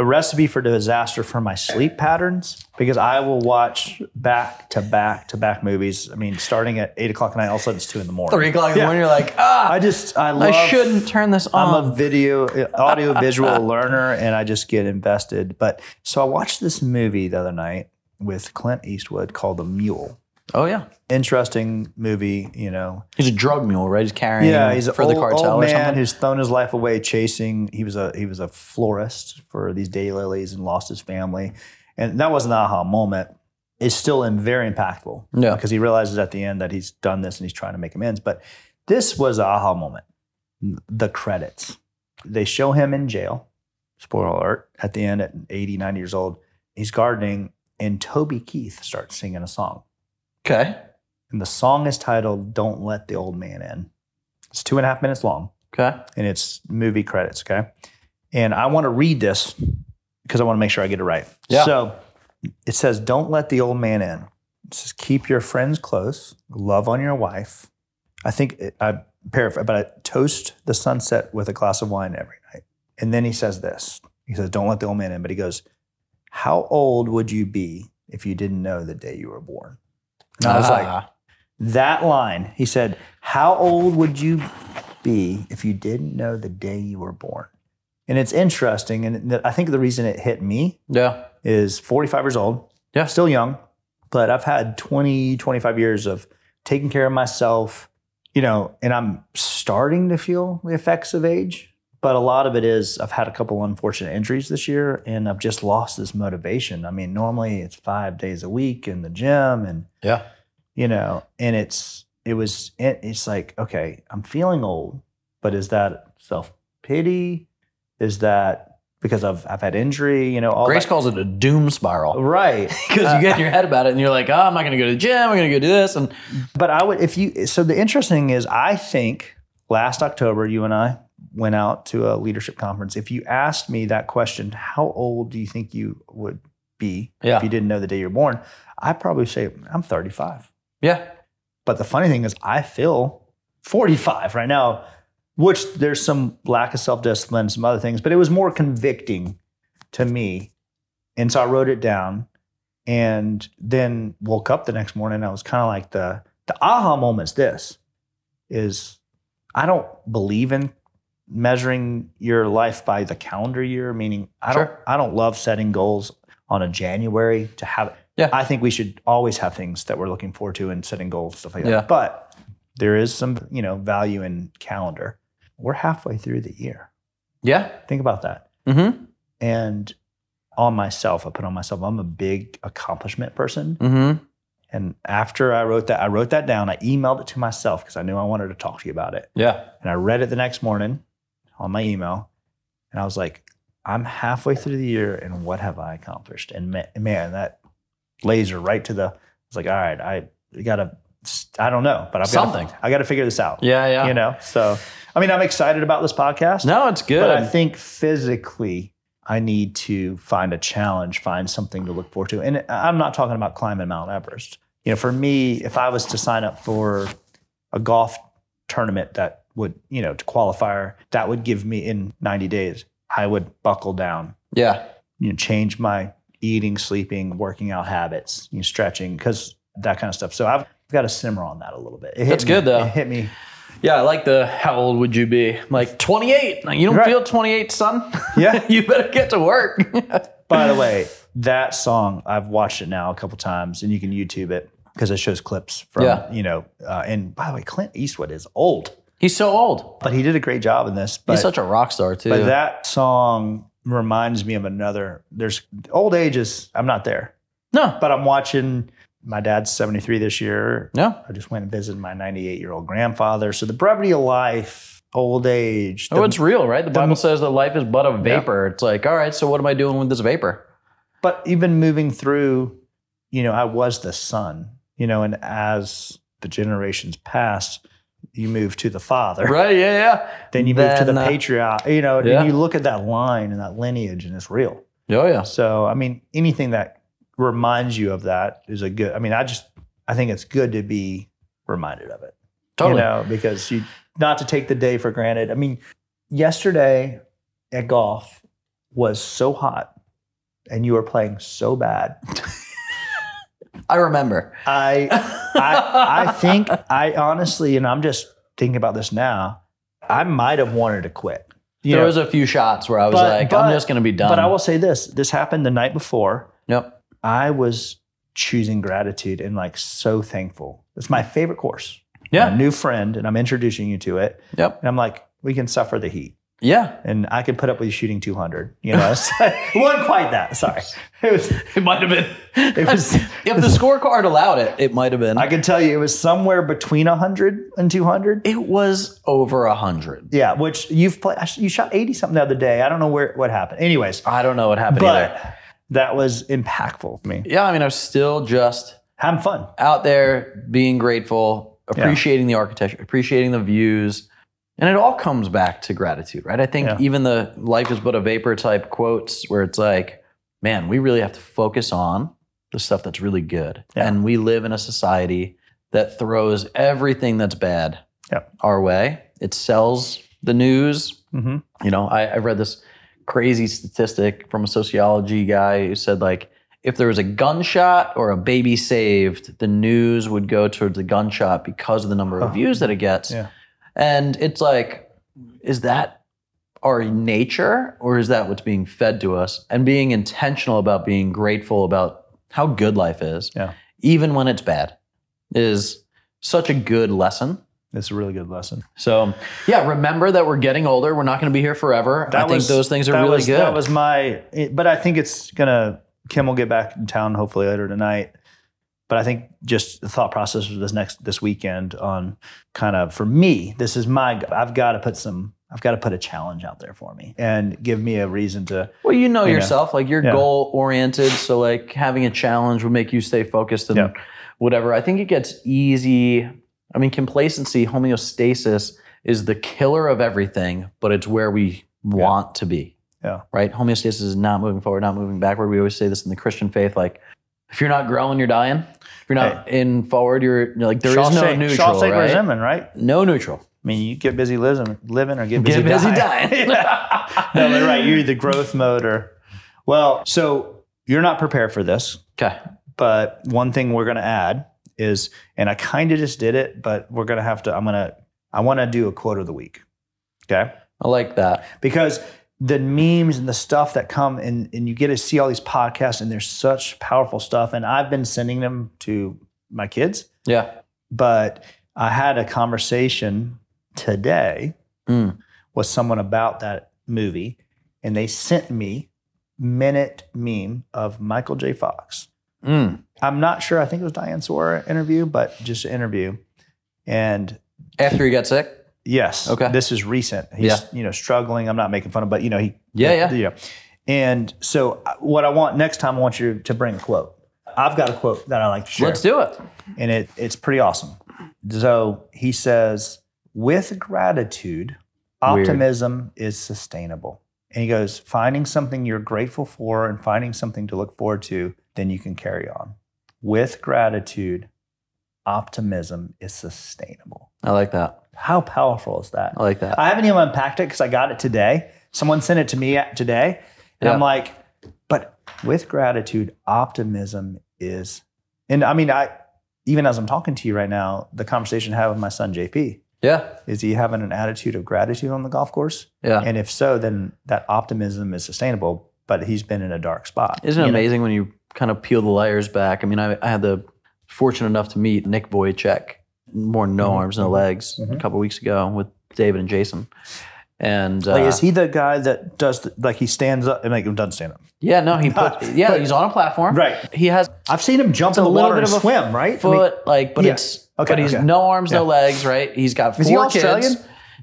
[SPEAKER 1] a recipe for disaster for my sleep patterns because I will watch back to back to back movies. I mean, starting at eight o'clock at night, all of a sudden it's two in the morning.
[SPEAKER 2] Three o'clock in the
[SPEAKER 1] Yeah.
[SPEAKER 2] morning, you're like, ah,
[SPEAKER 1] I just I love
[SPEAKER 2] I shouldn't Um. turn this on.
[SPEAKER 1] I'm a video audio visual learner and I just get invested. But so I watched this movie the other night with Clint Eastwood called The Mule.
[SPEAKER 2] Oh yeah,
[SPEAKER 1] Interesting movie, you know.
[SPEAKER 2] he's a drug mule, right? He's carrying
[SPEAKER 1] Yeah, he's an
[SPEAKER 2] for
[SPEAKER 1] old,
[SPEAKER 2] the cartel
[SPEAKER 1] old
[SPEAKER 2] or
[SPEAKER 1] man
[SPEAKER 2] something.
[SPEAKER 1] who's thrown his life away chasing. He was a he was a florist for these daylilies and lost his family, and that was an aha moment. It's still in very impactful.
[SPEAKER 2] Yeah.
[SPEAKER 1] because he realizes at the end that he's done this and he's trying to make amends. But this was an aha moment. The credits. They show him in jail. Spoiler alert! At the end, at 80, 90 years old, he's gardening, and Toby Keith starts singing a song.
[SPEAKER 2] Okay.
[SPEAKER 1] And the song is titled Don't Let the Old Man In. It's two and a half minutes long
[SPEAKER 2] Okay.
[SPEAKER 1] and it's movie credits, okay? And I want to read this because I want to make sure I get it right.
[SPEAKER 2] Yeah.
[SPEAKER 1] So it says, Don't let the old man in. It says, Keep your friends close, love on your wife. I think it- I paraphrase, but I toast the sunset with a glass of wine every night. And then he says this He says, Don't let the old man in. But he goes, How old would you be if you didn't know the day you were born? And I was like,
[SPEAKER 2] Ah.
[SPEAKER 1] that line, he said, How old would you be if you didn't know the day you were born? And it's interesting. And th- I think the reason it hit me
[SPEAKER 2] yeah,
[SPEAKER 1] is 45 years old.
[SPEAKER 2] Yeah.
[SPEAKER 1] Still young, but I've had 20, 25 years of taking care of myself, you know, and I'm starting to feel the effects of age. But a lot of it is I've had a couple unfortunate injuries this year and I've just lost this motivation. I mean, normally it's five days a week in the gym and
[SPEAKER 2] yeah.
[SPEAKER 1] you know and it's it was it, it's like okay i'm feeling old but is that self-pity is that because i've i've had injury you know all
[SPEAKER 2] Grace
[SPEAKER 1] that-
[SPEAKER 2] calls it a doom spiral
[SPEAKER 1] right
[SPEAKER 2] because you get in your head about it and you're like, oh, I'm not going to go to the gym. I'm going to go do this. And
[SPEAKER 1] but i would if you so the interesting is i think last october you and i went out to a leadership conference if you asked me that question how old do you think you would be
[SPEAKER 2] Yeah.
[SPEAKER 1] if you didn't know the day you were born i probably say i'm 35
[SPEAKER 2] yeah,
[SPEAKER 1] But the funny thing is, I feel 45 right now, which there's some lack of self discipline, some other things, but it was more convicting to me. And so I wrote it down and then woke up the next morning. I was kind of like, the, the aha moment's this is I don't believe in measuring your life by the calendar year, meaning I don't
[SPEAKER 2] Sure.
[SPEAKER 1] I don't love setting goals on a January to have
[SPEAKER 2] Yeah.
[SPEAKER 1] I think we should always have things that we're looking forward to and setting goals, stuff like
[SPEAKER 2] Yeah.
[SPEAKER 1] that. But there is some, you know, value in calendar. We're halfway through the year.
[SPEAKER 2] yeah.
[SPEAKER 1] Think about that.
[SPEAKER 2] Mm-hmm.
[SPEAKER 1] And on myself, I put on myself, I'm a big accomplishment person.
[SPEAKER 2] Mm-hmm.
[SPEAKER 1] And after I wrote that, I wrote that down. I emailed it to myself because I knew I wanted to talk to you about it.
[SPEAKER 2] Yeah.
[SPEAKER 1] And I read it the next morning on my email. And I was like, I'm halfway through the year and what have I accomplished? And ma- man, that laser right to the, I was like, all right, I got to, I don't know, but I've
[SPEAKER 2] Something.
[SPEAKER 1] Gotta, I got to figure this out.
[SPEAKER 2] Yeah. Yeah.
[SPEAKER 1] You know? So, I mean, I'm excited about this podcast,
[SPEAKER 2] No, it's good.
[SPEAKER 1] but I think physically, I need to find a challenge, find something to look forward to. And I'm not talking about climbing Mount Everest. You know, for me, if I was to sign up for a golf tournament that would, you know, to qualifier, that would give me in 90 days, I would buckle down,
[SPEAKER 2] yeah.
[SPEAKER 1] you know, change my eating, sleeping, working out habits, you know, stretching, because that kind of stuff. So I've got to simmer on that a little bit. It hit
[SPEAKER 2] That's
[SPEAKER 1] me-
[SPEAKER 2] good, though.
[SPEAKER 1] It hit me.
[SPEAKER 2] Yeah. I like the how old would you be? I'm like 28. Like, you don't
[SPEAKER 1] Right.
[SPEAKER 2] feel 28, son.
[SPEAKER 1] Yeah.
[SPEAKER 2] you better get to work.
[SPEAKER 1] By the way, that song I've watched it now a couple times, and you can YouTube it because it shows clips from
[SPEAKER 2] Yeah.
[SPEAKER 1] you know. Uh, and by the way, Clint Eastwood is old,
[SPEAKER 2] He's so old.
[SPEAKER 1] but he did a great job in this. But,
[SPEAKER 2] He's such a rock star too.
[SPEAKER 1] but that song reminds me of another. There's old age is I'm not there,
[SPEAKER 2] no.
[SPEAKER 1] but I'm watching. My dad's 73 this year.
[SPEAKER 2] No.
[SPEAKER 1] I just went and visited my 98 year old grandfather. So the brevity of life, old age.
[SPEAKER 2] Oh,
[SPEAKER 1] the-
[SPEAKER 2] it's real, right? The Bible says that life is but a vapor. It's like, all right, so what am I doing with this vapor?
[SPEAKER 1] but even moving through, you know, I was the son, you know, and as the generations passed, you move to the father,
[SPEAKER 2] Right? Yeah, yeah.
[SPEAKER 1] then you move to the
[SPEAKER 2] Then, uh,
[SPEAKER 1] patriarch, you know,
[SPEAKER 2] yeah.
[SPEAKER 1] and you look at that line and that lineage and it's real.
[SPEAKER 2] Oh, yeah.
[SPEAKER 1] So, I mean, anything that reminds you of that is a good, I mean, I just, I think it's good to be reminded of it,
[SPEAKER 2] Totally.
[SPEAKER 1] you know, because you, not to take the day for granted. I mean, yesterday at golf was so hot and you were playing so bad.
[SPEAKER 2] I remember.
[SPEAKER 1] I I, I think I honestly, and I'm just thinking about this now. I might have wanted to quit. You
[SPEAKER 2] there
[SPEAKER 1] know,
[SPEAKER 2] was a few shots where I was
[SPEAKER 1] But-
[SPEAKER 2] like,
[SPEAKER 1] but-
[SPEAKER 2] I'm just going to be done.
[SPEAKER 1] but I will say this: this happened the night before.
[SPEAKER 2] Yep.
[SPEAKER 1] I was choosing gratitude and like so thankful. It's my favorite course.
[SPEAKER 2] Yeah.
[SPEAKER 1] A new friend, and I'm introducing you to it.
[SPEAKER 2] Yep.
[SPEAKER 1] And I'm like, we can suffer the heat.
[SPEAKER 2] Yeah.
[SPEAKER 1] And I can put up with you shooting 200. You know, it's like, it wasn't quite that. Sorry. It was,
[SPEAKER 2] It might have been.
[SPEAKER 1] It was-
[SPEAKER 2] if the scorecard allowed it, it might have been.
[SPEAKER 1] I can tell you it was somewhere between 100 and 200.
[SPEAKER 2] it was over a hundred.
[SPEAKER 1] Yeah, which you've played. You shot eighty something the other day. I don't know where what happened. Anyways,
[SPEAKER 2] I don't know what happened either.
[SPEAKER 1] but that was impactful for me.
[SPEAKER 2] Yeah, I mean, I was still just
[SPEAKER 1] Having fun.
[SPEAKER 2] out there being grateful, appreciating the architecture, appreciating the views. And it all comes back to gratitude, right? I think
[SPEAKER 1] Yeah.
[SPEAKER 2] even the life is but a vapor type quotes where it's like, man, we really have to focus on the stuff that's really good.
[SPEAKER 1] Yeah.
[SPEAKER 2] And we live in a society that throws everything that's bad
[SPEAKER 1] Yeah.
[SPEAKER 2] our way. It sells the news,
[SPEAKER 1] Mm-hmm.
[SPEAKER 2] you know I, I read this crazy statistic from a sociology guy who said like if there was a gunshot or a baby saved the news would go towards the gunshot because of the number of
[SPEAKER 1] Huh.
[SPEAKER 2] views that it gets
[SPEAKER 1] Yeah.
[SPEAKER 2] and it's like is that our nature or is that what's being fed to us and being intentional about being grateful about how good life is
[SPEAKER 1] Yeah.
[SPEAKER 2] even when it's bad is such a good lesson
[SPEAKER 1] It's a really good lesson.
[SPEAKER 2] so yeah, remember that we're getting older. We're not going to be here forever. I
[SPEAKER 1] That
[SPEAKER 2] think
[SPEAKER 1] was-
[SPEAKER 2] those things are
[SPEAKER 1] that
[SPEAKER 2] really
[SPEAKER 1] was,
[SPEAKER 2] good.
[SPEAKER 1] That was my. it- but I think it's gonna. Kim will get back in town hopefully later tonight. But I think just the thought process of this next this weekend on kind of for me, this is my. I've got to put some. I've got to put a challenge out there for me and give me a reason to.
[SPEAKER 2] well, you know
[SPEAKER 1] you know,
[SPEAKER 2] yourself, like you're
[SPEAKER 1] yeah.
[SPEAKER 2] goal oriented. So like having a challenge would make you stay focused and
[SPEAKER 1] Yeah.
[SPEAKER 2] whatever. I think it gets easy. I mean, complacency, homeostasis is the killer of everything, but it's where we want to be.
[SPEAKER 1] Yeah.
[SPEAKER 2] Right. Homeostasis is not moving forward, not moving backward. We always say this in the Christian faith, like if you're not growing, you're dying. If you're not in forward, you're you're like there is no
[SPEAKER 1] Shawshank-
[SPEAKER 2] neutral,
[SPEAKER 1] Shawshank
[SPEAKER 2] right?
[SPEAKER 1] Resentment, right?
[SPEAKER 2] No neutral.
[SPEAKER 1] I mean, you get busy living, living or get busy
[SPEAKER 2] Get busy
[SPEAKER 1] dying.
[SPEAKER 2] dying.
[SPEAKER 1] Yeah. no, but right. You're either growth mode or, well, so you're not prepared for this,
[SPEAKER 2] Okay.
[SPEAKER 1] but one thing we're going to add is, and I kind of just did it, but we're going to have to, I'm going to, I want to do a quote of the week. Okay.
[SPEAKER 2] I like that.
[SPEAKER 1] Because the memes and the stuff that come and, and you get to see all these podcasts and there's such powerful stuff. And I've been sending them to my kids
[SPEAKER 2] Yeah.
[SPEAKER 1] but I had a conversation today
[SPEAKER 2] Mm.
[SPEAKER 1] with someone about that movie, and they sent me minute meme of Michael J. Fox.
[SPEAKER 2] Mm.
[SPEAKER 1] I'm not sure. I think it was Diane Sawyer interview, but just an interview. And
[SPEAKER 2] After you got sick?
[SPEAKER 1] yes,
[SPEAKER 2] Okay.
[SPEAKER 1] this is recent. He's you know struggling. I'm not making fun of, but you know he
[SPEAKER 2] Yeah, yeah.
[SPEAKER 1] And so uh, what I want next time, I want you to bring a quote. I've got a quote that I like to share.
[SPEAKER 2] Let's do it.
[SPEAKER 1] and it, it's pretty awesome. So he says, with gratitude,
[SPEAKER 2] Weird.
[SPEAKER 1] optimism is sustainable. And he goes, finding something you're grateful for and finding something to look forward to, then you can carry on. With gratitude, optimism is sustainable.
[SPEAKER 2] I like that.
[SPEAKER 1] How powerful is that?
[SPEAKER 2] I like that.
[SPEAKER 1] I haven't even unpacked it because I got it today. Someone sent it to me at- today. And
[SPEAKER 2] Yeah.
[SPEAKER 1] I'm like, but with gratitude, optimism is. And I mean, I even as I'm talking to you right now, the conversation I have with my son JP
[SPEAKER 2] Yeah.
[SPEAKER 1] is he having an attitude of gratitude on the golf course?
[SPEAKER 2] Yeah.
[SPEAKER 1] And if so, then that optimism is sustainable, but he's been in a dark spot.
[SPEAKER 2] Isn't it
[SPEAKER 1] you know?
[SPEAKER 2] amazing when you kind of peel the layers back? I mean, I, I had the fortune enough to meet Nick Voychek, more no
[SPEAKER 1] Mhm.
[SPEAKER 2] arms, no legs, a
[SPEAKER 1] Mhm.
[SPEAKER 2] couple weeks ago with David and Jason. And uh,
[SPEAKER 1] Like, is he the guy that does, the, like, he stands up and like, doesn't stand up?
[SPEAKER 2] yeah, no, he put, yeah, he's on a platform.
[SPEAKER 1] Right.
[SPEAKER 2] He has
[SPEAKER 1] I've seen him jump
[SPEAKER 2] a
[SPEAKER 1] in the
[SPEAKER 2] little
[SPEAKER 1] water
[SPEAKER 2] bit
[SPEAKER 1] and
[SPEAKER 2] of a
[SPEAKER 1] swim, right? I mean,
[SPEAKER 2] foot, like, but
[SPEAKER 1] Yeah.
[SPEAKER 2] it's
[SPEAKER 1] Okay,
[SPEAKER 2] but he's
[SPEAKER 1] okay.
[SPEAKER 2] no arms, no
[SPEAKER 1] Yeah.
[SPEAKER 2] legs, right? He's got four
[SPEAKER 1] Is he
[SPEAKER 2] kids.
[SPEAKER 1] Australian?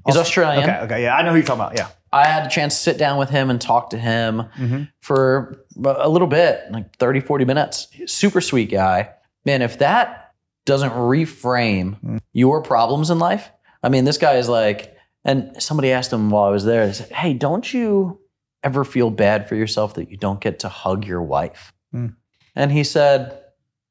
[SPEAKER 2] He's Australian.
[SPEAKER 1] okay, okay. Yeah, I know who you're talking about. Yeah.
[SPEAKER 2] I had a chance to sit down with him and talk to him Mm-hmm. for a little bit, like 30, 40 minutes. Super sweet guy. Man, if that doesn't reframe
[SPEAKER 1] Hmm.
[SPEAKER 2] your problems in life, I mean, this guy is like, and somebody asked him while I was there, they said, Hey, don't you ever feel bad for yourself that you don't get to hug your wife?
[SPEAKER 1] Mm.
[SPEAKER 2] And he said,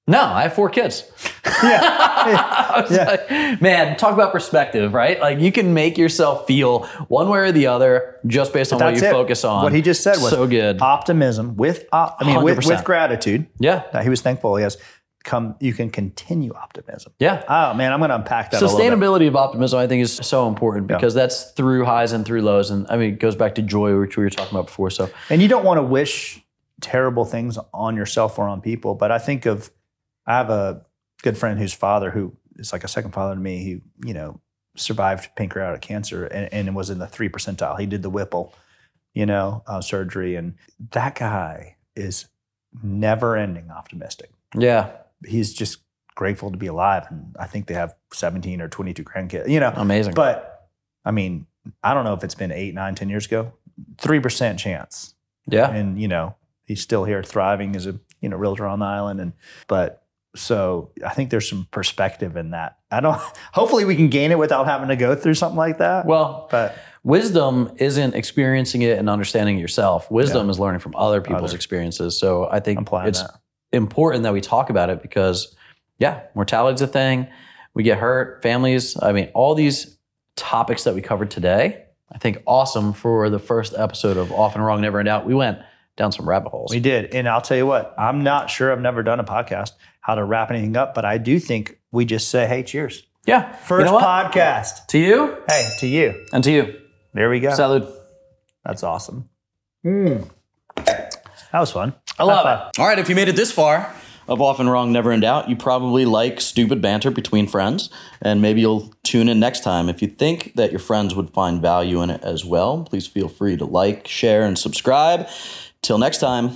[SPEAKER 2] No, I have four kids.
[SPEAKER 1] Yeah.
[SPEAKER 2] I was
[SPEAKER 1] Yeah.
[SPEAKER 2] like, man, talk about perspective, right? Like you can make yourself feel one way or the other just based on what
[SPEAKER 1] That's
[SPEAKER 2] you
[SPEAKER 1] it.
[SPEAKER 2] focus on.
[SPEAKER 1] What he just said was
[SPEAKER 2] so good.
[SPEAKER 1] optimism with op- I mean with,
[SPEAKER 2] 100%.
[SPEAKER 1] with gratitude.
[SPEAKER 2] yeah,
[SPEAKER 1] Now he was thankful. He has come. You can continue optimism.
[SPEAKER 2] yeah.
[SPEAKER 1] Oh man, I'm going to unpack that. A little bit.
[SPEAKER 2] Sustainability of optimism, I think, is so important
[SPEAKER 1] Yeah.
[SPEAKER 2] because that's through highs and through lows, and I mean, it goes back to joy, which we were talking about before. So
[SPEAKER 1] And you don't want to wish terrible things on yourself or on people, but I think of I have a good friend whose father, who is like a second father to me, who, you know, survived pancreatic cancer and, and was in the three percentile. He did the Whipple, you know, uh, surgery. And that guy is never ending optimistic.
[SPEAKER 2] Yeah.
[SPEAKER 1] He's just grateful to be alive. And I think they have 17 or 22 grandkids, you know.
[SPEAKER 2] Amazing.
[SPEAKER 1] But I mean, I don't know if it's been eight, nine, ten years ago. Three percent chance,
[SPEAKER 2] yeah.
[SPEAKER 1] and you know he's still here, thriving as a you know realtor on the island. And but so I think there's some perspective in that. I don't. Hopefully, we can gain it without having to go through something like that.
[SPEAKER 2] Well,
[SPEAKER 1] but
[SPEAKER 2] wisdom isn't experiencing it and understanding it yourself. Wisdom is learning from other people's
[SPEAKER 1] Other-
[SPEAKER 2] experiences. So I think
[SPEAKER 1] Apply
[SPEAKER 2] it's
[SPEAKER 1] that.
[SPEAKER 2] important that we talk about it because, yeah, mortality's a thing. We get hurt, families. I mean, all these topics that we covered today, I think awesome for the first episode of Off and Wrong, Never in Doubt. We went down some rabbit holes.
[SPEAKER 1] we did, and I'll tell you what. I'm not sure. I've never done a podcast how to wrap anything up, but I do think we just say, "Hey, cheers!"
[SPEAKER 2] yeah.
[SPEAKER 1] First
[SPEAKER 2] you know what?
[SPEAKER 1] podcast.
[SPEAKER 2] To you
[SPEAKER 1] Hey, to you.
[SPEAKER 2] and to you.
[SPEAKER 1] There we go.
[SPEAKER 2] Salud.
[SPEAKER 1] That's awesome. That was fun.
[SPEAKER 2] Hmm. I love it. All right, if you made it this far of Off and Wrong Never in Doubt, you probably like stupid banter between friends, and maybe you'll tune in next time. If you think that your friends would find value in it as well, please feel free to like, share, and subscribe. Till next time.